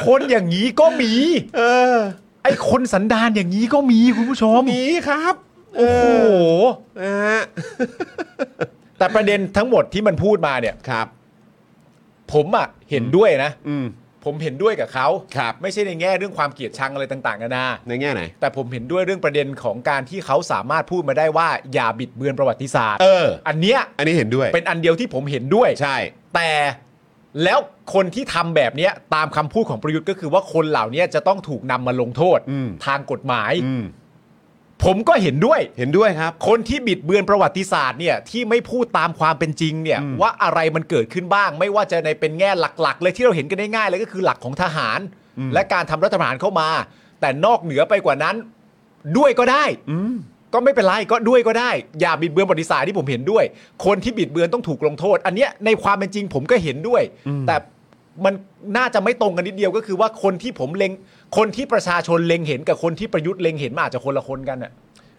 คนอย่างนี้ก็มี เออ ไอ้คนสันดานอย่างนี้ก็มีคุณผู้ชม มีครับ โอ้โห นะฮะ แต่ประเด็นทั้งหมดที่มันพูดมาเนี่ย ครับ ผมอะเห็นด้วยนะ อืม ผมเห็นด้วยกับเขา ครับ ไม่ใช่ในแง่เรื่องความเกลียดชังอะไรต่างๆนานา ในแง่ไหน แต่ผมเห็นด้วยเรื่องประเด็นของการที่เขาสามารถพูดมาได้ว่าอย่าบิดเบือนประวัติศาสตร์ เออ อันเนี้ย อันนี้เห็นด้วย เป็นอันเดียวที่ผมเห็นด้วย ใช่ แต่แล้วคนที่ทำแบบเนี้ยตามคำพูดของประยุทธ์ก็คือว่าคนเหล่าเนี้ยจะต้องถูกนำมาลงโทษ อืม ทางกฎหมาย อืม ผมก็เห็นด้วย เห็นด้วยครับ คนที่บิดเบือนประวัติศาสตร์เนี่ยที่ไม่พูดตามความเป็นจริงเนี่ยว่าอะไรมันเกิดขึ้นบ้าง ไม่ว่าจะในเป็นแง่หลัก ๆ เลยที่เราเห็นกันได้ง่ายเลยก็คือหลักของทหาร และการทำรัฐประหารเข้ามา แต่นอกเหนือไปกว่านั้น ด้วยก็ได้ก็ไม่เป็นไรก็ด้วยก็ได้ อย่าบิดเบือนประวัติศาสตร์ที่ผมเห็นด้วย คนที่บิดเบือนต้องถูกลงโทษ อันเนี้ยในความเป็นจริงผมก็เห็นด้วย แต่มันน่าจะไม่ตรงกันนิดเดียวก็คือว่าคนที่ผมเล็งคนที่ประชาชนเล็งเห็นกับคนที่ประยุทธ์เล็งเห็นมนอาจจะคนละคนกันอ่ะ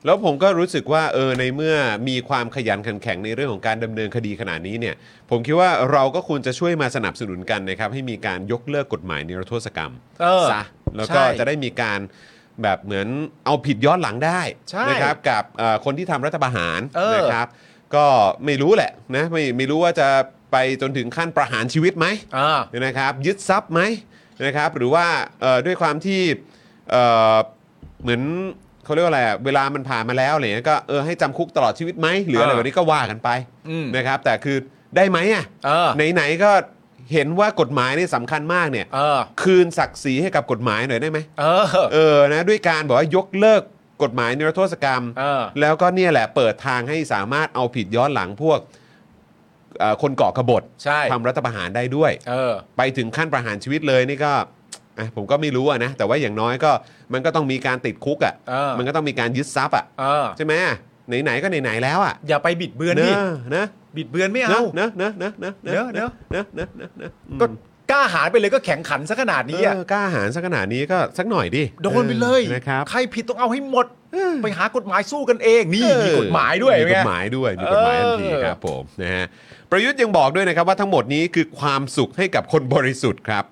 แล้วผมก็รู้สึกว่าเออในเมื่อมีความขยันขันแข็งในเรื่องของการดำเนินคดีขนาดนี้เนี่ย ผมคิดว่าเราก็ควรจะช่วยมาสนับสนุนกันนะครับให้มีการยกเลิกกฎหมายนิรโทษกรรม เออ ซะแล้วก็ ใช่ จะได้มีการแบบเหมือนเอาผิดย้อนหลังได้ ใช่ นะครับกับเอ่อคนที่ทำรัฐประหาร เออ นะครับ ก็ไม่รู้แหละนะไม่ไม่รู้ว่าจะไปจนถึงขั้นประหารชีวิตไหม อ่า นะครับยึดทรัพย์ไหมนะครับหรือว่าเอ่อด้วยความที่เอ่อเหมือนเขาเรียกว่าอะไรอะเวลามันผ่านมาแล้วอะไรเงี้ยก็เออให้จำคุกตลอดชีวิตไหมหรืออะไร เออ แบบนี้ก็ว่ากันไป อืม นะครับแต่คือได้ไหมอ่ะ เออ ไหนๆก็เห็นว่ากฎหมายเนี่ยสำคัญมากเนี่ย เออ คืนศักดิ์ศรีให้กับกฎหมายหน่อยได้ไหม เออ เออนะด้วยการบอกว่ายกเลิกกฎหมายนิรโทษกรรม เออ แล้วก็เนี่ยแหละเปิดทางให้สามารถเอาผิดย้อนหลังพวกเอ่อคนก่อกบฏ ใช่ ทำรัฐประหารได้ด้วย เออ ไปถึงขั้นประหารชีวิตเลยนี่ก็ อ่ะผมก็ไม่รู้อะนะแต่ว่าอย่างน้อยก็มันก็ต้องมีการติดคุกอ่ะ เออ มันก็ต้องมีการยึดทรัพย์อ่ะ เออ ใช่ไหมไหนๆก็ไหนๆแล้วอ่ะ อย่าไปบิดเบือนดิ เนอะเนอะ บิดเบือนไม่ เน เอา อะเนอะเนอะเนอะเนอะ เนอะเนอะ เนอะเนอะเนอะเนอะ ก็กล้าหาญไปเลยก็แข็งขันซะขนาดนี้อ่ะ เออกล้าหาญสักขนาดนี้ก็สักหน่อยดิ โดนไปเลย ออนะครับ ใครผิดต้องเอาให้หมด ไปหากฎหมายสู้กันเองนี่มีกฎหมายด้วย มีก ไง ฎหมายด้วยมีกฎหมายทันที เออ ครับผมนะฮะประยุทธ์ยังบอกด้วยนะครับว่าทั้งหมดนี้คือความสุขให้กับคนบริสุทธิ์ครับ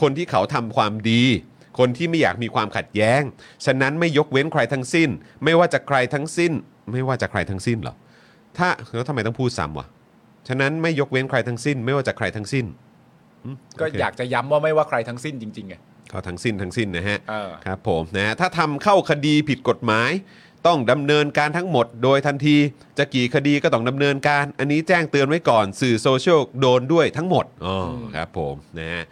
คนที่เขาทำความดี คนที่ไม่อยากมีความขัดแย้ง ฉะนั้นไม่ยกเว้นใครทั้งสิ้น ไม่ว่าจะใครทั้งสิ้น ไม่ว่าจะใครทั้งสิ้นเหรอถ้าแล้วทำไมต้องพูดซ้ำวะฉะนั้นไม่ยกเว้นใครทั้งสิ้น ไม่ว่าจะใครทั้งสิ้นม ก็ โเค อยากจะย้ำว่าไม่ว่าใครทั้งสิ้นจริงๆไง ก็ทั้งสิ้นทั้งสิ้นนะฮะ เออ ครับผมนะฮะถ้าทำเข้าคดีผิดกฎหมาย ต้องดำเนินการทั้งหมดโดยทันที จะกี่คดีก็ต้องดำเนินการ อันนี้แจ้งเตือนไว้ก่อนสื่อโซเชียลโดนด้วยทั้งหมดอ๋ออครับผมนะฮะ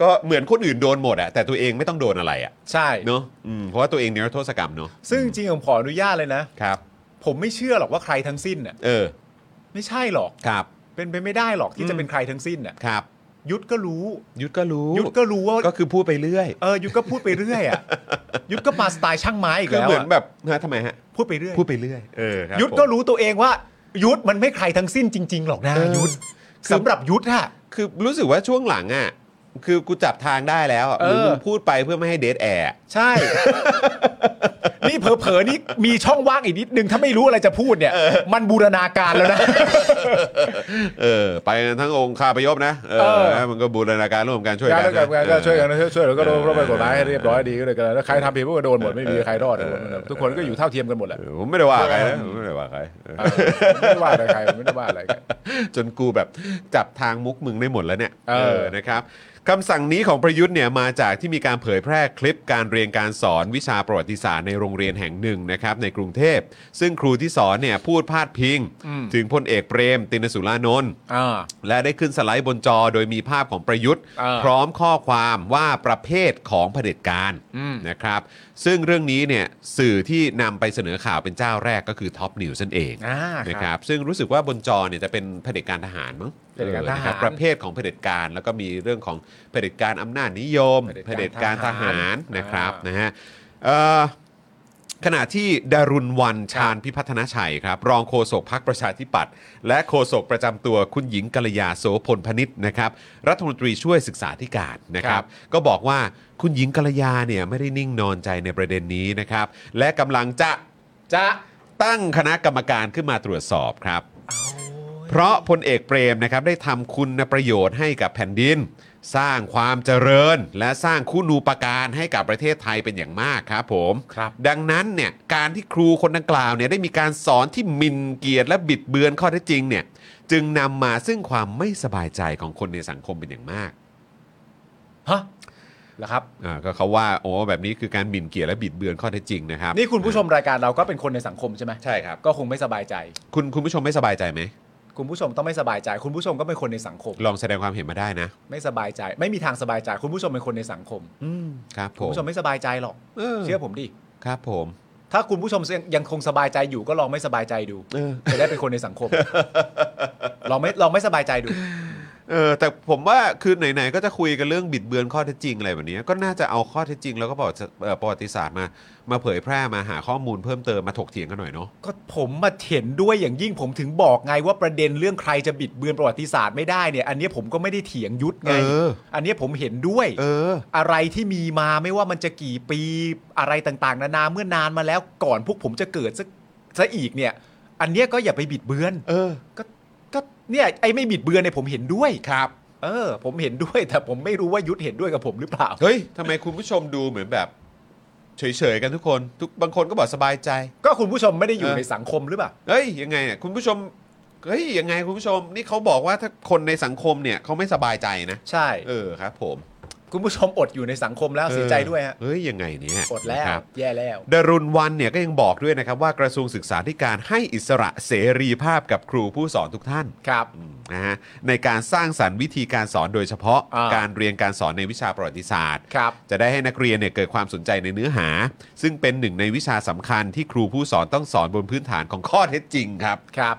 ก็เหมือนคนอื่นโดนหมดอะแต่ตัวเองไม่ต้องโดนอะไรอะ ใช่ เนาะอืมเพราะว่าตัวเองเนรโทษกรรมเนาะ ซึ่งจริงๆผมขออนุญาตเลยนะ ครับ ผมไม่เชื่อหรอกว่าใครทั้งสิ้นน่ะ เออ ไม่ใช่หรอก ครับ เป็นไปไม่ได้หรอกที่จะเป็นใครทั้งสิ้นน่ะ ครับ ยุทธก็รู้ ยุทธก็รู้ ยุทธก็รู้ว่า ก็คือพูดไปเรื่อย เออยุทธก็พูดไปเรื่อยอ่ะยุทธก็มาสไตล์ช่างไม้อีก คือ แล้ว เหมือ อะ นแบบนะทำไมฮะ พูดไปเรื่อย พูดไปเรื่อยเออครับ ยุทธ ผม ก็รู้ตัวเองว่า ยุทธมันไม่ใครทั้งสิ้นจริง ๆ หรอกนะ เออ ยุทธ คือ สำหรับยุทธอะ คือรู้สึกว่าช่วงหลังอ่ะคือกูจับทางได้แล้วอะ เออหรือมึงพูดไปเพื่อไม่ให้เดทแอร์อะ ใช่ [LAUGHS] นี่เผลอๆนี่มีช่องว่างอีกนิดนึงถ้าไม่รู้อะไรจะพูดเนี่ย มันบูรณาการแล้วนะ เออ ไปกันทั้งองค์คาพยพนะเอ เออ อนะมันก็บูรณาการร่วมกันช่วยกั กาน ร นะ เรื่องการก็ เออ ช่วยกันช่วยช่วยแล้วก็โดนเข้าไปกฎหมายให้เรียบร้อย เออ ดีก็เลยกันแล้วใครทำผิดพวกก็โดนหมดไม่มีใครรอดอะทุกคนก็อยู่เท่าเทียมกันหมดแหละ เออผมไม่ได้ว่าใครนะผมไม่ได้ว่าใครเออ เออไม่ได้ว่าอะไรใครไม่ได้ว่าอะไรใคร จนกูแบบจับทางมุกมึงได้หมดแล้วเนี่ย เออ นะครับคำสั่งนี้ของประยุทธ์เนี่ยมาจากที่มีการเผยแพร่คลิปการเรียนการสอนวิชาประวัติศาสตร์ในโรงเรียนแห่งหนึ่งนะครับในกรุงเทพ ซึ่งครูที่สอนเนี่ยพูดพาดพิง ถึงพลเอกเปรม ตินสุรานนท์ อ่า และได้ขึ้นสไลด์บนจอโดยมีภาพของประยุทธ์ เออ พร้อมข้อความว่าประเภทของเผด็จการนะครับ ซึ่งเรื่องนี้เนี่ยสื่อที่นำไปเสนอข่าวเป็นเจ้าแรกก็คือท็อปนิวส์นั่นเอง อ่าครับ นะครับซึ่งรู้สึกว่าบนจอเนี่ยจะเป็นเผด็จการทหารมั้ง เผด็จการ ออทนะคบหาร ประเภทของเผด็จการแล้วก็มีเรื่องของเผด็จการอำนาจนิยมเผ เผด็ ด็จ จ กา การ ร ท ท หา หาร ร นะครับ อ่าน นะฮะเอ่อ ขณะที่ดารุณวันชาญพิพัฒนชัยครับ รองโฆษกพักประชาธิปัตย์และโฆษกประจำตัวคุณหญิงกัลยาโสพลพนิษฐ์นะครับ รัฐมนตรีช่วยศึกษาธิการนะครับ ก็บอกว่าคุณหญิงกัลยาเนี่ยไม่ได้นิ่งนอนใจในประเด็นนี้นะครับ และกำลังจะ จะ ตั้งคณะกรรมการขึ้นมาตรวจสอบครับ เพราะพลเอกเปรมนะครับได้ทำคุณประโยชน์ให้กับแผ่นดิน สร้างความเจริญ และสร้างคุณูปการให้กับประเทศไทยเป็นอย่างมากครับผม ครับ ดังนั้นเนี่ยการที่ครูคนดังกล่าวเนี่ยได้มีการสอนที่หมินเกียรติและบิดเบือนข้อเท็จจริงเนี่ยจึงนำมาซึ่งความไม่สบายใจของคนในสังคมเป็นอย่างมาก ฮะเหรอครับ อ่าก็เขาว่าโอ้แบบนี้คือการหมิ่นเกียรติและบิดเบือนข้อเท็จจริงนะครับ นี่คุณผู้ชมรายการเราก็เป็นคนในสังคมใช่ไหม ใช่ครับ ก็คงไม่สบายใจ คุณคุณผู้ชมไม่สบายใจไหม คุณผู้ชมต้องไม่สบายใจ คุณผู้ชมก็เป็นคนในสังคม ลองแสดงความเห็นมาได้นะ ไม่สบายใจ ไม่มีทางสบายใจ คุณผู้ชมเป็นคนในสังคม ครับผ คุณ ม ผู้ชมไม่สบายใจหรอก เออ เชื่อผมดิ ครับผม ถ้าคุณผู้ชมยังคงสบายใจอยู่ก็ลองไม่สบายใจดู เออ จะได้เป็นคนในสังค [LAUGHS] ม ลองไม่ลองไม่สบายใจดู เออแต่ผมว่าคือไหนๆก็จะคุยกันเรื่องบิดเบือนข้อเท็จจริงอะไรแบบนี้ ก็น่าจะเอาข้อเท็จจริง แล้วก็ประวัติเอ่อประวัติศาสตร์มามาเผยแพร่มาหาข้อมูลเพิ่มเติมมาถกเถียงกันหน่อยเนาะ ก็ผมมาเห็นด้วยอย่างยิ่งผมถึงบอกไงว่าประเด็นเรื่องใครจะบิดเบือนประวัติศาสตร์ไม่ได้เนี่ยอันเนี้ยผมก็ไม่ได้เถียงยุทธไง เออ อันเนี้ยผมเห็นด้วย เออ อะไรที่มีมาไม่ว่ามันจะกี่ปีอะไรต่างๆ นานาเมื่อนานมาแล้วก่อนพวกผมจะเกิดซะซะอีกเนี่ย อันเนี้ยก็อย่าไปบิดเบือน เออ ก็ก็เนี่ยไอ้ไม่บิดเบือนเนี่ยผมเห็นด้วยครับ เออ ผมเห็นด้วยแต่ผมไม่รู้ว่ายุทธเห็นด้วยกับผมหรือเปล่า เฮ้ยทำไมคุณผู้ชมดูเหมือนแบบ เฉยๆกันทุกคน ทุกบางคนก็บอกสบายใจ ก็คุณผู้ชมไม่ได้อยู่ เออ ในสังคมหรือเปล่า เฮ้ยยังไงเนี่ยคุณผู้ชมเฮ้ยยังไงคุณผู้ชม นี่เขาบอกว่าถ้าคนในสังคมเนี่ยเขาไม่สบายใจนะ ใช่ เออครับ ผม คุณผู้ชมอดอยู่ในสังคมแล้วเสียใจด้วยฮะ เฮ้ยยังไงเนี่ย อดแล้ นะคว รับ แย่แล้ว ดรุณวันเนี่ยก็ยังบอกด้วยนะครับว่ากระทรวงศึกษาธิการให้อิสระเสรีภาพกับครูผู้สอนทุกท่าน ครับ อืมนะฮะในการสร้างสรรค์วิธีการสอนโดยเฉพาะ อ่า การเรียนการสอนในวิชาประวัติศาสตร์ ครับ จะได้ให้นักเรียนเนี่ยเกิดความสนใจในเนื้อหา ซึ่งเป็นหนึ่งในวิชาสำคัญที่ครูผู้สอนต้องสอนบนพื้นฐานของข้อเท็จจริงครับ ครับ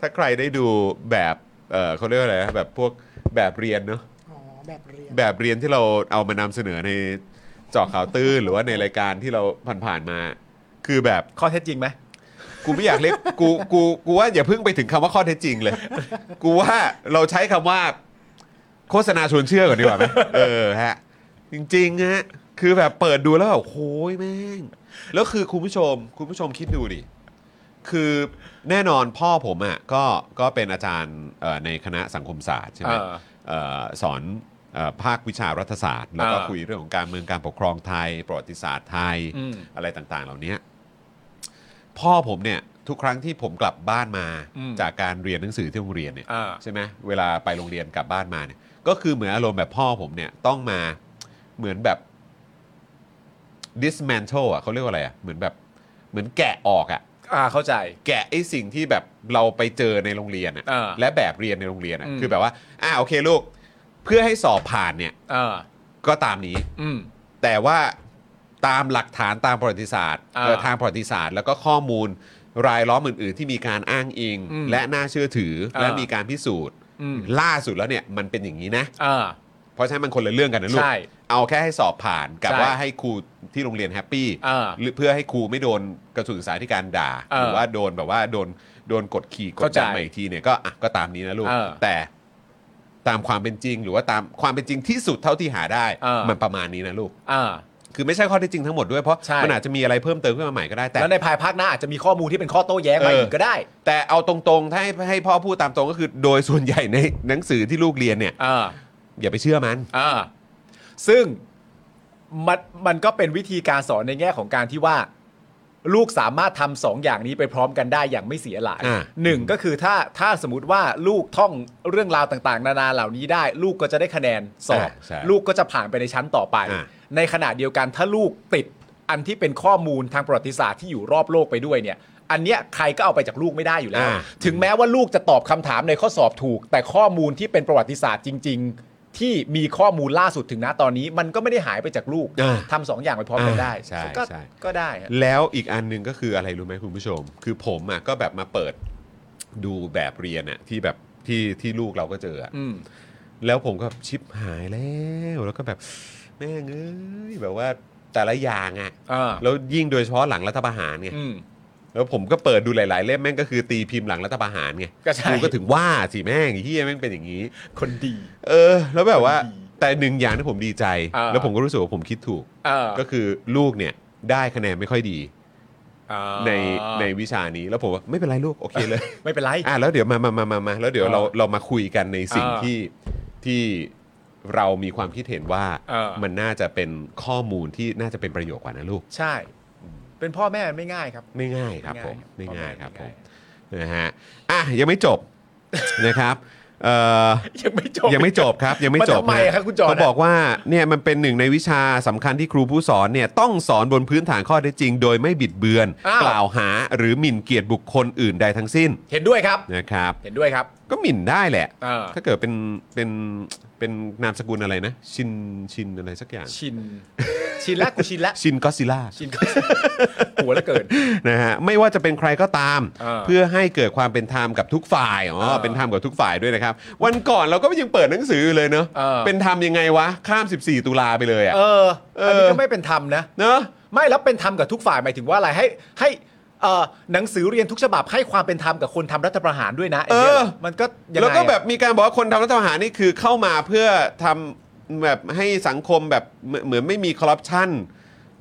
ถ้าใครได้ดูแบบเออเขาเรียกว่าอะไรนะแบบพวกแบบเรียนเนาะ อ๋อแ แบบเรียน แบบเรียนที่เราเอามานำเสนอในเจอข่าวตื้นหรือว่าในรายการที่เราผ่านๆมา คือแบบ ข้อเท็จจริงไหม กูไม่อยากเรียกกูกูกูว่าอย่าเพิ่งไปถึงคำว่าข้อเท็จจริงเลย กูว่าเราใช้คำว่า โฆษณาชวนเชื่อก่อนดีกว่าไหมเออฮะ จริงๆฮะคือแบบเปิดดูแล้วแบบโอ้ยแม่ง แล้วคือคุณผู้ชม คุณผู้ชมคิดดูดิ คือแน่นอนพ่อผมอ่ะก็ก็เป็นอาจารย์เอ่อในคณะสังคมศาสตร์ใช่ไหม เออ เอ่อสอนเอ่อภาควิชารัฐศาสตร์ แล้วก็ อ่า คุยเรื่องของการเมืองการปกครองไทย ประวัติศาสตร์ไทย อืม อะไรต่างๆ เหล่านี้พ่อผมเนี่ยทุกครั้งที่ผมกลับบ้านมาจากการเรียนหนังสือที่โรงเรียนเนี่ย อ่า ใช่ไหมเวลาไปโรงเรียนกลับบ้านมาเนี่ย ก็คือเหมือนอารมณ์แบบพ่อผมเนี่ยต้องมาเหมือนแบบ dismantle อ่ะเขาเรียกว่าอะไรอ่ะเหมือนแบบเหมือนแกะออกอ่ะ อ่าเข้าใจ แกะไอ้สิ่งที่แบบเราไปเจอในโรงเรียนอะ เออ และแบบเรียนในโรงเรียนอะ อืม คือแบบว่าอ่าโอเคลูก เพื่อให้สอบผ่านเนี่ย อ่า ก็ตามนี้ อืม แต่ว่าตามหลักฐานตามประวัติศาสตร์ อ่า เอ่อทางประวัติศาสตร์ แล้วก็ข้อมูลรายล้อมอื่น ๆ ที่มีการอ้างอิง อืม และน่าเชื่อถือ เออ และมีการพิสูจน์ อืม ล่าสุดแล้วเนี่ยมันเป็นอย่างนี้นะ อ่า เพราะฉะนั้นมันคนละเรื่องกันนะลูก ใช่ เอาแค่ให้สอบผ่านกับ ใช่ ว่าให้ครูที่โรงเรียนแฮปปี้ เออ หรือเพื่อให้ครูไม่โดนกระทรวงศึกษาธิการด่า เออ หรือว่าโดนแบบว่าโดนโดนกดขี่กด เข้าใจ ดันมาอีกทีเนี่ยก็อ่ะก็ตามนี้นะลูก เออ แต่ตามความเป็นจริงหรือว่าตามความเป็นจริงที่สุดเท่าที่หาได้ เออ มันประมาณนี้นะลูก อ่า คือไม่ใช่ข้อเท็จจริงทั้งหมดด้วยเพราะ ใช่ มันอาจจะมีอะไรเพิ่มเติมขึ้นมาใหม่ก็ได้แต่ แล้วในภายภาคหน้าอาจจะมีข้อมูลที่เป็นข้อโต้แย้งมา เอออี อีกก็ได้ แต่เอาตรงๆถ้าให้ให้พ่อพูดตามตรงก็คือ โดยส่วนใหญ่ใน [LAUGHS] หนังสือที่ลูกเรียนเนี่ย อ่า อย่าไปเชื่อมัน อ่าซึ่งมันมันก็เป็นวิธีการสอนในแง่ของการที่ว่า ลูกสามารถทำสองอย่างนี้ไปพร้อมกันได้อย่างไม่เสียหลาย อ่า หนึ่งก็คือถ้าถ้าสมมติว่าลูกท่องเรื่องราวต่างๆ นานาเหล่านี้ได้ ลูกก็จะได้คะแนนสอบ ใช่ ลูกก็จะผ่านไปในชั้นต่อไป อ่า ในขณะเดียวกันถ้าลูกติดอันที่เป็นข้อมูลทางประวัติศาสตร์ที่อยู่รอบโลกไปด้วยเนี่ย อันเนี้ยใครก็เอาไปจากลูกไม่ได้อยู่แล้ว อ่า ถึงแม้ว่าลูกจะตอบคำถามในข้อสอบถูก แต่ข้อมูลที่เป็นประวัติศาสตร์จริง ๆ ที่มีข้อมูลล่าสุดถึงนะตอนนี้ มันก็ไม่ได้หายไปจากลูก อ่า ทำสองอย่างไปพร้อมกัน อ่า ได้ ใช่ ก็ ใช่ ก็ได้ฮะ แล้วอีกอันหนึ่งก็คืออะไรรู้ไหมคุณผู้ชม คือผมอ่ะก็แบบมาเปิดดูแบบเรียนอ่ะที่แบบที่ที่ลูกเราก็เจออะ อืม แล้วผมก็ชิปหายแล้วแล้วก็แบบแม่งเอ้ยแบบว่าแต่ละอย่างอ่ะ อ่า แล้วยิ่งโดยเฉพาะหลังรัฐประหารไง อืม แล้วผมก็เปิดดูหลาย ๆ เล่มแม่งก็คือตีพิมพ์หลังรัฐประหารไง ก็ใช่ กูก็ถึงว่าสิแม่งไอ้เฮียแม่งเป็นอย่างนี้ คนดี เออ แล้วแบบว่า ดี แต่หนึ่งอย่างที่ผมดีใจ อ่า แล้วผมก็รู้สึกว่าผมคิดถูก อ่า ก็คือลูกเนี่ยได้คะแนนไม่ค่อยดี อ่า ในในวิชานี้แล้วผมว่าไม่เป็นไรลูก โอเคเลย ไม่เป็นไร อ่ะแล้วเดี๋ยวมามามามามาแล้วเดี๋ยวเรา เออ เรามาคุยกันในสิ่ง เออ ที่ที่เรามีความคิดเห็นว่า เออ มันน่าจะเป็นข้อมูลที่น่าจะเป็นประโยชน์กว่านะลูก ใช่ เป็นพ่อแม่มันไม่ง่ายครับ ไม่ง่ายครับ ไม่ ผ ง่าย ม ครับ ไม่ง่ายครับผ ไม่ ม ง่าย นะฮะอ่ะยังไม่จบ [LAUGHS] นะครับเอ่อ ยังไม่จบ ยังไม่จบครับ ยังไม่จบ มันทำไม ฮ ครับคุณจอห์น เขาบอกว่าเนี่ยมันเป็นหนึ่งในวิชาสำคัญที่ครูผู้สอนเนี่ยต้องสอนบนพื้นฐานข้อเท็จจริง โดยไม่บิดเบือน อ้าว กล่าวหาหรือหมิ่นเกียรติบุคคลอื่นใดทั้งสิ้น เห็นด้วยครับ นะครับ เห็นด้วยครับ ก็หมิ่นได้แหละ เออ ถ้าเกิดเป็นเป็นเป็นนามสกุลอะไรนะ ชินชินอะไรสักอย่าง ชิน ชินละกูชินละ ชินก็อดซิลล่า ชินก็ [LAUGHS] หัวละเกิน นะฮะไม่ว่าจะเป็นใครก็ตาม เออ เพื่อให้เกิดความเป็นธรรมกับทุกฝ่ายอ๋อ เออ เป็นธรรมกับทุกฝ่ายด้วยนะครับ วันก่อนเราก็ยังเปิดหนังสืออยู่เลยเนอะ เออ เป็นธรรมยังไงวะ ข้าม 14 ตุลาไปเลยอะ เอออันนี้ก็ไม่เป็นธรรมนะ เนอะ ไม่แล้วเป็นธรรมกับทุกฝ่ายหมายถึงว่าอะไรให้ให้เอ่อหนังสือเรียนทุกฉบับให้ความเป็นธรรมกับคนทำรัฐประหารด้วยนะย่างงี้ย เออ หรมันก็ยังไงอะ แล้วก็แบบมีการบอกว่าคนทำรัฐประหารนี่คือเข้ามาเพื่อทำแบบให้สังคมแบบเหมือนเหมือนไม่มีคอร์รัปชัน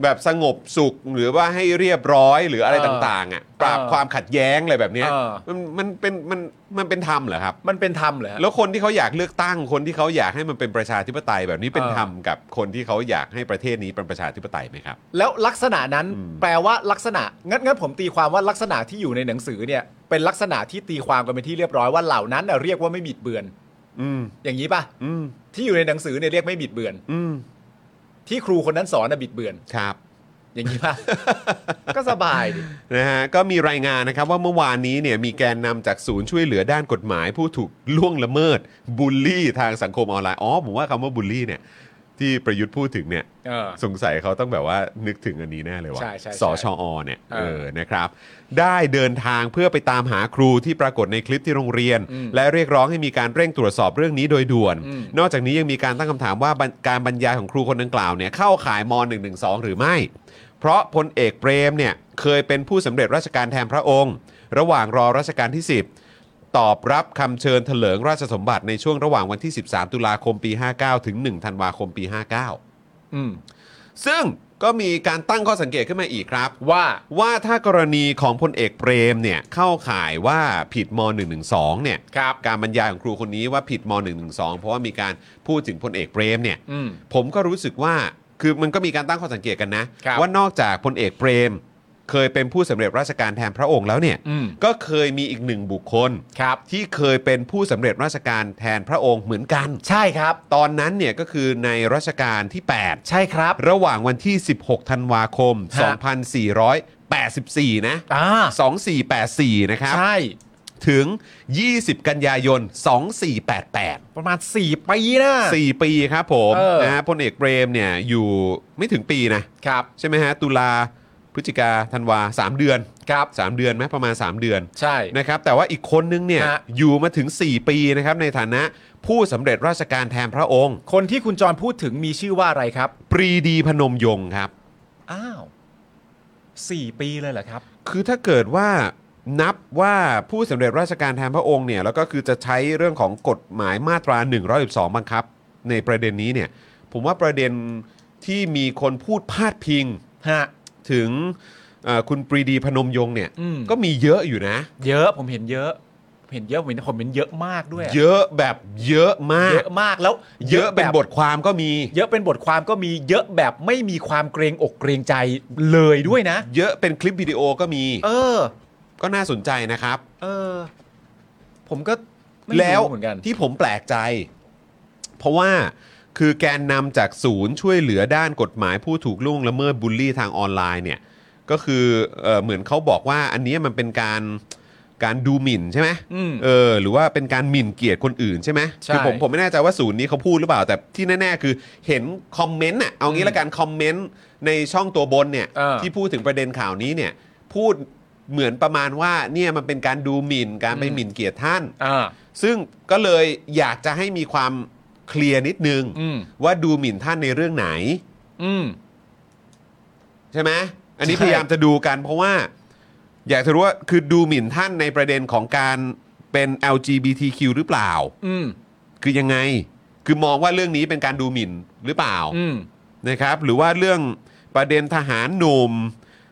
แบบสงบสุขหรือว่าให้เรียบร้อยหรืออะไร เออ ต่างๆอ่ะปราบ เออ ความขัดแย้งอะไรแบบเนี้ย เออ มันมันเป็นมันมันเป็นธรรมเหรอครับ มันเป็นธรรมเหรอฮะ แล้วคนที่เขาอยากเลือกตั้งคนที่เขาอยากให้มันเป็นประชาธิปไตยแบบนี้เป็น เออ ธรรมกับคนที่เขาอยากให้ประเทศนี้เป็นประชาธิปไตยไหมครับ แล้วลักษณะนั้น อืม แปลว่าลักษณะงั้นงั้นผมตีความว่าลักษณะที่อยู่ในหนังสือเนี่ยเป็นลักษณะที่ตีความกันเป็นที่เรียบร้อยว่าเหล่านั้นน่ะเรียกว่าไม่บิดเบือน อืม อย่างนี้ป่ะ อืม ที่อยู่ในหนังสือเนี่ยเรียกไม่บิดเบือน อืม ที่ครูคนนั้นสอนน่ะบิดเบือน ครับ อย่าง [LAUGHS] นี้ป่ะ ก็สบายดิ นะฮะก็มีรายงานนะครับว่าเมื่อวานนี้เนี่ยมีแกนนำจากศูนย์ช่วยเหลือด้านกฎหมาย ผู้ถูกล่วงละเมิดบูลลี่ทางสังคมออนไลน์อ๋อผมว่าคำว่าบูลลี่เนี่ย ที่ประยุทธ์พูดถึงเนี่ย เออ สงสัยเขาต้องแบบว่านึกถึงอันนี้แน่เลยว่ะ ใช่ใช่ใช่ สชอเนี่ย เออ เออนะครับ ได้เดินทางเพื่อไปตามหาครูที่ปรากฏในคลิปที่โรงเรียน อืม และเรียกร้องให้มีการเร่งตรวจสอบเรื่องนี้โดยด่วน อืม นอกจากนี้ยังมีการตั้งคำถามว่าบรรการบรรยายของครูคนดังกล่าวเนี่ยเข้าข่ายม .112 หรือไม่ เพราะพลเอกเปรมเนี่ยเคยเป็นผู้สำเร็จราชการแทนพระองค์ ระหว่างรอรัชการที่ 10 ตอบรับคำเชิญเถลิงราชสมบัติในช่วงระหว่างวันที่ 13 ตุลาคมปี 59 ถึง 1 ธันวาคมปี 59 อืม ซึ่งก็มีการตั้งข้อสังเกตขึ้นมาอีกครับ ว่า ว่าถ้ากรณีของพลเอกเปรมเนี่ยเข้าข่ายว่าผิดม .112 เนี่ย ครับ การบรรยายของครูคนนี้ว่าผิดม .112 เพราะว่ามีการพูดถึงพลเอกเปรมเนี่ย อืม ผมก็รู้สึกว่าคือมันก็มีการตั้งข้อสังเกตกันนะ ครับ ว่านอกจากพลเอกเปรม เคยเป็นผู้สำเร็จราชการแทนพระองค์แล้วเนี่ย อืม ก็เคยมีอีกหนึ่งบุคคล ครับ ที่เคยเป็นผู้สำเร็จราชการแทนพระองค์เหมือนกัน ใช่ครับ ตอนนั้นเนี่ยก็คือในรัชกาลที่ 8 ใช่ครับ ระหว่างวันที่ 16 ธันวาคม ฮะ 2484 นะ อ่า 2484 นะครับ ใช่ ถึง 20 กันยายน 2488 ประมาณ 4 ปีนะ 4 ปีครับผม เออ นะฮะพลเอกเบรมเนี่ยอยู่ไม่ถึงปีนะ ครับ ใช่ไหมฮะ ตุลาพฤศจิกาธันวา 3 เดือน ครับ 3 เดือนไหมประมาณ 3 เดือน ใช่ นะครับแต่ว่าอีกคนนึงเนี่ย ฮะ อยู่มาถึง 4 ปีนะครับในฐานะผู้สำเร็จราชการแทนพระองค์ คนที่คุณจรพูดถึงมีชื่อว่าอะไรครับ ปรีดีพนมยงค์ครับ อ้าวสี่ปีเลยเหรอครับ คือถ้าเกิดว่านับว่าผู้สำเร็จราชการแทนพระองค์เนี่ยแล้วก็คือจะใช้เรื่องของกฎหมายมาตรา 112 บังคับ ในประเด็นนี้เนี่ย ผมว่าประเด็นที่มีคนพูดพาดพิง ฮะ ถึงเอ่อคุณปรีดีพนมยงค์เนี่ย อืม ก็มีเยอะอยู่นะ เยอะผมเห็นเยอะผมเห็นเยอะผมเห็นผมเห็นเยอะมากด้วย เยอะแบบเยอะมาก เยอะมากแล้ว เยอะเป็นบทความก็มี เยอะเป็นบทความก็มีเยอะแบบไม่มีความเกรงอกเกรงใจเลยด้วยนะ เยอะเป็นคลิปวิดีโอก็มี เออ ก็น่าสนใจนะครับ เออ ผมก็ไม่ แล้ว รู้เหมือนกัน ที่ผมแปลกใจ เพราะว่าคือแกนนำจากศูนย์ช่วยเหลือด้านกฎหมายผู้ถูกล่วงละเมิดบูลลี่ทางออนไลน์เนี่ย ก็คือเอ่อเหมือนเขาบอกว่าอันเนี้ยมันเป็นการการดูหมิ่นใช่ไหม อืม เออหรือว่าเป็นการหมิ่นเกียรติคนอื่นใช่ไหม ใช่ คือผมผมไม่แน่ใจว่าศูนย์นี้เขาพูดหรือเปล่าแต่ที่แน่ๆคือเห็นคอมเมนต์อ่ะเอางี้ละกันคอมเมนต์ในช่องตัวบนเนี่ย เออ ที่พูดถึงประเด็นข่าวนี้เนี่ยพูดเหมือนประมาณว่าเนี่ยมันเป็นการดูหมิ่น การไปหมิ่นเกียรติท่าน อ่า ซึ่งก็เลยอยากจะให้มีความเคลียร์นิดนึง อืม ว่าดูหมิ่นท่านในเรื่องไหน อืม ใช่ไหมอันนี้ ใช่ พยายามจะดูกัน เพราะว่า อยากจะรู้ว่าคือดูหมิ่นท่านในประเด็นของการเป็น LGBTQ หรือเปล่า อืม คือยังไง คือมองว่าเรื่องนี้เป็นการดูหมิ่นหรือเปล่า อืม นะครับ หรือว่าเรื่องประเด็นทหารหนุ่ม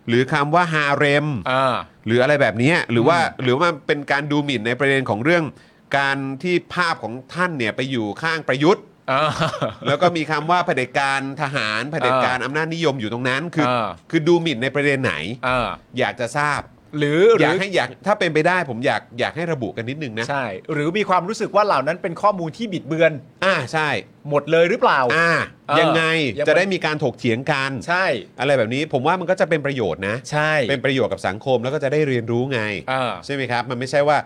หรือคำว่าฮาเร็ม อ่า หรืออะไรแบบเนี้ยหรือว่าหรือว่ามันเป็นการดูหมิ่นในประเด็นของเรื่อง การที่ภาพของท่านเนี่ยไปอยู่ข้างประยุ [LAUGHS] ทธ์ อ่า แล้วก็มีคำว่าเผด็จการทหารเผด็จการอำนาจนิยมอยู่ตรงนั้น คืออา คือดูหมิ่นในประเด็นไหน อ่า อยากจะทราบ หรือห อ รื ยากให้อยากถ้าเป็นไปได้ผมอยากอยากให้ระบุกันนิดนึงนะ ใช่ หรือมีความรู้สึกว่าเหล่านั้นเป็นข้อมูลที่บิดเบือน อ่าใช่ หมดเลยหรือเปล่า อ่า เออ ยังไง ยัง จะ ไม่ ได้มีการถกเถียงกัน ใช่ อะไรแบบนี้ผมว่ามันก็จะเป็นประโยชน์นะ ใช่ เป็นประโยชน์กับสังคมแล้วก็จะได้เรียนรู้ไง อ่า ใช่ไหมครับ มันไม่ใช่ว่า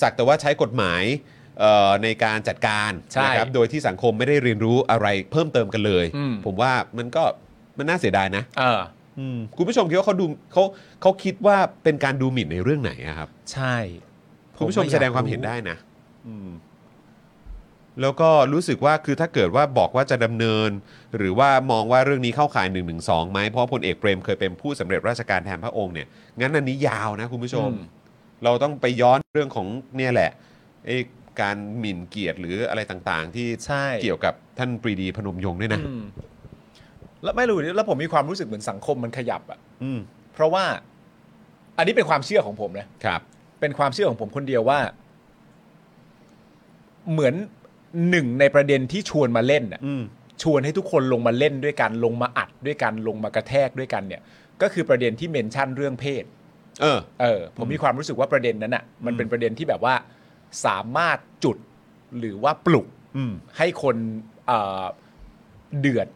สักแต่ว่าใช้กฎหมายเอ่อในการจัดการ ใช่ นะครับโดยที่สังคมไม่ได้เรียนรู้อะไรเพิ่มเติมกันเลย อืม ผมว่ามันก็มันน่าเสียดายนะ เออ อืมคุณผู้ชมคิดว่าเขาดูเขาเขาคิดว่าเป็นการดูหมิ่นในเรื่องไหนอะครับ ใช่ คุณผู้ชมแสดงความเห็นได้นะอืมแล้วก็รู้สึกว่าคือถ้าเกิดว่าบอกว่าจะดำเนิน หรือว่ามองว่าเรื่องนี้เข้าข่าย1นึไหมเพราะพลเอกเปรมเคยเป็นผู้สำเร็จราชการแทนพระองค์เนี่ยงั้นอันนี้ยาวนะคุณผู้ชม เราต้องไปย้อนเรื่องของเนี่ยแหละไอ้การหมิ่นเกียรติหรืออะไรต่างๆ ที่ ใช่ เกี่ยวกับท่านปรีดีพนมยงค์ด้วยนะ อืมแล้วไม่รู้ดิแล้วผมมีความรู้สึกเหมือนสังคมมันขยับอ่ะ อืม เพราะว่า อันนี้เป็นความเชื่อของผมนะ ครับ เป็นความเชื่อของผมคนเดียวว่า เหมือนหนึ่งในประเด็นที่ชวนมาเล่นอ่ะ อืม ชวนให้ทุกคนลงมาเล่นด้วยกันลงมาอัดด้วยกันลงมากระแทกด้วยกันเนี่ย ก็คือประเด็นที่เมนชั่นเรื่องเพศ เออ เออผมมีความรู้สึกว่าประเด็นนั้นอ่ะมันเป็นประเด็นที่แบบว่าสามารถจุดหรือว่าปลุก อืม ให้คนเอ่อเดือด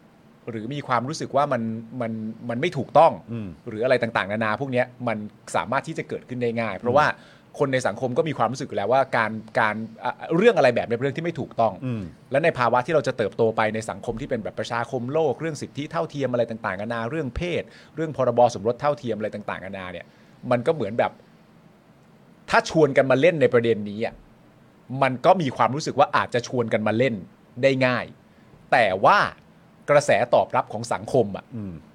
หรือมีความรู้สึกว่ามันมันมันไม่ถูกต้อง อืม หรืออะไรต่างๆ นานาพวกเนี้ยมันสามารถที่จะเกิดขึ้นได้ง่าย เพราะว่า คนในสังคมก็มีความรู้สึกอยู่แล้วว่าการการอ่ะเรื่องอะไรแบบนี้เป็นเรื่องที่ไม่ถูกต้อง และในภาวะที่เราจะเติบโตไปในสังคมที่เป็นแบบประชาคมโลก เรื่องสิทธิเท่าเทียมอะไรต่างๆกันานาเรื่องเพศ เรื่องพรบสมรสเท่าเทียมอะไรต่างๆกันานาเนี่ย มันก็เหมือนแบบ ถ้าชวนกันมาเล่นในประเด็นนี้อ่ะมันก็มีความรู้สึกว่าอาจจะชวนกันมาเล่นได้ง่าย แต่ว่ากระแสตอบรับของสังคมอ่ะ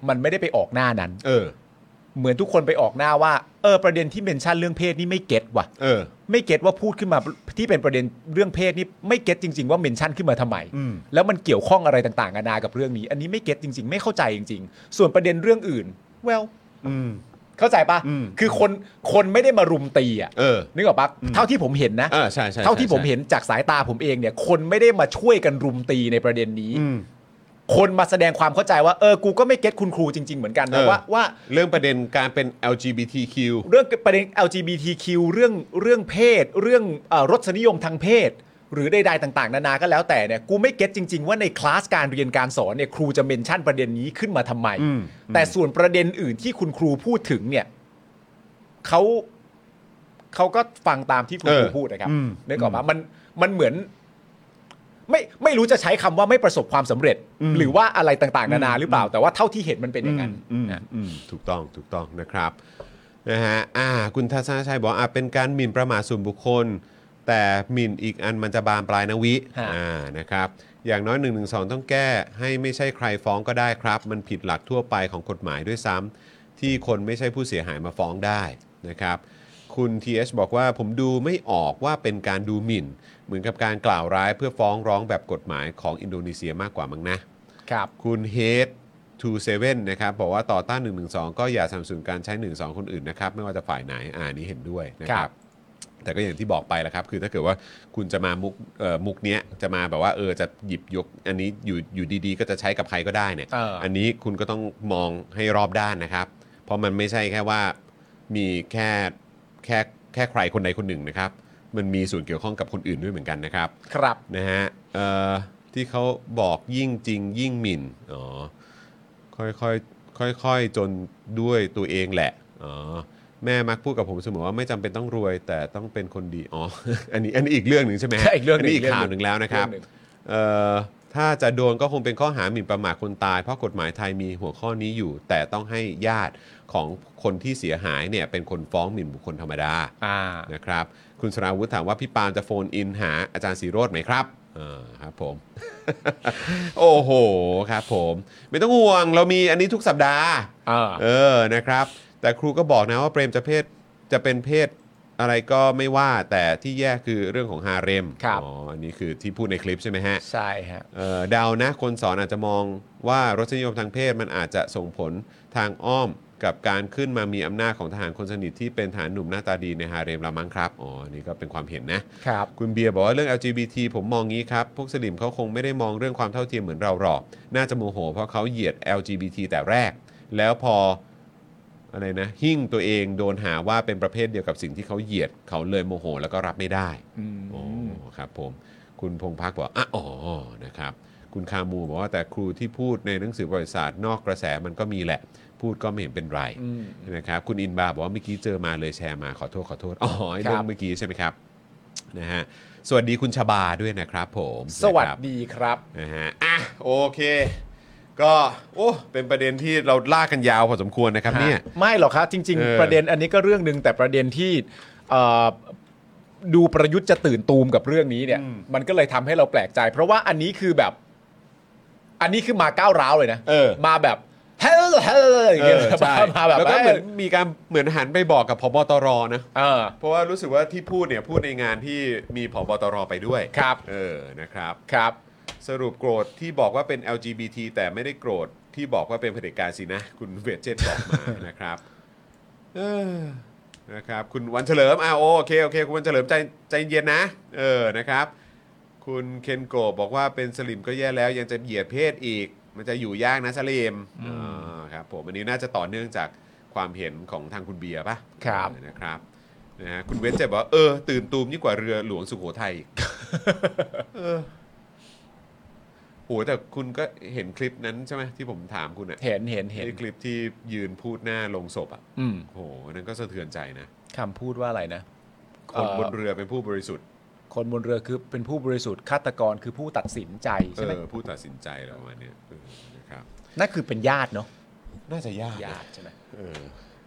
มันไม่ได้ไปออกหน้านั้น เออ เหมือนทุกคนไปออกหน้าว่าเออประเด็นที่เมนชั่นเรื่องเพศนี่ไม่เก็ตว่ะ เออ ไม่เก็ตว่าพูดขึ้นมาที่เป็นประเด็นเรื่องเพศนี่ไม่เก็ตจริง ๆ ว่าเมนชั่นขึ้นมาทำไม แล้วมันเกี่ยวข้องอะไรต่างๆนานากับเรื่องนี้ อันนี้ไม่เก็ตจริง ๆ ไม่เข้าใจจริง ๆ ส่วนประเด็นเรื่องอื่น well เข้าใจปะ อืม คือคนคนไม่ได้มารุมตีอ่ะ เออ นึกออกปะเท่าที่ผมเห็นนะ เออ ใช่ใช่ใช่ เท่าที่ผมเห็นจากสายตาผมเองเนี่ย คนไม่ได้มาช่วยกันรุมตีในประเด็นนี้ อืม คนมาแสดงความเข้าใจว่าเออกูก็ไม่เก็ตคุณครูจริง ๆ เหมือนกัน เอ นะ อ ว่าว่า เรื่องประเด็นการเป็น LGBTQ เรื่องประเด็น LGBTQ เรื่องเรื่องเพศ เรื่องเออรสนิยมทางเพศ หรือใดๆต่าง ๆ นานาก็แล้วแต่เนี่ยกูไม่เก็ตจริง ๆ ว่าในคลาสการเรียนการสอนเนี่ยครูจะเมนชั่นประเด็นนี้ขึ้นมาทำไม แต่ส่วนประเด็นอื่นที่คุณครูพูดถึงเนี่ยเขาเขาก็ฟังตามที่คุณ เออ ครูพูดนะครับนึกออกปะมันมันเหมือน ไม่ไม่รู้จะใช้คำว่าไม่ประสบความสำเร็จ หรือว่าอะไรต่างๆนานาหรือเปล่า แต่ว่าเท่าที่เห็นมันเป็นอย่างนั้นนะ อืมถูกต้องถูกต้องนะครับนะฮะอ่าคุณทัศนชัยบอกอ่าเป็นการหมิ่นประมาทส่วนบุคคล แต่หมิ่นอีกอันมันจะบานปลายนะวิ ฮะ อ่านะครับอย่างน้อย1นึต้องแก้ให้ไม่ใช่ใครฟ้องก็ได้ครับ มันผิดหลักทั่วไปของกฎหมายด้วยซ้ำที่คนไม่ใช่ผู้เสียหายมาฟ้องได้นะครับ คุณ TH บอกว่าผมดูไม่ออกว่าเป็นการดูหมิ่น เหมือนกับการกล่าวร้ายเพื่อฟ้องร้องแบบกฎหมายของอินโดนีเซียมากกว่ามั้งนะ ครับ คุณเฮดทูเซเว่นนะครับบอกว่าต่อต้าน 1 1 2 ก็อย่าสนับสนุนการใช้ 1 2 คนอื่นนะครับ ไม่ว่าจะฝ่ายไหนอ่านี้เห็นด้วยนะค ครั รับ บ แต่ก็อย่างที่บอกไปแล้วครับ คือถ้าเกิดว่าคุณจะมามุกเอ่อมุกเนี้ยจะมาแบบว่าเออจะหยิบยก อันนี้อยู่อยู่ดีๆ ก็จะใช้กับใครก็ได้เนี่ย เอออั นนี้คุณก็ต้องมองให้รอบด้านนะครับ เพราะมันไม่ใช่แค่ว่ามีแค่แค่แค่ใครคนใดคนหนึ่งนะครับ มันมีส่วนเกี่ยวข้องกับคนอื่นด้วยเหมือนกันนะครับ ครับ นะฮะเอ่อที่เขาบอกยิ่งจริงยิ่งหมิ่นอ๋อค่อยๆค่อยๆจนด้วยตัวเองแหละอ๋อแม่มักพูดกับผมเสมอว่าไม่จำเป็นต้องรวย แต่ต้องเป็นคนดีอ๋อ [LAUGHS] อันนี้อันนี้อีกเรื่องหนึ่งใช่ไหมฮะ ใช่อีกเรื่องหนึ่ง นี้ อี อีกกเรื่อง ข่าว ห ห นึ่ นึ่ง ง แล้วนะครับ เรื่องหนึ่ง เอ่อถ้าจะโดนก็คงเป็นข้อหาหมิ่นประมาทคนตาย เพราะกฎหมายไทยมีหัวข้อนี้อยู่ แต่ต้องให้ญาติของคนที่เสียหายเนี่ยเป็นคนฟ้องหมิ่นบุคคลธรรมดา อ่า นะครับคุณสราวุธถามว่าพี่ปาล์มจะโฟนอินหาอาจารย์สีโรดไหมครับอ่าครับผม [LAUGHS] โอ้โหครับผม ไม่ต้องห่วงเรามีอันนี้ทุกสัปดาห์ อ่า เออนะครับ แต่ครูก็บอกนะว่าเปรมจะเพศจะเป็นเพศอะไรก็ไม่ว่าแต่ที่แย่คือเรื่องของฮาเร็ม ครับ อ๋ออันนี้คือที่พูดในคลิปใช่ไหมฮะ ใช่ฮะ เอ่อเดานะคนสอนอาจจะมองว่ารสนิยมทางเพศมันอาจจะส่งผลทางอ้อมกับการขึ้นมามีอำนาจของทหารคนสนิทที่เป็นทหารหนุ่มหน้าตาดีในฮาเร็มละมั้งครับอ๋ออันนี่ก็เป็นความเห็นนะ ครับ คุณเบียร์บอกว่าเรื่อง LGBT ผมมองงี้ครับ พวกสลิมเขาคงไม่ได้มองเรื่องความเท่าเทียมเหมือนเราหรอก น่าจะโมโหเพราะเขาเหยียด LGBT แต่แรก แล้วพออะไรนะ หิ่งตัวเองโดนหาว่าเป็นประเภทเดียวกับสิ่งที่เขาเหยียดเขาเลยโมโห แล้วก็รับไม่ได้โอ้ครับผมคุณพงพักบอกอ่ะอ๋อนะครับ คุณคามูบอกว่าแต่ครูที่พูดในหนังสือประวัติศาสตร์นอกกระแสมันก็มีแหละ พูดก็ไม่เห็นเป็นไรนะครับคุณอินบาบอกว่าเมื่อกี้เจอมาเลยแชร์มาขอโทษขอโทษอ๋อไอ้เรื่อ ครั ง บ เมื่อกี้ใช่ไหมครับ นะฮะสวัสดีคุณชบาด้วยนะครับผม สวัส นะครับ ดีครับ นะฮะอ่ะโอเค ก็โอ้เป็นประเด็นที่เราลากกันยาวพอสมควรนะครับเนี่ย ไม่หรอกครับ จริง เออ ๆ ประเด็นอันนี้ก็เรื่องหนึ่งแต่ประเด็นที่เอ่อดูประยุทธ์จะตื่นตูมกับเรื่องนี้เนี่ย มันก็เลยทำให้เราแปลกใจ เพราะว่าอันนี้คือแบบ อันนี้คือมาก้าวร้าวเลยนะ เออ มาแบบเฮ้ยเฮ้ยอย่าง เอ เงี้ย อใช่ มาแบบ แล้วก็เหมือนมีการเหมือนหันไปบอกกับพบตรนะ เออ เพราะว่ารู้สึกว่าที่พูดเนี่ยพูดในงานที่มีพบตรไปด้วย ครับ เออนะครับ ครับ สรุปโกรธที่บอกว่าเป็น LGBT แต่ไม่ได้โกรธที่บอกว่าเป็นเผด็จการสินะ คุณเวจเจตบอกมา นะครับเออนะครับคุณวันเฉลิมอ่าโอโอเคโอเค คุณวันเฉลิมใจใจเย็นนะเออนะครับ คุณเคนโกะบอกว่าเป็นสลิมก็แย่แล้วยังจะเหยียดเพศอีก มันจะอยู่ยากนะสลิมอ่าครับผมอันนี้น่าจะต่อเนื่องจากความเห็นของทางคุณเบียร์ป่ะ ครับ เออนะครับนะฮะคุณเวจเจตบอกว่าเออตื่นตูมยิ่งกว่าเรือหลวงสุโขทัยอีก [LAUGHS] โหแต่คุณก็เห็นคลิปนั้นใช่ไหมที่ผมถามคุณอะ เห็นเห็นเห็น ที่คลิปที่ยืนพูดหน้าลงศพอะ อืม โหอันนั้นก็สะเทือนใจนะ คำพูดว่าอะไรนะ คน เอ่อ บนเรือเป็นผู้บริสุทธิ์ คนบนเรือคือเป็นผู้บริสุทธิ์ฆาตกรคือผู้ตัดสินใจ เอ ใช่ไหม อผู้ตัดสินใจอะไรประมาณเนี้ยเออนะครับ นั่นคือเป็นญาติเนาะ น่าจะยาก ญาติใช่ไหม เออ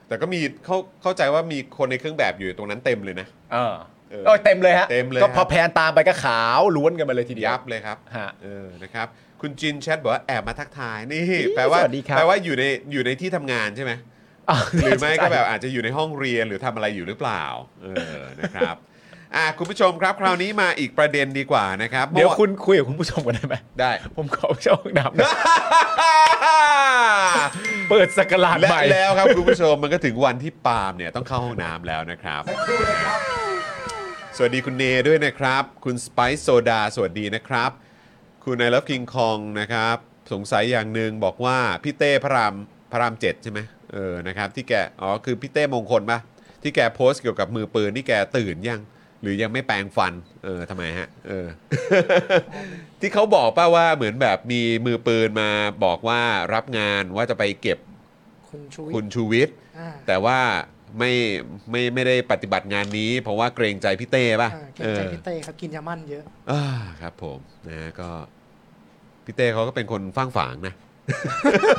แต่ก็มีเข้าเข้าใจว่ามีคนในเครื่องแบบอยู่ตรงนั้นเต็มเลยนะ เออ เออ โอ้ยเต็มเลยฮะ เต็มเลย ก็ ฮะ พอแพนตามไปก็ขาวล้วนกันมาเลยทีเดียว ยับเลยครับ ฮะ เออนะครับ คุณจินแชทบอกว่าแอบมาทักทายนี่ อี๋ แปลว่า สวัสดีครับ แปลว่าอยู่ในอยู่ในที่ทำงานใช่ไหม [LAUGHS] าว หรือไม่ น่าสนใจ ก็แบบอาจจะอยู่ในห้องเรียนหรือทำอะไรอยู่หรือเปล่า เออ นะครับอ่ะคุณผู้ชมครับคราวนี้มาอีกประเด็นดีกว่านะครับ เดี๋ยว มื่อ คุณคุยกับคุณผู้ชมกันได้ไหม ได้ ผมขอไปเข้าห้องน้ำนะเปิดสักราช และ ใหม่ แล้วครับคุณผู้ชมมันก็ถึงวันที่ปาล์มเนี่ยต้องเข้าห้องน้ำแล้วนะครับ สวัสดีคุณเนด้วยนะครับ คุณสไปซ์โซดาสวัสดีนะครับ คุณนายลับกิงคองนะครับ สงสัยอย่างหนึ่งบอกว่าพี่เต้พระรามพระรามเจ็ดใช่ไหมเออนะครับที่แกอ๋อคือพี่เต้มงคลปะที่แกโพสต์เกี่ยวกับมือปืนนี่แกตื่นยัง หรือยังไม่แปลงฟัน เออทำไมฮะเออ ที่เขาบอกป่าว่าเหมือนแบบมีมือปืนมาบอกว่ารับงานว่าจะไปเก็บ คุณชูวิท คุณ ย์ ชูวิทย์ อ่า แต่ว่าไม่ไม่ไม่ได้ปฏิบัติงานนี้ เพราะว่าเกรงใจพี่เต้ป่ะ อ่าเกรงใจพี่เต้ครับกินยามั่นเยอะ เอออ่าครับผมนะก็พี่เต้เขาก็เป็นคนฟ้างฝางนะ [LAUGHS]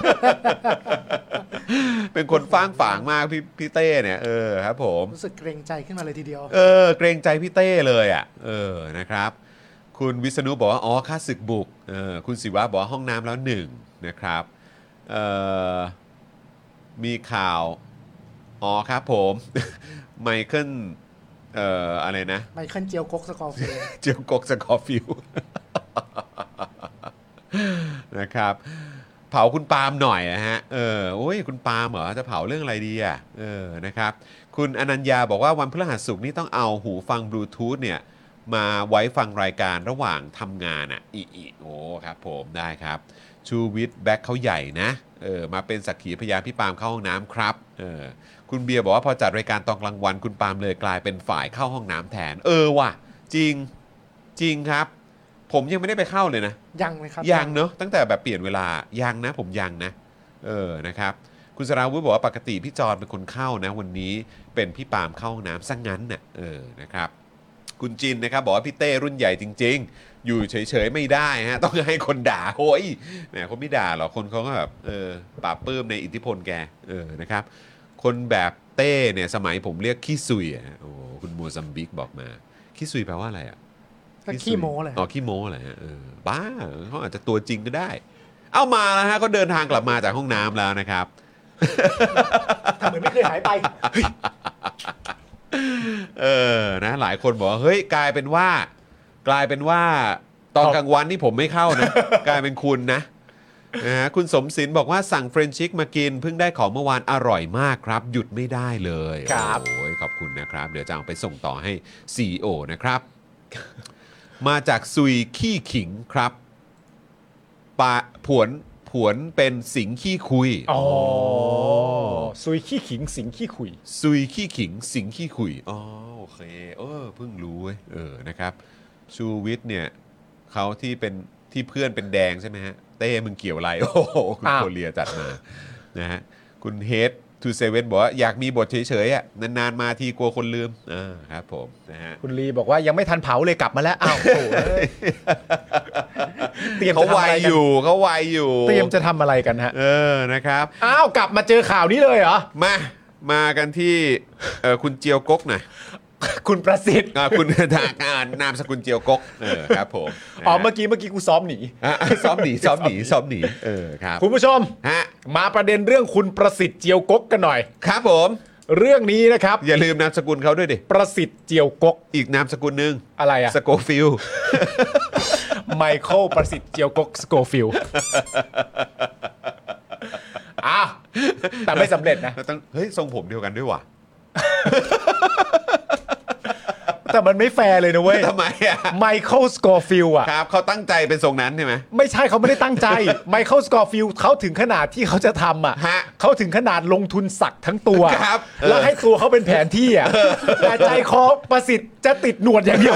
เป็นคนฟ้างฝางมากพี่พี่เต้เนี่ยเออครับผม รู้สึกเกรงใจขึ้นมาเลยทีเดียว เออเกรงใจพี่เต้เลยอ่ะเออนะครับ คุณวิษณุบอกว่า อ๋อค่าศึกบุกเออคุณศิวะบอกว่าห้องน้ำแล้วหนึ่งนะครับเออมีข่าว อ๋อครับผม [LAUGHS] ไมเคิลเอ่ออะไรนะ ไมเคิลเจียวกกสกอร์ฟิลด์ เจียวกกสกอร์ฟิว [LAUGHS] นะครับ เผาคุณปาล์มหน่อยนะฮะเออโอ้ยคุณปาล์มเหรอจะเผาเรื่องอะไรดีอ่ะเออนะครับ คุณอนัญญาบอกว่าวันพฤหัสสุกร์นี่ต้องเอาหูฟังบลูทูธเนี่ย มาไว้ฟังรายการระหว่างทำงานอ่ะอีอีโอ้ครับผมได้ครับ ชูวิทย์แบ็คเขาใหญ่นะเออมาเป็นสักขีพยานพี่ปาล์มเข้าห้องน้ำครับเออคุณเบียร์บอกว่าพอจัดรายการตอนกลางวัน คุณปาล์มเลยกลายเป็นฝ่ายเข้าห้องน้ำแทน เออว่ะ จริงจริงครับ ผมยังไม่ได้ไปเข้าเลยนะ ยังเลยครับ ยังเนอะตั้งแต่แบบเปลี่ยนเวลายังนะ ผมยังนะ เออนะครับ คุณสราวุฒิบอกว่าปกติพี่จอนเป็นคนเข้านะ วันนี้เป็นพี่ปาล์มเข้าห้องน้ำซะงงั้นน่ะเออนะครับ คุณจินนะครับ บอกว่าพี่เต้รุ่นใหญ่จริง ๆ อยู่เฉยๆไม่ได้ฮะ ต้องให้คนด่าโอ้ยแหมคนไม่ด่าหรอกคนเขาก็แบบเออปราบปลื้มในอิทธิพลแกเออนะครับ คนแบบเต้เนี่ยสมัยผมเรียกขี้ซุยอะฮะโอ้โหคุณโมซัมบิกบอกมาขี้ซุยแปลว่าอะไรอะ ก็ขี้โม้เลย อ๋อขี้โม้เหรอฮะเออบ้าเขาอาจจะตัวจริงก็ได้ เอามาแล้วฮะเขาเดินทางกลับมาจากห้องน้ำแล้วนะครับ ทำเหมือนไม่เคยหายไป เออนะหลายคนบอกว่าเฮ้ยกลายเป็นว่า กลายเป็นว่าตอนกลางวันนี่ผมไม่เข้านะ [LAUGHS] กลายเป็นคุณนะนะฮะคุณสมศิลป์บอกว่าสั่งเฟรนชิกมากิน เพิ่งได้ของเมื่อวานอร่อยมากครับ หยุดไม่ได้เลย ครับ โอ้ยขอบคุณนะครับ เดี๋ยวจะเอาไปส่งต่อให้ CEO นะครับ มาจากซุยขี้ขิงครับปะผวนผวนเป็นสิงขี้คุย อ๋อซุยขี้ขิงสิงขี้ขุย ซุยขี้ขิงสิงขี้ขุย อ๋อโอเค เออเพิ่งรู้เว้ยเออนะครับ ชูวิทย์เนี่ยเขาที่เป็นที่เพื่อนเป็นแดงใช่ไหมฮะ เต้มึงเกี่ยวอะไร [LAUGHS] โอ้โหคุณ อ้าว โคเรียจัดมา นะฮะ คุณเฮดทูเซเว่นบอกว่าอยากมีบทเฉยๆอ่ะนานๆมาทีกลัวคนลืมอ่าครับผมนะฮะ คุณลีบอกว่ายังไม่ทันเผาเลยกลับมาแล้วอ้าวโถ่เอ้ยเตรียม เขา จะทำ ไว อะไร อ กัน ยู่เขาไวอยู่ เตรียมจะทำอะไรกันฮะ เออนะครับ อ้าวกลับมาเจอข่าวนี้เลยเหรอ มา มากันที่เออคุณเจียวกกหน่อย คุณประสิทธิ์ อ่าคุณ [LAUGHS] ทางการนามสกุลเจียวกกเออครับผมนะฮะ อ๋อเมื่อกี้เมื่อกี้กูซ้อมหนี อ่ะ [LAUGHS] ซ้อมหนีซ้อม [LAUGHS] หนีซ้อมหนีเออครับ คุณผู้ชม ฮะ มาประเด็นเรื่องคุณประสิทธิ์เจียวกกกันหน่อย ครับผม เรื่องนี้นะครับ อย่าลืมนามสกุลเขาด้วยดิ ประสิทธิ์เจียวกก อีกนามสกุลหนึ่ง อะไรอะ สโกฟิลด์ ไมเคิลประสิทธิ์เจียวกกสโกฟิล [LAUGHS] อ้าวแต่ไม่สำเร็จนะ แล้ว [LAUGHS] ต้องเฮ้ย ทรงผมเดียวกันด้วยว่ะ แต่มันไม่แฟร์เลยนะเว้ย ทำไมอ่ะ ไมเคิลสโกฟิลอะ ครับเขาตั้งใจเป็นทรงนั้นใช่ไหม ไม่ใช่เขาไม่ได้ตั้ [LAUGHS] งใจไมเคิลสโกฟิลเขาถึงขนาดที่เขาจะทำอะ ฮะ เขาถึงขนาดลงทุนสักทั้งตัว ครับเออ แล้วให้ตัวเขาเป็นแผนที่อะแต่ใจคอประสิทธิ์จะติดหนวดอย่างเดียว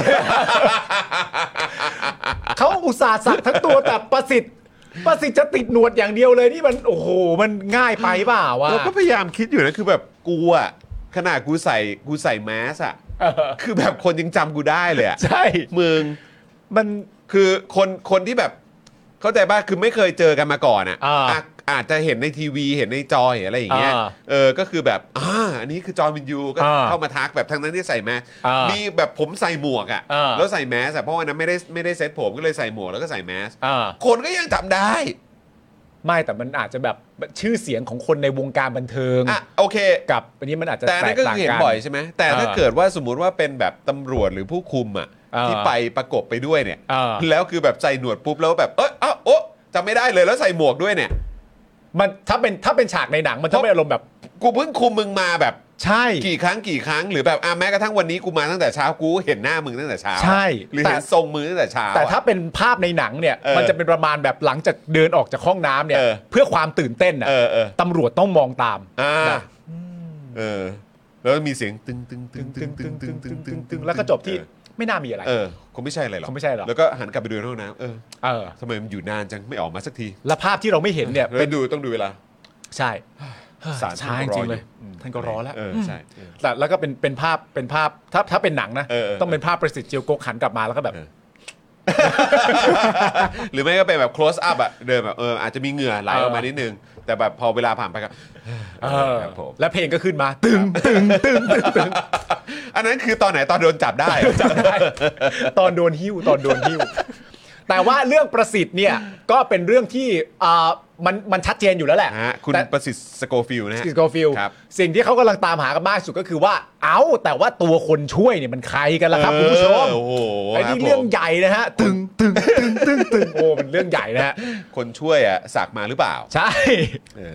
[LAUGHS] เขาอุตส่าห์สักทั้งตัวแต่ประสิทธิ์ ประสิทธิ์จะติดหนวดอย่างเดียวเลยนี่มันโอ้โห มันง่ายไปเปล่าวะ เราก็พยายามคิดอยู่นะ คือแบบกูอ่ะขนาดกูใส่กูใส่แมสอ่ะ คือแบบคนยังจำกูได้เลยอะ ใช่ มึง มัน คือคนคนที่แบบเข้าใจป่ะคือไม่เคยเจอกันมาก่อนอ่ะ อ่า ะอาจจะเห็นในทีวีเห็นในจอเห็นอะไรอย่างเงี้ย อ่า เออก็คือแบบอ่าอันนี้คือจอมินยูก็ อ่า เข้ามาทักแบบทั้งนั้นที่ใส่แมส อ่ามี มีแบบผมใส่หมวกอ่ะ อ่า แล้วใส่แมสอะเพราะวันนั้นไม่ได้ไม่ได้เซ็ตผมก็เลยใส่หมวกแล้วก็ใส่แมส อ่า คนก็ยังจำได้ ไม่แต่มันอาจจะแบบชื่อเสียงของคนในวงการบันเทิง อ่ะโอเค กับอันนี้มันอาจจะ แต่อัน แต นั่น ก ก็ ต่าง เห็น กัน บ่อยใช่ไหมแต่ถ้า อ่า เกิดว่าสมมุติว่าเป็นแบบตำรวจหรือผู้คุมอ่ะ อ่า ที่ไปประกบไปด้วยเนี่ย อ่า แล้วคือแบบใส่หนวดปุ๊บแล้วแบบเอ้ยอ้าวโอ๊ะจำไม่ได้เลยแล้วใส่หมวกด้วยเนี่ย มันถ้าเป็นถ้าเป็นฉากในหนังมันจะไม่อารมณ์แบบ กูเพิ่งคุมมึงมาแบบ ใช่ กี่ครั้งกี่ครั้งหรือแบบอ่ะแม้กระทั่งวันนี้กูมาตั้งแต่เช้ากูเห็นหน้ามึงตั้งแต่เช้า ใช่ หรือ แต่ เห็นทรงมือตั้งแต่เช้า แต่ อะ ถ้าเป็นภาพในหนังเนี่ย เออ มันจะเป็นประมาณแบบหลังจากเดินออกจากห้องน้ำเนี่ย เออ เพื่อความตื่นเต้นน่ะ เออเออ ตำรวจต้องมองตาม อ่า นะ เออ แล้วมีเสียงตึงตึงตึ ตึ ง ง ตึ ตึ ง ง ตึ ตึ ง ง ตึ ตึ ง ง ตึ ตึ ง ง ตึ ตึ ง งแล้วก็จบที่ไม่น่ามีอะไร เออคงไม่ใช่อะไรหรอก คงไม่ใช่หรอก แล้วก็หันกลับไปดูในห้องน้ำเออ เออ ทำไมมันอยู่นานจังไม่ออกมาสักที และภาพที่เราไม่เห็นเนี่ย ไป เป็น ดูต้องดูเวลา ใช่ สาร ช้าจริงๆเลยท่านก็รอแล้ว เออใช่ [LAUGHS] เออ แต่แล้วก็เป็นเป็นภาพเป็นภาพถ้าถ้าเป็นหนังนะ เออเออ ต้องเป็นภาพประสิทธิ์เจียวกกหันกลับมาแล้วก็แบบ หรือไม่ก็เป็นแบบ close up อะเดินแบบเอออาจจะมีเหงื่อไหลออกมานิดนึง แต่แบบพอเวลาผ่านไปก็ [SIGHS] เออ ครับผม และเพลงก็ขึ้นมา ตึงตึงตึงตึงตึง อันนั้นคือตอนไหนตอนโดนจับได้เหรอ จำได้ตอนโดนหิ้วตอนโดนหิ้ว แต่ว่าเรื่องประสิทธิ์เนี่ยก็เป็นเรื่องที่อ่ามันมันชัดเจนอยู่แล้วแหละ ฮะคุณ แต่ ประสิทธิ์สโกฟิลด์นะฮะ สกอร์ฟิลด์ ครับ สิ่งที่เขากำลังตามหากันมากที่สุดก็คือว่า เอ้า แต่ว่าตัวคนช่วยเนี่ยมันใครกันล่ะครับคุณผู้ชม เออโอ้โห ไอ้นี่เรื่อง ครับ ใหญ่นะฮะ ตึงตึงตึงตึงตึงโอ้มันเรื่องใหญ่นะฮะ ผมคนช่วยอ่ะสักมาหรือเปล่า ใช่ เออ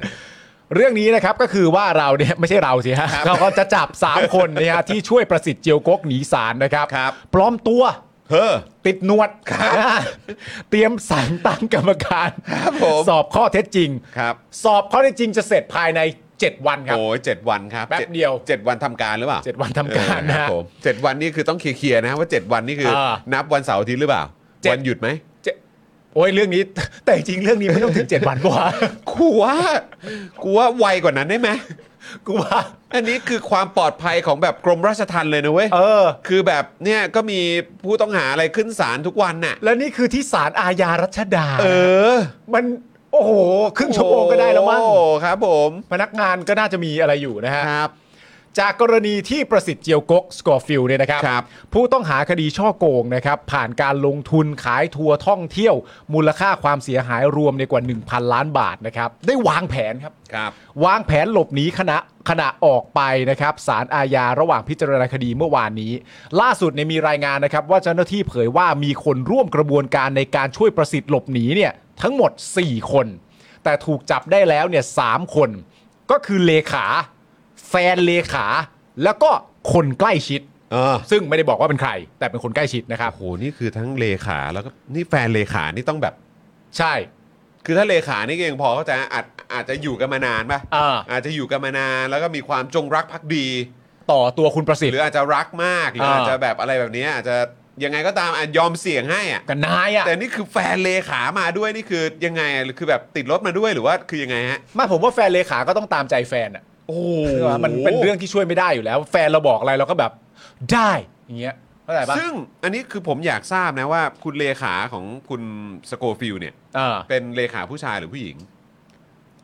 เรื่องนี้นะครับก็คือว่าเราเนี่ยไม่ใช่เราสิฮะเราก็จะจับ 3 คนนะฮะที่ช่วยประสิทธิ์เจียวกกหนีสารนะครับ ครับ ปลอมตัว เฮ้อ ติดหนวดนะฮะ [LAUGHS] เตรียมสั่งตั้งกรรมการ ครับผม สอบข้อเท็จจริง ครับ สอบข้อเท็จจริงจะเสร็จภายใน 7 วันครับ โอ้ยเจ็ดวันครับ แป๊บ จ็ เดียว เจ็ดวันทำการหรือเปล่า เจ็ดวันทำการ เออคบ นะ ผมเจ็ดวันนี่คือต้องเคลียร์ๆนะว่าเจ็ดวันนี่คือ เออ นับวันเสาร์อาทิตย์หรือเปล่า เจ็ด วันหยุดไหม เจ็ดโอ้ยเรื่องนี้ [LAUGHS] แต่จริงเรื่องนี้ไม่ต้องถึง 7 วันกว่า [LAUGHS] กูว่ากูว่าไวกว่านั้นได้ไหม กูว่า อันนี้คือความปลอดภัยของแบบกรมราชทัณฑ์เลยนะเว้ย เออ คือแบบเนี่ยก็มีผู้ต้องหาอะไรขึ้นศาลทุกวันน่ะ และนี่คือที่ศาลอาญารัชดา เออ มันโอ้โหครึ่งชั่วโมงก็ได้แล้วมั้ง โอ้ครับ ผม พนักงานก็น่าจะมีอะไรอยู่นะฮะ ครับ จากกรณีที่ประสิทธิ์เจียวกกสกอร์ฟิลด์เนี่ยนะครับ ครับ ผู้ต้องหาคดีช่อโกงนะครับ ผ่านการลงทุนขายทัวร์ท่องเที่ยว มูลค่าความเสียหายรวมในยกว่า 1,000 ล้านบาทนะครับ ได้วางแผนครับ ครับ วางแผนหลบหนีขณะขณะออกไปนะครับสารอาญาระหว่างพิจารณาคดีเมื่อวานนี้ ล่าสุดเนี่ยมีรายงานนะครับ ว่าเจ้าหน้าที่เผยว่ามีคนร่วมกระบวนการในการช่วยประสิทธิ์หลบหนีเนี่ยทั้งหมด 4 คน แต่ถูกจับได้แล้วเนี่ยสามคน ก็คือเลขา แฟนเลขา แล้วก็คนใกล้ชิด เออ ซึ่งไม่ได้บอกว่าเป็นใคร แต่เป็นคนใกล้ชิดนะครับ โหนี่คือทั้งเลขาแล้วก็นี่แฟนเลขานี่ต้องแบบ ใช่ คือถ้าเลขานี่ก็ยังพอเข้าใจอาจอาจจะอยู่กันมานานป่ะ อ่า อาจจะอยู่กันมานานแล้วก็มีความจงรักภักดี ต่อตัวคุณประสิท ห ธิ์ รืออาจจะรักมากหรืออาจ อ่า จะแบบอะไรแบบเนี้ยอาจจะยังไงก็ตามอาจยอมเสี่ยงให้อ่ะ กันนายอะ แต่นี่คือแฟนเลขามาด้วยนี่คือยังไงอะหรือคือแบบติดรถมาด้วยหรือว่าคือยังไงฮะ ไมาผมว่าแฟนเลขาก็ต้องตามใจแฟนอ่ะ โอ้ คือว่ามันเป็นเรื่องที่ช่วยไม่ได้อยู่แล้ว แฟนเราบอกอะไรเราก็แบบได้อย่างเงี้ยเข้าใจปะ ซึ่งอันนี้คือผมอยากทราบนะว่า คุณเลขาของคุณสโกฟิลด์เนี่ย อ่า เป็นเลขาผู้ชายหรือผู้หญิง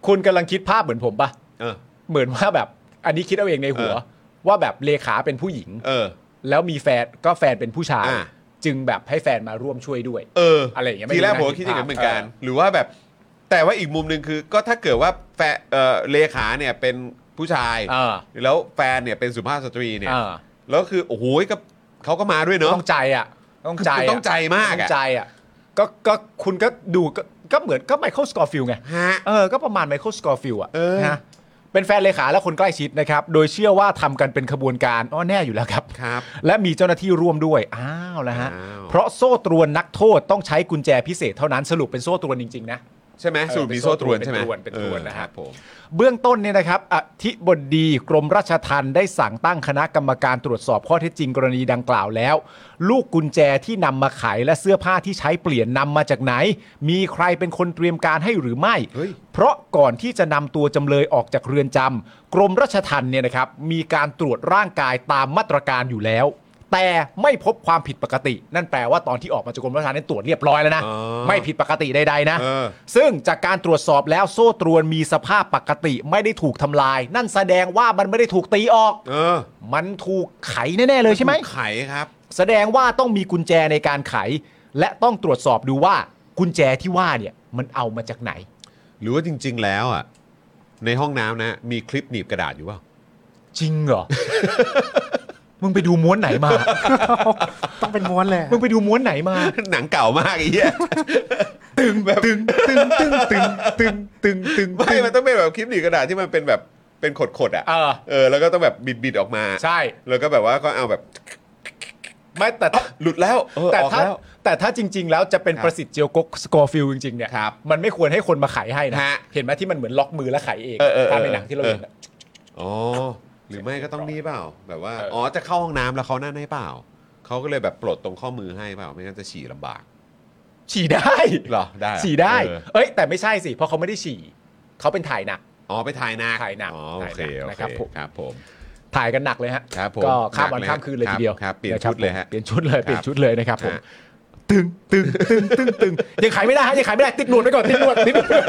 คุณกำลังคิดภาพเหมือนผมปะ เออ เหมือนว่าแบบอันนี้คิดเอาเองในหัว เออ ว่าแบบเลขาเป็นผู้หญิง เออ แล้วมีแฟนก็แฟนเป็นผู้ชาย อ่า จึงแบบให้แฟนมาร่วมช่วยด้วย เออ อะไรอย่างเงี้ยไม่ ทีแรก รู้นะ ผมก็คิดอย่างนั้นเหมือนกัน เออ หรือว่าแบบ แต่ว่าอีกมุมหนึ่งคือ ก็ถ้าเกิดว่าแฟนเออเลขาเนี่ยเป็นผู้ชาย เออ แล้วแฟนเนี่ยเป็นสุภาพสตรีเนี่ย เออ แล้วคือโอ้โหก็เขาก็มาด้วยเนอะ ต้องใจอ่ะต้องใจ คือ อะ ต้องใจมากต้อะองใจอ่ะก็ก็คุณก็ดูก็ก็เหมือนก็ไมเคิลสกอร์ฟิลไง ฮะ เออ ก็ประมาณไมเคิลสกอร์ฟิลด์อ่ะ เออ นะเป็นแฟนเลขาและคนใกล้ชิดนะครับ โดยเชื่อว่าทำกันเป็นขบวนการอ้อแน่อยู่แล้วครับ ครับ และมีเจ้าหน้าที่ร่วมด้วย อ้าวแล้วฮะ อ้าว เพราะโซ่ตรวนนักโทษต้องใช้กุญแจพิเศษเท่านั้นสรุปเป็นโซ่ตรวนจริง ๆ นะ ใช่ไหมสูตรมีโซ่ตรวนใช่ไหม เป็นตรวนเป็นตรวนนะครับ เออผม เบื้องต้นเนี่ยนะครับอธิบดีกรมราชทัณฑ์ได้สั่งตั้งคณะกรรมการตรวจสอบข้อเท็จจริงกรณีดังกล่าวแล้ว ลูกกุญแจที่นำมาขายและเสื้อผ้าที่ใช้เปลี่ยนนำมาจากไหน มีใครเป็นคนเตรียมการให้หรือไม่ เพราะก่อนที่จะนำตัวจำเลยออกจากเรือนจำกรมราชทัณฑ์เนี่ยนะครับมีการตรวจร่างกายตามมาตรการอยู่แล้ว แต่ไม่พบความผิดปกติ นั่นแปลว่าตอนที่ออกมาจากกรมราชทัณฑ์เนี่ยตรวจเรียบร้อยแล้วนะไม่ผิดปกติใดๆนะ เออ ซึ่งจากการตรวจสอบแล้วโซ่ตรวนมีสภาพปกติไม่ได้ถูกทำลาย นั่นแสดงว่ามันไม่ได้ถูกตีออก เออ มันถูกไขแน่ ๆ เลยใช่ไหม ถูกไขครับ แสดงว่าต้องมีกุญแจในการไข และต้องตรวจสอบดูว่ากุญแจที่ว่าเนี่ยมันเอามาจากไหน หรือว่าจริง ๆ แล้วอ่ะในห้องน้ำนะ มีคลิปหนีบกระดาษอยู่เปล่า จริง [LAUGHS] เหรอ มึงไปดูม้วนไหนมา ต้องเป็นม้วนเลย มึงไปดูม้วนไหนมา [LAUGHS] หนังเก่ามากไอ้เหี้ยตึงแบบ ตึงตึงตึงตึงตึงตึงตึง ไม่มันต้องเป็นแบบคลิปหนีบกระดาษที่มันเป็นแบบเป็นขดๆอ่ะ เออ เออแล้วก็ต้องแบบบิดๆออกมา ใช่ แล้วก็แบบว่าก็เอาแบบ ไม่แต่ถ้า หลุดแล้วเออ แต่ ออก ถ้า แล้ว แต่ถ้าจริง ๆ แล้วจะเป็น ครับ ประสิทธิ์เจียวกกสกอร์ฟิลจริง ๆ เนี่ย ครับ มันไม่ควรให้คนมาไขายให้นะ ฮะ เห็นไหมที่มันเหมือนล็อกมือแล้วไขายเอง เออเออเออ ตามในหนังที่เรา เออ เห็นอะ อ๋อหรือไม่ก็ต้องนี่เปล่า แบบว่า เอออ๋ อ๋อจะเข้าห้องน้ำแล้วเขานั่นให้เปล่าเขาก็เลยแบบปลดตรงข้อมือให้เปล่าไม่งั้นจะฉี่ลำบาก ฉี่ได้ เหรอได้เหรอ ฉี่ได้ เออ เอ้ย แต่ไม่ใช่สิ เพราะเขาไม่ได้ฉี่เขาเป็นถ่ายหนัก อ๋อไปถ่ายหนัก ถ่ายหนัก อ๋อโอเคโอ ถ่ายหเคนักนะครับผม ครับผม ถ่ายกันหนักเลยฮะ ครับผม ก็ข้ามวัน หนักเลย ข้ามคืนเลย ครับ ทีเดียว ครับเปลี่ยนะครับ ชุดเลยฮะ เปลี่ยนชุดเลยเปลี่ยนชุดเลยนะครับผม ฮะ ตึงตึงตึงตึงตึงยังขายไม่ได้ฮะยังขายไม่ได้ติดหนวดไว้ก่อนติดหนวดติดหนวดติดห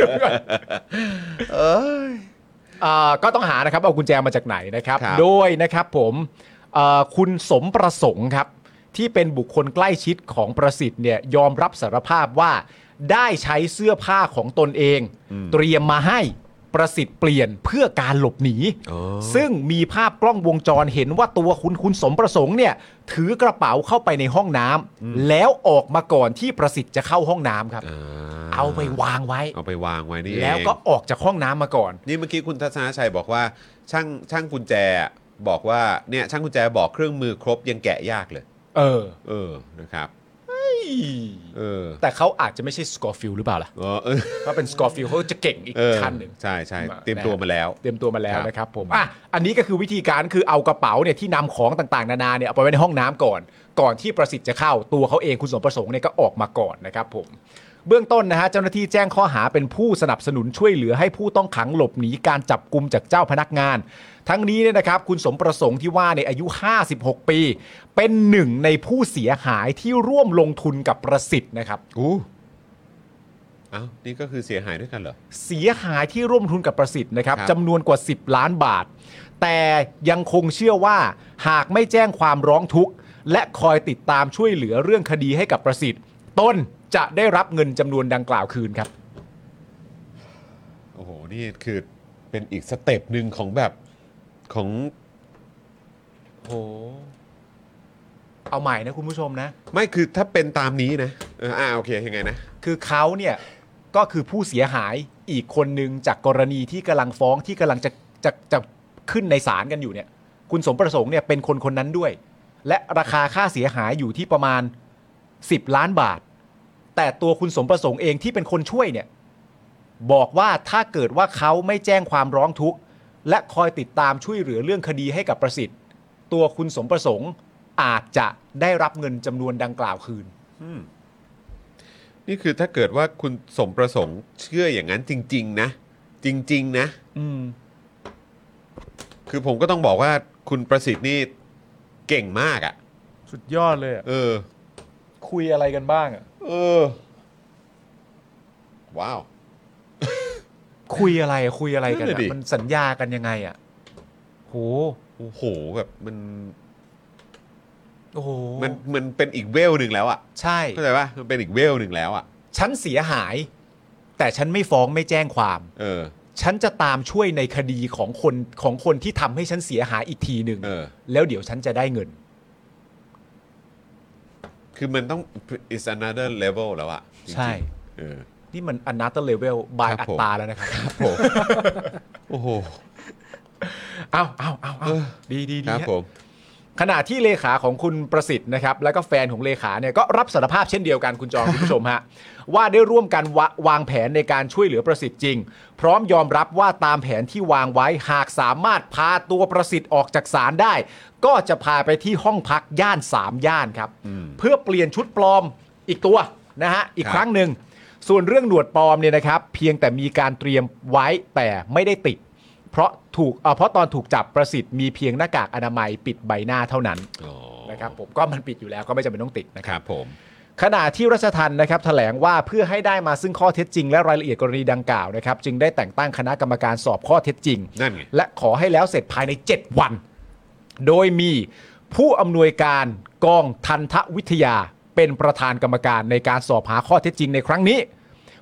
นวดไว้ก่อน เอ้ย อ่าก็ต้องหานะครับเอากุญแจมาจากไหนนะครับ ครับ โดยนะครับผมเอ่อคุณสมประสงค์ครับ ที่เป็นบุคคลใกล้ชิดของประสิทธิ์เนี่ยยอมรับสารภาพว่าได้ใช้เสื้อผ้าของตนเอง เตรียมมาให้ประสิทธิ์เปลี่ยนเพื่อการหลบหนี อ๋อ ซึ่งมีภาพกล้องวงจรเห็นว่าตัวคุณคุณสมประสงค์เนี่ยถือกระเป๋าเข้าไปในห้องน้ำแล้วออกมาก่อนที่ประสิทธิ์จะเข้าห้องน้ำครับ เอาไปวางไว้ เอาไปวางไว้นี่เอง แล้วก็ออกจากห้องน้ำมาก่อน นี่เมื่อกี้คุณทัศนชัยบอกว่า ช่างช่างกุญแจบอกว่าเนี่ยช่างกุญแจบอกเครื่องมือครบยังแกะยากเลย เออ เออนะครับเออ แต่เขาอาจจะไม่ใช่สกอร์ฟิลหรือเปล่าล่ะ เออเออ ถ้าเป็นสกอร์ฟิลเขาจะเก่งอีก เออ ขั้นหนึ่ง ใช่ใช่ มา เตรียมตัวมาแล้ว เตรียมตัวมาแล้ คว รับ นะครับผมอ่ะอันนี้ก็คือวิธีการคือเอากระเป๋าเนี่ยที่นำของต่างๆ นานาเนี่ยเอาไปไว้ในห้องน้ำก่อน ก่อนที่ประสิทธิ์จะเข้าตัวเขาเองคุณสมประสงค์เนี่ยก็ออกมาก่อนนะครับผม เบื้องต้นนะฮะเจ้าหน้าที่แจ้งข้อหาเป็นผู้สนับสนุนช่วยเหลือให้ผู้ต้องขังหลบหนีการจับกุมจากเจ้าพนักงาน ทั้งนี้เนี่ยนะครับ คุณสมประสงค์ที่ว่าในยอายุ 56 ปี เป็นหนึ่งในผู้เสียหายที่ร่วมลงทุนกับประสิทธิ์นะครับ อู้เอ้านี่ก็คือเสียหายด้วยกันเหรอ เสียหายที่ร่วมทุนกับประสิทธิ์นะครับ ครับ จำนวนกว่า 10 ล้านบาท แต่ยังคงเชื่อว่า หากไม่แจ้งความร้องทุกข์ และคอยติดตามช่วยเหลือเรื่องคดีให้กับประสิทธิ์ ต้นจะได้รับเงินจำนวนดังกล่าวคืนครับ โอ้โหนี่คือเป็นอีกสเต็ปหนึ่งของแบบของโห เอาใหม่นะคุณผู้ชมนะ ไม่คือถ้าเป็นตามนี้นะเอออ่าโอเคยังไงนะ คือเขาเนี่ย ก็คือผู้เสียหายอีกคนหนึ่งจากกรณีที่กำลังฟ้องที่กำลังจะจะจะขึ้นในศาลกันอยู่เนี่ย คุณสมประสงค์เนี่ยเป็นคนคนนั้นด้วย และราคาค่าเสียหายอยู่ที่ประมาณ 10 ล้านบาท แต่ตัวคุณสมประสงค์เองที่เป็นคนช่วยเนี่ย บอกว่าถ้าเกิดว่าเขาไม่แจ้งความร้องทุกข์ และคอยติดตามช่วยเหลือเรื่องคดีให้กับประสิทธิ์ ตัวคุณสมประสงค์อาจจะได้รับเงินจำนวนดังกล่าวคืน นี่คือถ้าเกิดว่าคุณสมประสงค์เชื่ออย่างนั้นจริง ๆ นะ จริง ๆ นะ อืม คือผมก็ต้องบอกว่าคุณประสิทธิ์นี่เก่งมากอะ่ะ สุดยอดเลยอะ เออ คุยอะไรกันบ้างอะ เออ ว้าว คุยอะไรอะคุยอะไรกัน นั่อะนน่ะดิ มันสัญญากันยังไงอ่ะโห โอ้โหแบบมัน โอ้โห มันมันเป็นอีกเวลหนึ่งแล้วอะ่ะ ใช่ เข้าใจป่ะมันเป็นอีกเวลหนึ่งแล้วอะ่ะ ฉันเสียหาย แต่ฉันไม่ฟ้องไม่แจ้งความ เออ ฉันจะตามช่วยในคดีของคนของคนที่ทำให้ฉันเสียหายอีกทีหนึ่ง เออ แล้วเดี๋ยวฉันจะได้เงิน คือมันต้อง is another level แล้วอะ่ะจริงๆ ใช่ เออ นี่มัน another level by ครั อั บผม ตราแล้วนะครับ โอ้โห เอาเอาเอาเอาดีดีดี ครับ ฮะ ผม ขณะที่เลขาของคุณประสิทธิ์นะครับ แล้วก็แฟนของเลขาเนี่ยก็รับสารภาพเช่นเดียวกันคุณจอมคุณผู้ชมฮะ ว่าได้ร่วมกันวะวางแผนในการช่วยเหลือประสิทธิ์จริง พร้อมยอมรับว่าตามแผนที่วางไว้หากสามารถพาตัวประสิทธิ์ออกจากศาลได้ ก็จะพาไปที่ห้องพักย่านสามย่านครับ เพื่อเปลี่ยนชุดปลอมอีกตัวนะฮะอีก ครับ ครั้งหนึ่ง ส่วนเรื่องหนวดปลอมเนี่ยนะครับ เพียงแต่มีการเตรียมไว้แต่ไม่ได้ติด เพราะถูกเอ่อเพราะตอนถูกจับประสิทธิ์มีเพียงหน้ากากอนามัยปิดใบหน้าเท่านั้นนะครับผมก็มันปิดอยู่แล้วก็ไม่จำเป็นต้องติดนะค ครับ รับผม ขณะที่รัชทันนะครับแถลงว่าเพื่อให้ได้มาซึ่งข้อเท็จจริง และรายละเอียดกรณีดังกล่าวนะครับ จึงได้แต่งตั้งคณะกรรมการสอบข้อเท็จจริง นั่นไง และขอให้แล้วเสร็จภายใน 7 วัน โดยมีผู้อำนวยการกองทันทวิทยาเป็นประธานกรรมการในการสอบหาข้อเท็จจริงในครั้งนี้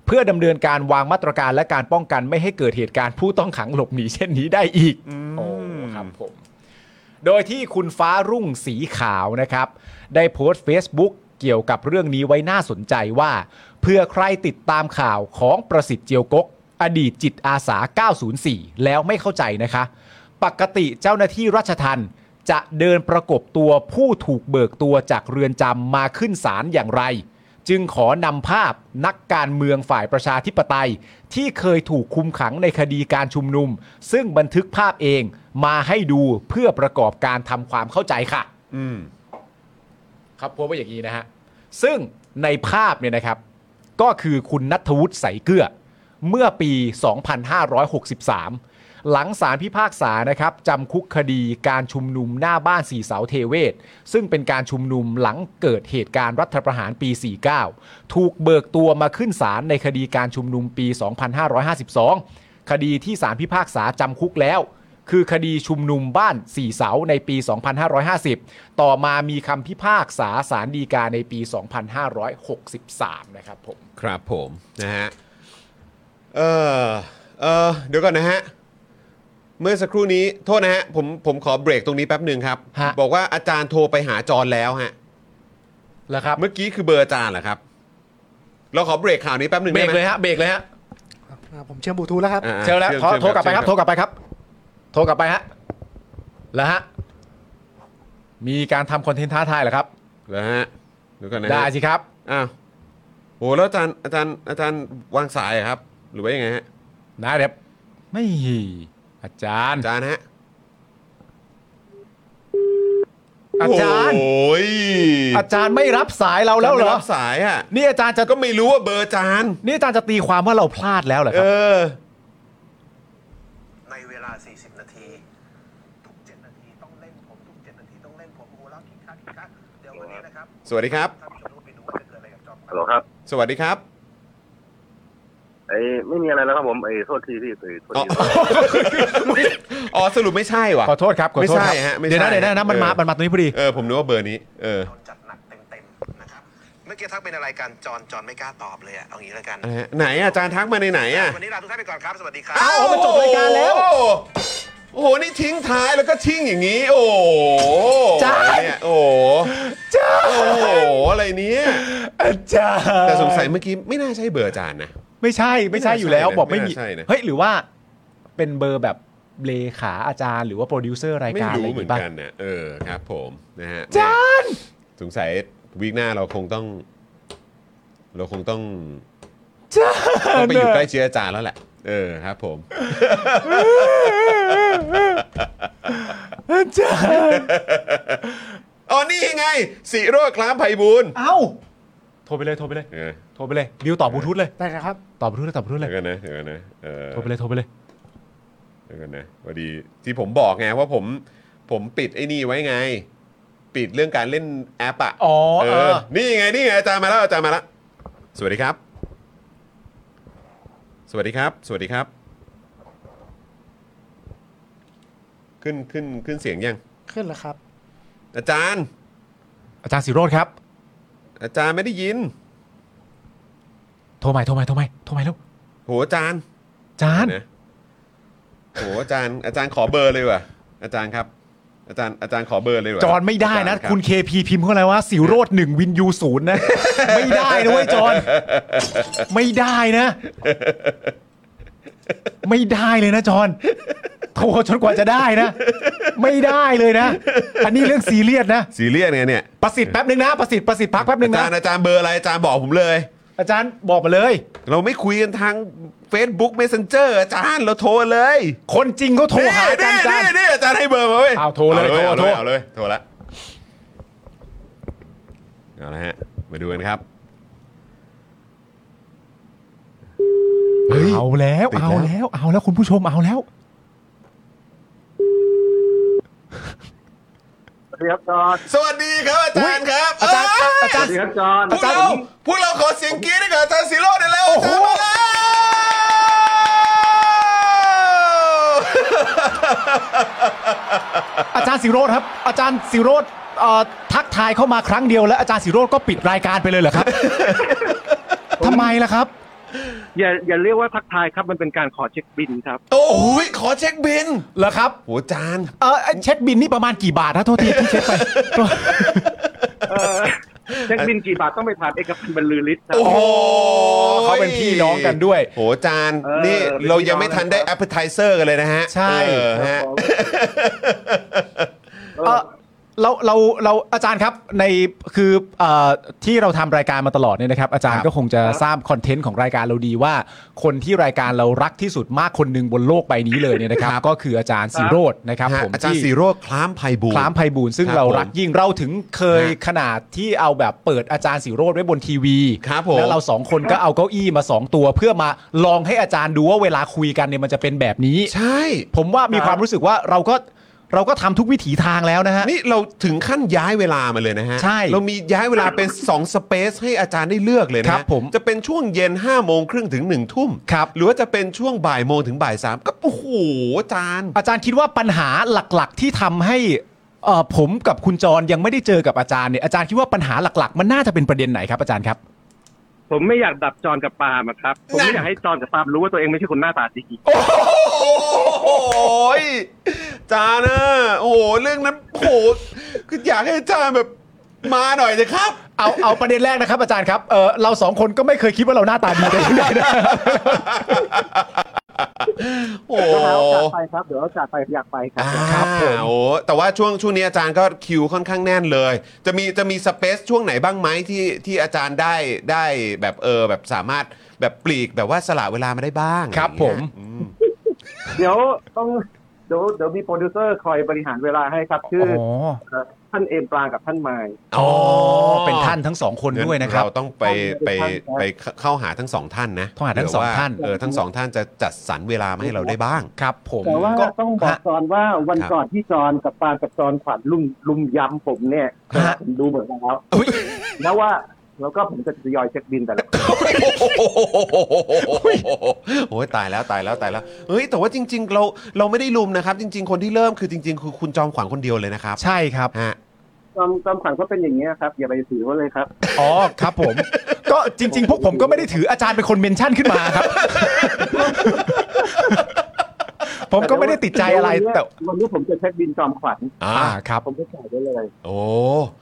เพื่อดำเนินการวางมาตรการและการป้องกันไม่ให้เกิดเหตุการณ์ผู้ต้องขังหลบหนีเช่นนี้ได้อีกโอ้ครับผม โดยที่คุณฟ้ารุ่งสีขาวนะครับ ได้โพสต์ Facebook เกี่ยวกับเรื่องนี้ไว้น่าสนใจว่า เพื่อใครติดตามข่าวของประสิทธิ์เจียวกก อดีตจิตอาสา 904 แล้วไม่เข้าใจนะคะ ปกติเจ้าหน้าที่ราชทันจะเดินประกบตัวผู้ถูกเบิกตัวจากเรือนจำมาขึ้นศาลอย่างไร จึงขอนำภาพนักการเมืองฝ่ายประชาธิปไตย ที่เคยถูกคุมขังในคดีการชุมนุม ซึ่งบันทึกภาพเองมาให้ดูเพื่อประกอบการทำความเข้าใจค่ะ อืม ครับพูดว่าอย่างนี้นะฮะ ซึ่งในภาพเนี่ยนะครับ ก็คือคุณนัทวุฒิใสเกลือ เมื่อปี 2563 หลังสารพิพากษานะครับจำคุกคดีการชุมนุมหน้าบ้านสีเสาเทเวศ ซึ่งเป็นการชุมนุมหลังเกิดเหตุการณ์รัฐประหารปี 49 ถูกเบิกตัวมาขึ้นศาลในคดีการชุมนุมปี 2552 คดีที่สารพิพากษาจำคุกแล้ว คือคดีชุมนุมบ้านสี่เสาในปี 2550 ต่อมามีคำพิพากษาสารดีกาในปี 2563 นะครับผม ครับผมนะฮะ เออเออเดี๋ยวก่อนนะฮะ เมื่อสักครู่นี้โทษนะฮะ ผมผมขอเบรกตรงนี้แป๊บหนึ่งครับ ฮะ บอกว่าอาจารย์โทรไปหาจอนแล้วฮะ แล้วครับ เมื่อกี้คือเบอร์อาจารย์เหรอครับ เราขอเบรกข่าวนี้แป๊บหนึ่ง เบรกได้ไหม เลยฮะ เบรกเลยฮะ อ่าผมเชื่อมบลูทูธแล้วครับ อ่า เชิญแล้ว เชิญ ขอ เชิญ โทรกลับไปครับ โทรกลับไปครับ โทรกลับไปฮะ แล้วฮะ มีการทำคอนเทนต์ท้าทายเหรอครับ แล้วฮะเดี๋ยวก่อนนะฮะ ได้สิครับ อ้าวโหแล้วอาจารย์อาจารย์อาจารย์วางสายเหรอครับ หรือว่ายังไงฮะ นะเดี๋ยวไม่อาจารย์ อาจารย์ฮะ อาจารย์ โอ้ย อาจารย์ไม่รับสายเราแล้วเหร ไม่ อ บสายอ่ะ นี่อาจารย์จะ ก็ไม่รู้ว่าเบอร์อาจารย์ นี่อาจารย์จะตีความว่าเราพลาดแล้วเหรอค เอ รับ อ ในเวลา 40 นาที ทุก 7 นาทีต้องเล่นผมทุก 7 นาทีต้องเล่นผมโอ้โหแล้วคิกคักคิกคักเดี๋ยววันนี้นะครับ สวัสดีครับ ท่านผู้ชมก็ไปดูว่าจะเกิดอะไรกับจอมขวัญ ฮัลโหลครับ สวัสดีครับ ไอ้ไม่มีอะไรแล้วครับผมไอ้โทษทีพี่ไอ้โทษ อ๋อ ที [LAUGHS] อ๋อสรุปไม่ใช่ว่ะ ขอโทษครับขอโทษครับ ไม่ใช่ฮะไม่ใช่ เดี๋ยวนะเดี๋ยวนะนะมันมา เออ มันมาตรงนี้พอดี เออ ผมนึกว่าเบอร์นี้ เออ โดนจัดหนักเต็มๆนะครับ เมื่อกี้ทักเป็นอะไรกันจอนจอนไม่กล้าตอบเลยอะเอางี้แล้วกัน อะไรฮะไหนอะอาจารย์ทักมาในไหนอะ วันนี้ลาทุกท่านไปก่อนครับ สวัสดีครับ เอ้า วมันจบรายการแล้ว โอ้โหโอ้โห นี่ทิ้งท้ายแล้วก็ทิ้งอย่างนี้ โอ้โห จ้า เนี่ยโอ้โห จ้า โอ้โห อะไรเนี้ย อาจารย์ แต่สงสัยเมื่อกี้ไม่น่าใช่เบอร์อาจารย์นะ ไม่ใช่ไม่ใช่ ไม่น่า อยู่แล้ว ใช่นะ บอกไม่มี ไม่น่าใช่นะ เฮ้ยหรือว่าเป็นเบอร์แบบเลขาอาจารย์หรือว่าโปรดิวเซอร์ราย ไม่ การอะไรอรู้ย่าง เหมือ งี้ น ป่ะ กันนะเออครับ ผมนะฮะ อาจารย์ สงสัยวีคหน้าเราคงต้อง เราคงต้องต้องไปอยู่ใกล้เชื้ออาจารย์แล้วแหละ เออครับ ผม อาจารย์ อ๋อนี่ไงสีโรดคล้ามไพบูลย์ เอ้าโทรไปเลยโทรไปเลย เออ โทรไปเลยบิวต่อบลูทูธเลย ได้ครับ ต่อบลูทูธเลยต่อบลูทูธเล เดี๋ยยว กันนะเดี๋ยวกันนะเออ โทรไปเลยโทรไปเลย เดี๋ยวกันนะพอดีที่ผมบอกไงว่าผมผมปิดไอ้นี่ไว้ไง ปิดเรื่องการเล่นแอปอะ อ๋อ เอ เอ อ อ นี่ไงนี่ไงอาจารย์มาแล้วอาจารย์มาแล้วสวัสดีครับ สวัสดีครับ สวัสดีครับ ขึ้นขึ้นขึ้นเสียงยัง ขึ้นแล้วครับ อาจารย์ อาจารย์สิโรธครับ อาจารย์ไม่ได้ยิน โทรใหม่โทรใหม่โทรใหม่โทรใหม่แล้ว โหอาจารย์ อาจารย์ เดี๋ยวนะโหอาจารย์อาจารย์ขอเบอร์เลยว่ะ อาจารย์ครับ อาจารย์อาจารย์ขอเบอร์เลยว่ะ จอนไม่ได้นะ อาจารย์รับ คุณเคพีพิมพ์เข้าแล้วว่าสิโรธหนึ่งวินยูศูนย์นะ ไม่ได้นะเว้ยจอนไม่ได้นะ ไม่ได้เลยนะจอน โทรจนกว่าจะได้นะ ไม่ได้เลยนะ อันนี้เรื่องซีเรียสนะ ซีเรียสไงเนี่ย ประสิทธิ์แป๊บนึงนะ ประสิทธิ์ประสิทธิ์พักแป๊บนึ อาง จา นะ รย์อาจารย์เบอร์อะไรอาจารย์บอกผมเลย อาจารย์บอกมาเลย เราไม่คุยกันทาง Facebook Messenger อาจารย์เราโทรเลย คนจริงเขาโทรหาอาจารย์อานี่จารย์ นี่นี่อาจารย์ให้เบอร์มาเว้ย เอาโทรเลย อา โทร เอาเลยเอาเลยโทรละเอาละฮะมาดูกันครับ เอาแล้ว ติดแล้ว เอาแล้วเอาแล้วคุณผู้ชมเอาแล้ว สวัสดีครับจอน สวัสดีครับอาจารย์ครับ อาจารย์ เอ้ย อา ส จาร วั ย์ สดีครับจอน พวกเราพวกเราขอเสียงกรี๊ดให้กับอาจารย์ศิโรจน์หน่อยแล้ว โอ้โห อาจารย์มาแล้ว อาจารย์สิโรธครับ อาจารย์สิโรธเอ่อทักทายเข้ามาครั้งเดียวแล้วอาจารย์สิโรธก็ปิดรายการไปเลยเหรอครับ [LAUGHS] ทำไมล่ะครับ อย่าอย่าเรียกว่าทักทายครับมันเป็นการขอเช็คบินครับ โอ้โหขอเช็คบิน เหรอครับ โหอาจารย์ เออไอ้เช็ดบินนี่ประมาณกี่บาทนะโทษทีที่เช็ดไป เออเช็คบินกี่บาทต้องไปถามเอกพันธ์บรรลือฤทธิ์ครับ โอ้โห เขาเป็นพี่น้องกันด้วย โหจาน เออ นี่ เป็น เรา พี่ ยังไม่ น้อง ทันได้ นะครับ appetizer กันเลยนะฮะ ใช่ เออฮะ เอ [LAUGHS] เอ่ อ อเราเราเราอาจารย์ครับในคือเออที่เราทำรายการมาตลอดเนี่ยนะครับ อาจารย์ก็คงจะทราบคอนเทนต์ของรายการเราดีว่า คนที่รายการเรารักที่สุดมากคนหนึ่งบนโลกใบนี้เลยเนี่ยนะครับ ก็คืออาจารย์สีโรดนะครับ ฮะ ผม อาจารย์ ที่ สีโรจน์คล้ามไพบูลย์ คล้ามไพบูลย์ซึ่ง ครับ เรารักยิ่งเราถึงเคย ฮะ ขนาดที่เอาแบบเปิดอาจารย์สิโรธไว้บนทีวี ครับผม แล้วเราสองคนก็เอาเก้าอี้มาสองตัวเพื่อมาลองให้อาจารย์ดูว่าเวลาคุยกันเนี่ยมันจะเป็นแบบนี้ ใช่ ผมว่ามีความรู้สึกว่าเราก็เราก็ทำทุกวิถีทางแล้วนะฮะ นี่เราถึงขั้นย้ายเวลามาเลยนะฮะ ใช่ เรามีย้ายเวลาเป็น 2 สเปซให้อาจารย์ได้เลือกเลยนะฮะ ครับผม จะเป็นช่วงเย็น5้าโมงครึ่งถึง1นึ่ทุ่ม ครับ หรือว่าจะเป็นช่วงบ่ายโมงถึงบ่ายสามก็โอ้โหอาจารย์ อาจารย์คิดว่าปัญหาหลักๆที่ทำให้เอ่อผมกับคุณจรยังไม่ได้เจอกับอาจารย์เนี่ยอาจารย์คิดว่าปัญหาหลักๆ มันน่าจะเป็นประเด็นไหนครับอาจารย์ครับ ผมไม่อยากดับจอนกับปาล์มอะครับ ผม นั่ ไม่ น อยากให้จอนกับปาล์มรู้ว่าตัวเองไม่ใช่คนหน้าตาดี โอ้โหยจานะโอ้โห เรื่องนั้นโหคืออยากให้อาจารย์แบบมาหน่อยเลยครับ เอาเอาประเด็นแรกนะครับอาจารย์ครับเออเราสองคนก็ไม่เคยคิดว่าเราหน้าตาดีกันที่ไหนนะ โอ้โห เดี๋ยวเราจัดไปครับ เดี๋ยวเราจัดไปอยากไปครับ อ่า ครับผม โอ้แต่ว่าช่วงช่วงนี้อาจารย์ก็คิวค่อนข้างแน่นเลย จะมีจะมีสเปซช่วงไหนบ้างไหมที่ที่อาจารย์ได้ได้แบบเออแบบสามารถแบบปลีกแบบว่าสละเวลามาได้บ้าง ครับ อะไอย่างเงี้ย ผม อืม เดี๋ยวต้องเดี๋ยวเดี๋ยวมีโปรดิวเซอร์คอยบริหารเวลาให้ครับ ชื่อ อ เอ่อท่านเอมปลางกับท่านไมล์ อ๋อ เป็นท่านทั้งสองคนด้วยนะครับ เราต้องไปไปไปเข้าหาทั้งสองท่านนะ เข้าหาทั้งสองท่าน เผื่อว่เออทั้งสองท่านจะจัดสรรเวลามาให้เราได้บ้าง ครับผม แต่ว่า ก็ ต้องบอก ฮะ จอนว่าวัน ครับ ก่อนที่จอนกับปานกับจอนขวัญลุมลุมย้ำผมเนี่ย ฮะ ผมดูหมดแล้ว เอ้ย แล้วว่าแล้วก็ผมจะทยอยเช็คบินแต่ละคน โอ้ยตายแล้วตายแล้วตายแล้วเฮ้ยแต่ว่าจริง ๆ เราเราไม่ได้ลุมนะครับ จริง ๆ คนที่เริ่มคือจริง ๆ คือคุณจอมขวัญคนเดียวเลยนะครับ ใช่ครับ ฮะ จอมจอมขวัญก็เป็นอย่างนี้ยครับ อย่าไปถือว่าเลยครับ อ๋อ ครับผม ก็จริง ๆ พวกผมก็ไม่ได้ถืออาจารย์เป็นคนเมนชั่นขึ้นมาครับ ผมก็ไม่ได้ติดใจอะไรแต่ วันนี้ผมจะเช็คบินจอมขวัญ อ่า อ่า ครับ ผมจะจ่ายได้เลย โอ้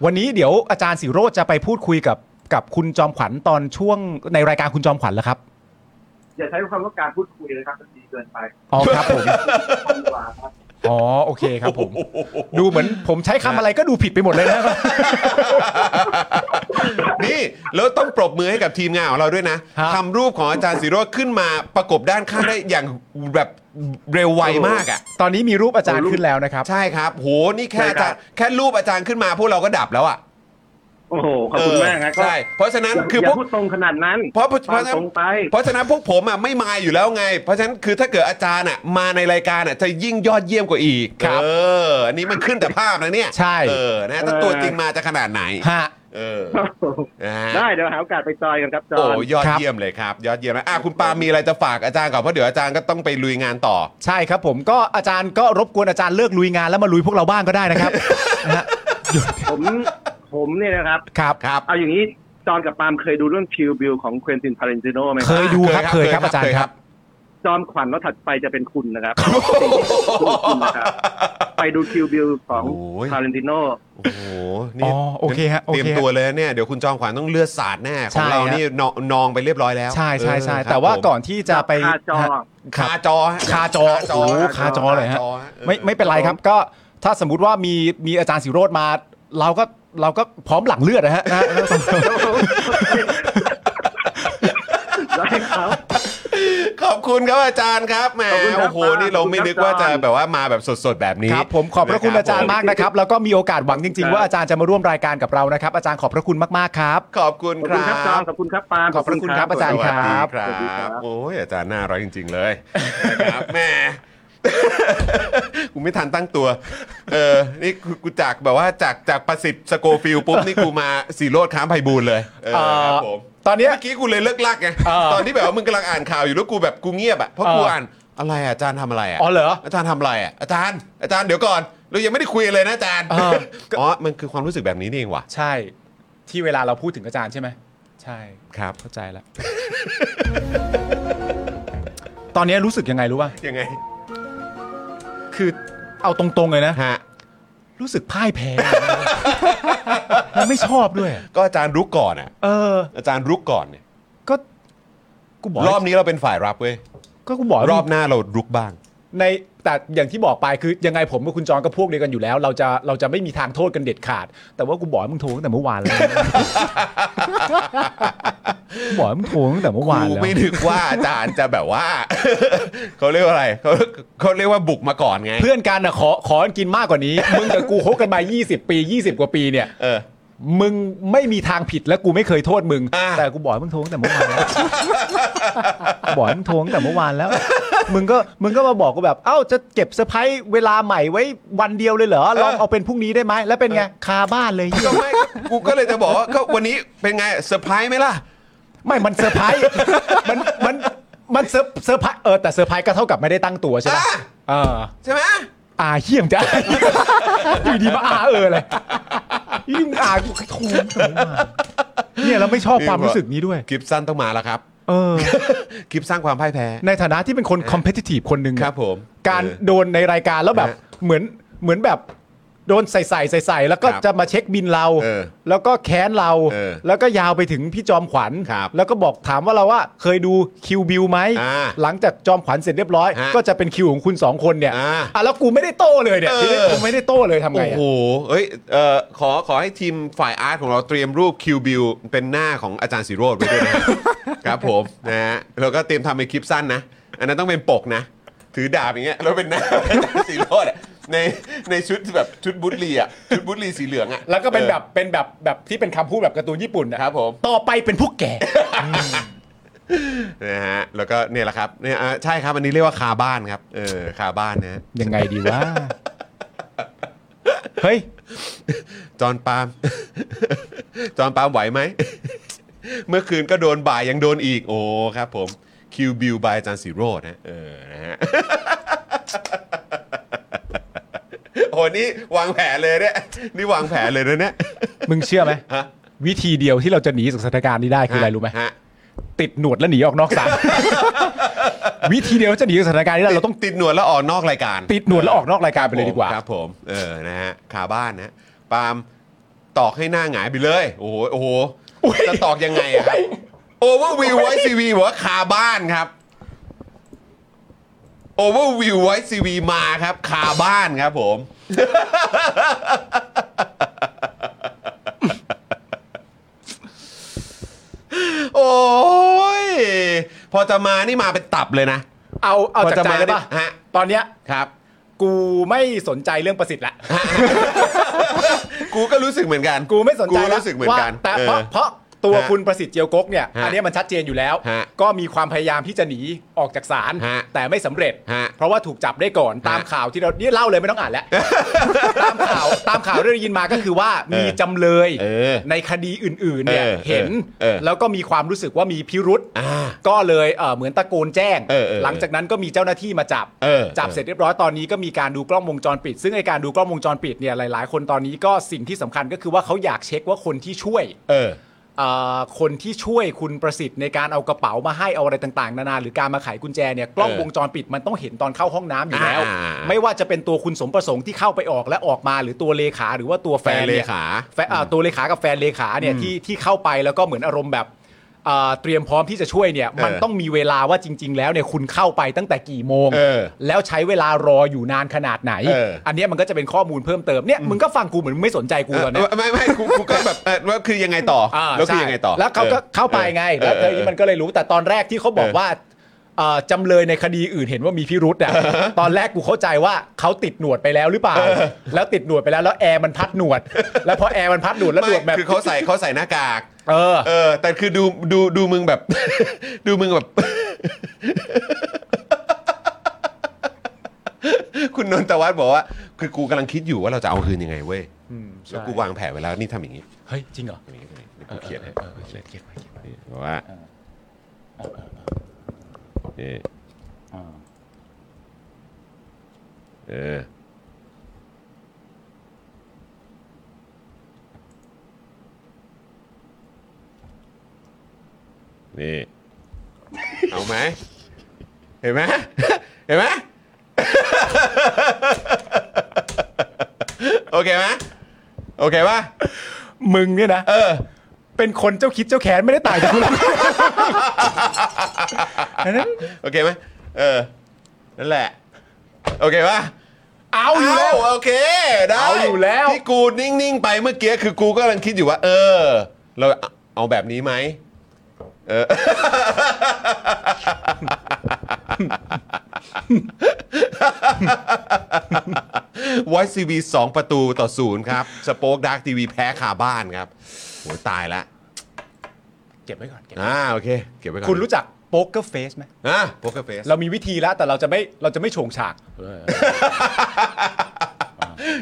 วันนี้เดี๋ยวอาจารย์สิโรธจะไปพูดคุยกับกับคุณจอมขวัญตอนช่วงในรายการคุณจอมขวัญแล้วครับ อย่าใช้คำว่าการพูดคุยเลยครับมันดีเกินไป อ๋อ ครับผม ดีกว่าครับ อ๋อ โอเคครับผม ดูเหมือนผมใช้คำอะไรก็ดูผิดไปหมดเลยนะ นี่แล้วต้องปรบมือให้กับทีมงานของเราด้วยนะ ฮะ ทำรูปของอาจารย์ศิโรจน์ขึ้นมาประกบด้านข้างได้อย่างแบบเร็วไวมากอ่ะ ตอนนี้มีรูปอาจารย์ขึ้นแล้วนะครับ ใช่ครับ โห นี่แค่อาจารย์แค่รูปอาจารย์ขึ้นมาพวกเราก็ดับแล้วอ่ะ โอ้โหขอบคุณมาก เอ นะ อ ก็ ใช่ เพราะฉะนั้น อย่า คือ อ พ ย่าว ก พูดตรงขนาดนั้น เพราะเพราะเพราะ ตรงไป เพราะฉะนั้นพวกผมอ่ะไม่มาอยู่แล้วไง เพราะฉะนั้นคือถ้าเกิดอาจารย์อ่ะมาในรายการอ่ะจะยิ่งยอดเยี่ยมกว่าอีก ครับ เออ อันนี้มันขึ้นแต่ภาพนะเนี่ย ใช่ เออ นะ ถ้าตัวจริงมาจะขนาดไหน ฮะ เออ นะฮะ ได้เดี๋ยวหาโอกาสไปจอยกันครับจ โอ้ อน ยอด ครับ เยี่ยมเลยครับ ยอดเยี่ยมนะอ่ะคุณปาล์มมีอะไรจะฝากอาจารย์ก่อนเพราะเดี๋ยวอาจารย์ก็ต้องไปลุยงานต่อ ใช่ครับผมก็อาจารย์ก็รบกวนอาจารย์เลิกลุยงานแล้วมาลุยพวกเราบ้างก็ได้นะครับ [LAUGHS] นะฮะ ผมผมเนี่ยนะครับ ครับครับ เอาอย่างนี้จอนกับปาล์มเคยดูเรื่องคิวบิลของเควินตินพาเรนติโนไหม เคยดูครับเคยครับ เคยครับ อาจารย์ครับ จอมขวัญแล้วถัดไปจะเป็นคุณนะครับ เป็นคุณนะครับ ไปดูคิวบิลของ โอ้ย ทาเรนติโน โอ้โหนี่ อ๋อโอเคฮะโอเคเตรียมตัวเลยนะเนี่ยเดี๋ยวคุณจอมขวัญต้องเลือดสาดแน่ข ใช่ อฮะงเรานี่นอนองไปเรียบร้อยแล้ว ใช่ใช่ใช่ เออครับ แต่ว่าก่อนที่จะไป คาจอ ฮะครั คา บ จอฮะ คาจอโอ้โหคาจอเลยฮะ คาจอ ไม่ไม่เป็นไรครับก็ถ้าสมมติว่ามีมีอาจารย์สิโรธมา เราก็เราก็พร้อมหลังเลือดนะฮะ [LAUGHS] นะ ได้ครับ ขอบคุณครับอาจารย์ครับแหม ขอบคุณครับ โอ้โหนี่เราไม่นึก ขอบคุณครับ ว่าจะ อาจารย์ แบบว่ามาแบบสดๆแบบนี้ ครับผมขอบพระคุณอาจารย์มากนะครับ แล้วก็มีโอกาสหวังจริง ๆ ว่าอาจารย์จะมาร่วมรายการกับเรานะครับ อาจารย์ขอบพระคุณมากๆครับ ขอบคุณ ขคอบคุณ รั ครับจอม บ ขอบคุณครับปาล์ม ขอบพระคุณครับอาจารย์ สวัสดีค สวัสดีครั รับ บ โอ้ยอาจารย์น่ารักจริง ๆ เลยนะครับแหม่ กูไม่ทันตั้งตัว เออ นี่กูกูจากแบบว่าจากจากประสิทธิ์สโกฟิลปุ๊บนี่กูมาสีโรดค้ามไพบูลย์เลย เออครับผม ตอนเนี้ย เมื่อกี้กูเลยเลิกลักไง เออ ตอนที่แบบว่ามึงกำลังอ่านข่าวอยู่แล้วกูแบบกูเงียบอ่ะ เพราะกู เอออ่ อ่านอะไรอะอาจารย์ทำอะไรอ่ะ อ๋อเหรอ อาจารย์ทำอะไรอ่ะ อาจารย์ อาจารย์เดี๋ยวก่อน เรายังไม่ได้คุยเลยนะอาจารย์ เออ อ๋อ มันคือความรู้สึกแบบนี้นี่เองว่ะ ใช่ ที่เวลาเราพูดถึงอาจารย์ใช่ไหมใช่ ครับ เข้าใจแล้ว ตอนเนี้ยรู้สึกยังไงรู้ป่ะ ยังไง คือเอาตรงๆเลยนะ ฮะ รู้สึกพ่ายแพ้ [LAUGHS] แล้วไม่ชอบด้วย ก็อาจารย์รู้ก่อนอ่ะ เออ อาจารย์รุกก่อนเนี่ย ก็กูบอกให้ รอบนี้เราเป็นฝ่ายรับเว้ย ก็กูบอกให้ รอบหน้าเรารุกบ้าง ในแต่อย่างที่บอกไปคือยังไงผมกับคุณจอนก็พวกเดียวกันอยู่แล้ว เราจะเราจะไม่มีทางโทษกันเด็ดขาด แต่ว่ากูบอกให้มึงโทรตั้งแต่เมื่อว [LAUGHS] านแล้ว กูบอกให้มึงโทรตั้งแต่เมื่อวาน กู แล้ว ไม่นึกว่าอาจารย์จะแบบว่า [LAUGHS] เขาเรียกว่าอะไรเขาเขาเรียกว่าบุกมาก่อนไง เพื่อนกันนะขอขอกินมากกว่านี้ มึงกับกูคบกันมา 20 ปี 20 กว่าปีเนี่ย เออ [LAUGHS] มึงไม่มีทางผิดและกูไม่เคยโทษมึง อ่า แต่กูบอกให้มึงโทวงแต่เมื่อวานแล้ว บอกให้มึงโทวงแต่เมื่อวานแล้ว [LAUGHS] มึงก็มึงก็มาบอกกูแบบ เอ้าจะเก็บเซอร์ไพรส์เวลาใหม่ไว้วันเดียวเลยเหรอลองเอาเป็นพรุ่งนี้ได้ไหมแล้วเป็นไงคาบ้านเลย [LAUGHS] เหี้ย ก็ไม่กูก็เลยจะบอกว่าก็วันนี้เป็นไงเซอร์ไพรส์ไหมล่ะ ไม่มันเซอร์ไพรส์ [LAUGHS] มันมันมันเซอร์เซอร์ไพรส์เออแต่เซอร์ไพรส์ก็เท่ากับไม่ได้ตั้งตัวใช่ไหม อ่า เออ ใช่ไหม อาเยี่ยมจ้ะ [LAUGHS] อยู่ดีมาอาเออเลย [LAUGHS] ยิ่งอากูทูมแต่ไม่มาเนี่ยเราไม่ชอบความรู้สึกนี้ด้วย คลิปสั้นต้องมา [LAUGHS] แล้วครับ เออ คลิปสร้างความพ่ายแพ้ [LAUGHS] ในฐานะที่เป็นคนคอมเพ t i ทีฟคนหนึ่ง ครับผม การ เออ โดนในรายการแล้วแบบ ฮะ เหมือนเหมือนแบบโดนใส่ใส่ใส่ใส่แล้วก็ ครับ จะมาเช็คบินเรา เออ แล้วก็แค้นเรา เออ แล้วก็ยาวไปถึงพี่จอมขวัญ ครับ แล้วก็บอกถามว่าเราว่าเคยดูคิวบิวไหม อ่า หลังจากจอมขวัญเสร็จเรียบร้อย ฮะ ก็จะเป็นคิวของคุณสองคนเนี่ย อ่า อ่ะแล้วกูไม่ได้โต้เลยเนี่ย เออ ทีนี้กูไม่ได้โต้เลยทำไง โอ้ อะ โหเอ้ยเอ่อขอขอให้ทีมฝ่ายอาร์ตของเราเตรียมรูปคิวบิลเป็นหน้าของอาจารย์สีโรดไว้ด้วยนะ [LAUGHS] ครับผมนะฮะแล้วก็เตรียมทำเป็นคลิปสั้นนะ อันนั้นต้องเป็นปกนะ ถือดาบอย่างเงี้ยแล้วเป็นหน้าอาจารย์สีโรดอะ [LAUGHS] ในในชุดแบบชุดบุตรีอ่ะชุดบุตรีสีเหลืองอ่ะ แล้วก็เป็น ออ แบบเป็นแบบแบบที่เป็นคำพูดแบบการ์ตูนญี่ปุ่นนะครับ ผม ต่อไปเป็นพวกแก [LAUGHS] นะฮะแล้วก็เนี่ยแหละครับเนี่ยอ่ะใช่ครับอันนี้เรียกว่าคาบ้านครับเออคาบ้านนะฮะ ยังไงดีวะ เฮ้ย จอห์นปาล์ม [LAUGHS] จอห์นปาล์มไหวไหม [LAUGHS] เมื่อคืนก็โดนบ่ายยังโดนอีก โอ้ครับผมคิวบิวบายอาจารย์สีโรดนะเออนะฮะ [LAUGHS] โอ้นี่วางแผนเลยเนี่ยนี่วางแผนเลยนะเนี่ย [LAUGHS] มึงเชื่อไหม ฮะ วิธีเดียวที่เราจะหนีจากสถานการณ์นี้ได้คืออะไรรู้ไหม ฮะ ติดหนวดแล้วหนีออกนอก [LAUGHS] สาล วิธีเดียวจะหนีจากสถานการณ์นี้ได้เราต้อง ติดหนวดแล้วออกนอกรายการ ติดหนวดแล้วออกนอกรายการไปเลยดีกว่า ครับผมเออนะฮะคาบ้านนะปาล์มตอกให้หน้าหงายไปเลย โอ้โหโอ้โหจะตอกยังไงอะครับโอเวอร์วิวไวซีวีบอกว่าคาบ้านครับโอเวอร์วิวไวซีวีมาครับ คาบ้านครับผม [LAUGHS] โอ้ยพอจะมานี่มาเป็นตับเลยนะ เอาเอาจาก พอจะ ใจ มา เลยป่ะ ฮะ ตอนเนี้ย ครับ กูไม่สนใจเรื่องประสิทธิ์ละ กูก็รู้สึกเหมือนกัน กูไม่สนใจ กู แล้ว รู้สึกเหมือนกัน ว่าแต่ ออ เพราะเพราะตัว ฮะ คุณประสิทธิ์เจียวกกเนี่ย ฮะ อันเนี้ยมันชัดเจนอยู่แล้ว ฮะ ก็มีความพยายามที่จะหนีออกจากศาล ฮะ แต่ไม่สำเร็จ ฮะ เพราะว่าถูกจับได้ก่อนตาม ฮะ ข่าวที่เราเนี่ยเล่าเลยไม่ต้องอ่าน [LAUGHS] แล้ว ตามข่าวตามข่าวที่ได้ยินมาก็คือว่ามีจำเลย เออ ในคดีอื่นๆเนี่ย เออเออ เห็น เออ แล้วก็มีความรู้สึกว่ามีพิรุษ อ่า ก็เลยเอ่อเหมือนตะโกนแจ้ง เออเออ หลังจากนั้นก็มีเจ้าหน้าที่มาจับ เออ จับ เออ เสร็จเรียบร้อยตอนนี้ก็มีการดูกล้องวงจรปิด ซึ่งไอการดูกล้องวงจรปิดเนี่ยหลาย ๆ คนตอนนี้ก็สิ่งที่สำคัญก็คือว่าเขาอยากเช็คว่าคนที่ช่วย เออ เอ่อคนที่ช่วยคุณประสิทธิ์ในการเอากระเป๋ามาให้เอาอะไรต่างๆ นานาหรือการมาไขกุญแจเนี่ยกล้อง เออ วงจรปิดมันต้องเห็นตอนเข้าห้องน้ำอยู่แล้ว อ่า ไม่ว่าจะเป็นตัวคุณสมประสงค์ที่เข้าไปออกและออกมาหรือตัวเลขาหรือว่าตัวแฟ แฟน น เล เนี่ย ขา แฟนอ่าตัวเลขากับแฟนเลขาเนี่ยที่ที่เข้าไปแล้วก็เหมือนอารมณ์แบบอ่าเตรียมพร้อมที่จะช่วยเนี่ย มัน เออ ต้องมีเวลาว่าจริง ๆ แล้วเนี่ยคุณเข้าไปตั้งแต่กี่โมง เออ แล้วใช้เวลารออยู่นานขนาดไหน เอออั นเนี้ยมันก็จะเป็นข้อมูลเพิ่มเติมเนี่ยมึงก็ฟังกูเหมือนมึงไม่สนใจกูตอนเนี้ย เออไม่ไม่กูกูก็แบบเออว่าคือยังไงต่ออ อ่า แล้วคือ ใช่ ยังไงต่อ แล้วเขาก็ ออ เข้าไปไง เอ แล้ว อ เธอ เออ มันก็เลยรู้แต่ตอนแรกที่เขาบอก เออ ว่าเอ่อจำเลยในคดีอื่นเห็นว่ามีพิรุษอ่ะตอนแรกกูเข้าใจว่าเขาติดหนวดไปแล้วหรือเปล่า แล้วติดหนวดไปแล้วแล้วแอร์มันพัดหนวด แล้วพอแอร์มันพัดหนวดแล้วหนวดแบบไม่คือเขาใส่เขาใส่หน้ากาก เออ เออ แต่คือดูดูดูมึงแบบ [LAUGHS] ดูมึงแบบ [LAUGHS] คุณนนทวัฒน์บอกว่า คือกูกำลังคิดอยู่ว่าเราจะเอาคืนยังไงเว้ยแล้วกูวางแผนไว้แล้วนี่ทำอย่างนี้ เฮ้ย จริงเหรอ ทำอย่างนี้ทำอย่างนี้นี่กูเขียนให้ ออออเขียนเขียนไว้เขียนไว้ นี่บอกว่านี่ อ่า เออ นี่ เอาไหม เห็นไหม เห็นไหม โอเคไหม โอเคป่ะ มึงเนี่ยนะ เออ เป็นคนเจ้าคิดเจ้าแค้นไม่ได้ต่างจากกูหรอก โอเคไหมเออ นั่นแหละ โอเคป่ะ เอาอยู่แล้ว โอเคได้ เอาอยู่แล้ว ที่กูนิ่ง ๆ ไปเมื่อกี้คือกูก็กำลังคิดอยู่ว่า เออ เราเอาแบบนี้ไหมเออ [LAUGHS] วอยซีวีสองประตูต่อศูนย์ครับ สโป๊กดาร์กทีวีแพ้คาบ้านครับโหตายละ เก็บไว้ก่อนเก็บไว้ อ่าโอเค เก็บไว้ก่อน คุณรู้จักโป๊กเกอร์เฟสไหม อ่ะโป๊กเกอร์เฟส เรามีวิธีแล้วแต่เราจะไม่เราจะไม่โฉงฉาก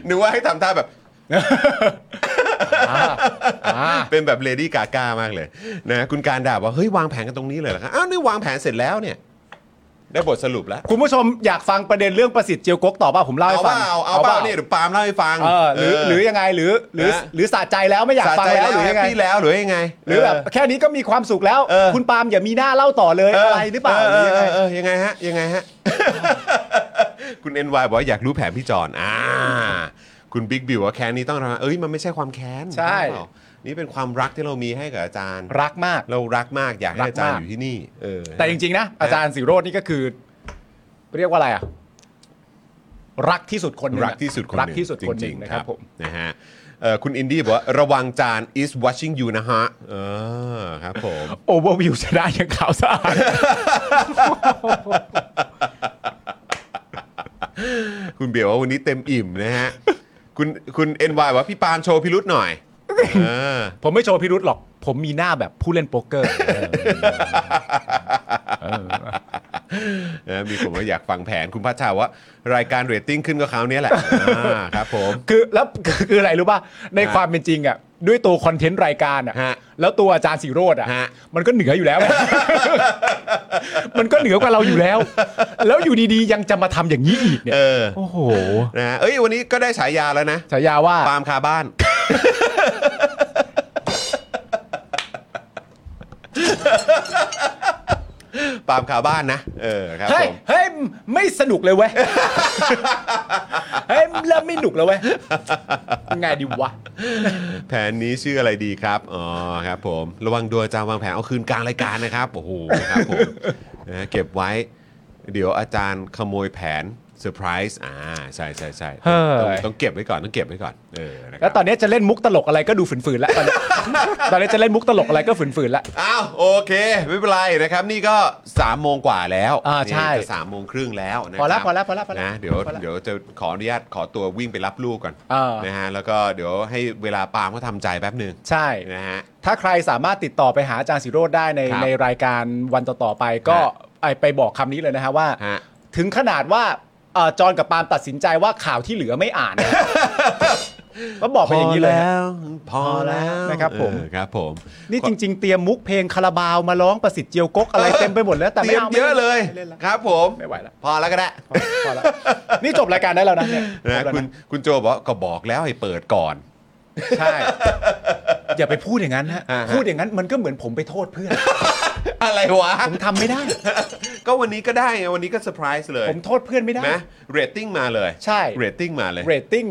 นึกว่าให้ทำท่าแบบ อ่า เป็นแบบเลดี้กาก้ามากเลยนะคุณการด่าว่าเฮ้ยวางแผนกันตรงนี้เลยเหรอครับอ้าวนี่วางแผนเสร็จแล้วเนี่ย ได้บทสรุปแล้ว คุณผู้ชมอยากฟังประเด็นเรื่องประสิทธิ์เจียวกกต่อป่ะผมเล่าให้ เอา ฟังเปล่าเอาเปล่าเนี่ยเดี๋ยวปาล์มเล่าให้ฟัง เออหรือหรือยังไงหรือหรือหรือสะใจแล้วไม่อยาก สะ ฟัง ใจ แล้ แล้ว ว ห ห รื รือยัอยัง งไง ไงแล้วหรือยังไง หรือแบบแค่นี้ก็มีความสุขแล้ว เออ คุณปาล์มอย่ามีหน้าเล่าต่อเลย เ อะไรหรือเปล่าหรือยังไง เเออเออยังไงฮะยังไงฮะ [LAUGHS] คุณเอ็นวายบอกว่าอยากรู้แผนพี่จอนอ่า คุณบิ๊กบิวว่าแค้นนี้ต้องทำเอ้ยมันไม่ใช่ความแค้นเปล่านี่เป็นความรักที่เรามีให้กับอาจารย์ รักมาก เรารักมากอยากให้ รักมาก อาจารย์อยู่ที่นี่ เออ แต่จริง ๆ นะ อาจารย์สิโรจน์นี่ก็คือ เรียกว่าอะไรอ่ะ รักที่สุดคนหนึ่งอะ รักที่สุดคนหนึ่ง รักที่สุดคนหนึ่ง จๆ นะครับผม นะฮะเอ่อคุณอินดี้บอกว่าระวังจาน is watching you นะฮะเออครับผม โอเวอร์วิวชนะอย่างขาวสะอาด [LAUGHS] คุณเบียร์ว่าวันนี้เต็มอิ่มนะฮะ คุณคุณเอ็นวายบอกว่าพี่ปาล์มโชว์พิรุษหน่อยเออ ผมไม่โชว์พิรุธหรอก ผมมีหน้าแบบผู้เล่นโป๊กเกอร์ นะมีคนว่าอยากฟังแผนคุณพัชชาว่ารายการเรตติ้งขึ้นก็คราวนี้แหละอ่าครับผม คือแล้ว [LAUGHS] คือคืออะไรรู้ป่ะ ในความเป็นจริงอ่ะด้วยตัวคอนเทนต์รายการอ่ะ ฮะ แล้วตัวอาจารย์สีโรดอ่ะ ฮะ มันก็เหนืออยู่แล้วไง [LAUGHS] มันก็เหนือกว่าเราอยู่แล้ว แล้วอยู่ดีๆ ยังจะมาทำอย่างนี้อีกเนี่ย เออ โอ้โห นะฮะเอ้ยวันนี้ก็ได้ฉายาแล้วนะ ฉายาว่า ปาล์มคาบ้าน ปาล์มคาบ้านนะ เออครับ เฮ้ ผ ย ม เฮ้ยไม่สนุกเลยเว้ย เฮ้ยเริ่มไม่หนุกแล้วเว้ยไงดีวะ แผนนี้ชื่ออะไรดีครับ อ๋อครับผม ระวังดวงอาจารย์วางแผนเอาคืนกลางรายการนะครับ โอ้โหครับผม นะเก็บไว้ เดี๋ยวอาจารย์ขโมยแผนเซอร์ไพรส์ อ่าใช่ใช่ใช่ เฮ้ย ต้องต้องเก็บไว้ก่อนต้องเก็บไว้ก่อน เออนะครับ แล้วตอนนี้จะเล่นมุกตลกอะไรก็ดูฝืนๆแล้วตอนนี้ [LAUGHS] ตอนนี้จะเล่นมุกตลกอะไรก็ฝืนๆแล้ว อ้าวโอเค ไม่เป็นไรนะครับ นี่ก็3ามโมงกว่าแล้ว อ่าใช่ นี่จะสามโมงครึ่งแล้วนะค พอรับ แล้วพอแล้วพอแล้วพอแล้ว นะเดี๋ยว พอแล้ว เดี๋ยวจะขออนุญาตขอตัววิ่งไปรับลูกก่อน เออ นะฮะแล้วก็เดี๋ยวให้เวลาปาล์มเขาทำใจแป๊บหนึ่ง ใช่ นะฮะ ถ้าใครสามารถติดต่อไปหาอาจารย์สิโรธได้ใน ครับ ในรายการวันต่อๆไปก็ ฮะ ไอ้ไปบอกคำนี้เลยนะฮะว่า ฮะ ถึงขนาดว่าเอ่อจอห์นกับปาล์มตัดสินใจว่าข่าวที่เหลือไม่อ่านนะ [LAUGHS] ก็บอกไปอย่างนี้เลยนะ พอแล้ว นะครับผม เออครับผม นี่จริง ๆ เตรียมมุกเพลงคาราบาวมาร้องประสิทธิ์เจียวกกอะไรเต็มไปหมดแล้วแต่ เต ไม่ รียม เอา เยอะเลย ไม่นละ ครับผม ไม่ไหวละ พอแล้วก็ได้ พอละนี่จบรายการได้แล้วนะเนี่ยจ นะ บแล้ว คุณ นะ คุณโจบอกว่าก็บอกแล้วให้เปิดก่อน ใช่ อย่าไปพูดอย่างนั้นฮะ อ่าฮะ พูดอย่างนั้นมันก็เหมือนผมไปโทษเพื่อน อะไรวะ ผมทำไม่ได้ ก็วันนี้ก็ได้ไงวันนี้ก็เซอร์ไพรส์เลย ผมโทษเพื่อนไม่ได้ นะเรตติ้งมาเลย ใช่ เรตติ้งมาเลย เรตติ้ง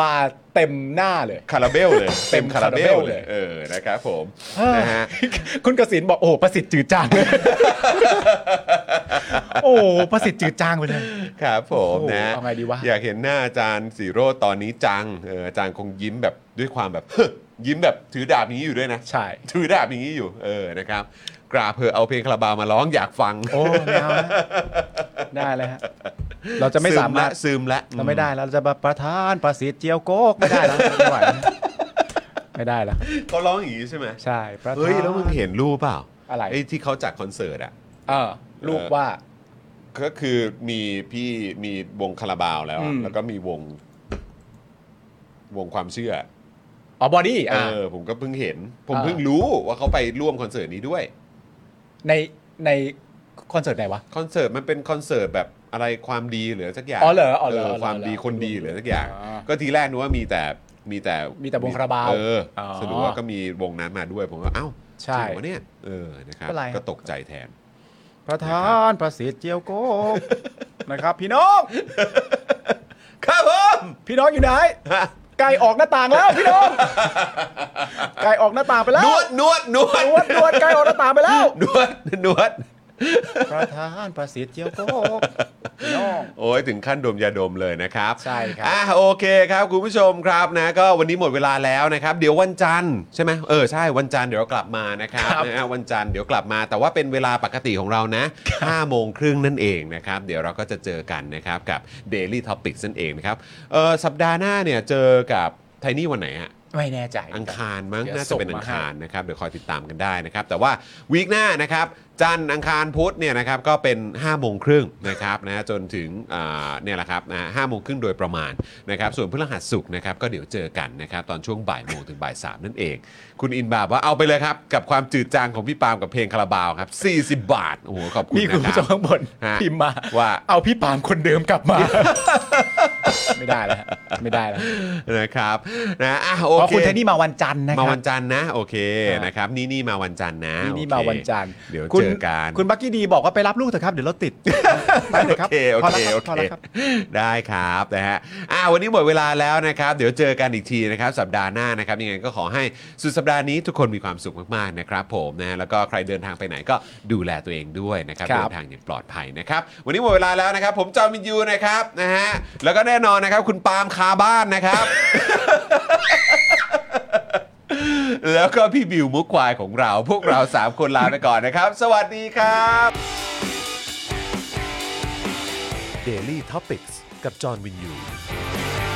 มาเต็มหน้าเลย [LAUGHS] คาราเบลเลย เต็ เต็ ม มคาราเบคาลราเบล เล เลย ย เออนะครับผมนะฮะ คุณกสินบอกโอ้ประสิทธิ์จืดจางเลย [LAUGHS] โอ้ประสิทธิ์จืดจางไปเลย ครับผม โอ้โห นะ เอาไงดีวะ อยากเห็นหน้าอาจารย์สีโรจน์ตอนนี้จังเอออาจารย์คงยิ้มแบบด้วยความแบบ ยิ้มแบบถือดาบอย่างนี้อยู่ด้วยนะ [LAUGHS] ใช่ ถือดาบอย่างนี้อยู่เออนะครับกราบเธอะเอาเพลงคาราบาวมาร้องอยากฟัง โอ้ไม่เอานะได้เลยฮะเราจะไม่สามารถ ซึมละซึ เรา ละ ไม่ได้แล้วเราจะมาประทานประสิทธิ์เจียวโก๊กไม่ได้แล้วไม่ไหวแล้ว ไม่ได้แล้ว เขาร้องอย่างนี้ใช่ไหม ใช่ประธาน เฮ้ย แล้วมึงเห็นรูปเปล่า อะไร ไอ้ที่เขาจัดคอนเสิร์ตอ่ะ เออรูปว่า ก็คือมีพี่มีวงคาราบาวแล้วอะ อืม แล้วก็มีวง วงความเชื่อ อ๋อบอดี้ เอ อ่า อผมก็เพิ่งเห็น ผม อ่า เพิ่งรู้ว่าเขาไปร่วมคอนเสิร์ตนี้ด้วย ในในคอนเสิร์ตไหนวะ คอนเสิร์ตมันเป็นคอนเสิร์ตแบบอะไรความดีหรือสักอย่าง อ๋อเหรออ๋อเหรอ เออ เหรอ ความดี เหรอ คนดีหรือสักอย่าง อ๋อ ก็ทีแรกนึกว่ามีแต่มีแต่ มีแต่วงคาราบาว เอออ อ สรุปว่าก็มีวงนั้นมาด้วย ผมก็เอ้า ใช่ จริงเหรอเนี่ยเออนะครับ เป็นไร ก็ตกใจแทน ประทานประสิทธิ์เจียวโก๊ก [LAUGHS] นะครับ พี่น้อง ครับผม พี่น้องอยู่ไหนไก่ออกหน้าต่างแล้วพี่น้ [LAUGHS] องไก่ออกหน้าต่างไปแล้ น ว วดนวดนวด นวดนวดไก่ออกหน้าต่างไปแล้ว นวดนวด ประธานประสิทธิ์เจียวโก๊กพี่น้อง โอ้ยถึงขั้นดมยาดมเลยนะครับ ใช่ครับ อ่ะโอเคครับคุณผู้ชมครับนะก็วันนี้หมดเวลาแล้วนะครับ เดี๋ยววันจันทร์ใช่ไหมเออใช่วันจันทร์เดี๋ยวเรากลับมานะครับ ครับ นะฮะวันจันทร์เดี๋ยวกลับมาแต่ว่าเป็นเวลาปกติของเรานะ5โมงครึ่งนั่นเองนะครับ เดี๋ยวเราก็จะเจอกันนะครับกับ Daily Topics นั่นเองนะครับเออสัปดาห์หน้าเนี่ยเจอกับไทนี่วันไหนฮะ ไม่แน่ใจ อังคารมั้ง เดี๋ยว น่าจะเป็นอังคาร ส่งมาให้ นะครับเดี๋ยวคอยติดตามกันได้นะครับ แต่ว่าวีคหน้านะครับ จันทร์อังคารพุธเนี่ยนะครับก็เป็น5้าโมงครึ่งนะครับนะจนถึงอ่าเนี่ยแหละครับนะห้าโมงครึ่งโดยประมาณนะครับ ส่วนพฤหัสศุกร์นะครับก็เดี๋ยวเจอกันนะครับ ตอนช่วงบ่ายโมงถึงบ่ายสามนั่นเอง คุณอินบาบอกว่าเอาไปเลยครับ กับความจืดจางของพี่ปาล์มกับเพลงคาราบาวครับ 40 บาทโอ้โหขอบคุณ นี่ นะ คุณผู้ ค ช รั ม บ ข้างบน ฮะ พิมพ์มา ว่า เอาพี่ปาล์มคนเดิมกลับมา ไม่ได้แล้วฮะไม่ได้แล้ว นะครับนะอ่ะโอ เพราะ เค คุณเทนนี่มาวันจันทร์นะค มา รั วั บ นจันทร์นะโอเค อ่าน นะครับนี่นี่มาวันจันทร์นะ นี่นี่ โอเค มาวันจันทร์ เดี๋ยว คุณ เจอกัน คุณบักกี้ดีบอกว่าไปรับลูกเถอะครับ เดี๋ยวรถติด ไปเถอะครับ โอเคโอ พอ เค แล้ว โอ รับพอ เค แล้วรับ ได้ครับนะฮะอ่าวันนี้หมดเวลาแล้วนะครับ เดี๋ยวเจอกันอีกทีนะครับ สัปดาห์หน้านะครับ ยังไงก็ขอให้สุดสัปดาห์นี้ทุกคนมีความสุขมากๆนะครับ ผมนะฮะแล้วก็ใครเดินทางไปไหนก็ดูแลตัวเองด้วยนะครับ ครั เดิ บ นทางอย่างปลอดภัยนะครับ วันนี้หมดเวลาแล้วนะครับ ผมจอมินยูนะครับนะฮะแล้วก็แน่นอนนะครับ คุณปาล์มคาบ้านนะครับ [LAUGHS] แล้วก็พี่บิวมุกควายของเรา พวกเราสามคนลาไปก่อนนะครับ สวัสดีครับ Daily Topics กับจอห์นวินยู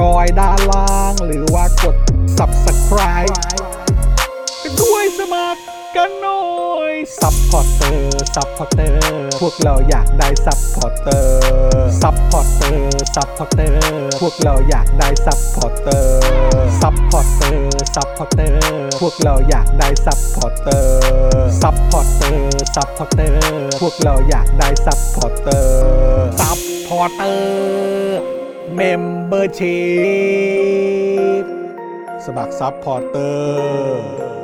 จอยด้านล่าง หรือว่ากด subscribe กันด้วยสมัครกันหน่อย ซัพพอร์เตอร์ ซัพพอร์เตอร์ พวกเราอยากได้ซัพพอร์เตอร์ ซัพพอร์เตอร์ ซัพพอร์เตอร์ พวกเราอยากได้ซัพพอร์เตอร์ ซัพพอร์เตอร์ ซัพพอร์เตอร์ พวกเราอยากได้ซัพพอร์เตอร์ ซัพพอร์เตอร์ ซัพพอร์เตอร์ พวกเราอยากได้ซัพพอร์เตอร์ ซัพพอร์เตอร์ เมมเบอร์ชีพสมัครซัพพอร์เตอร์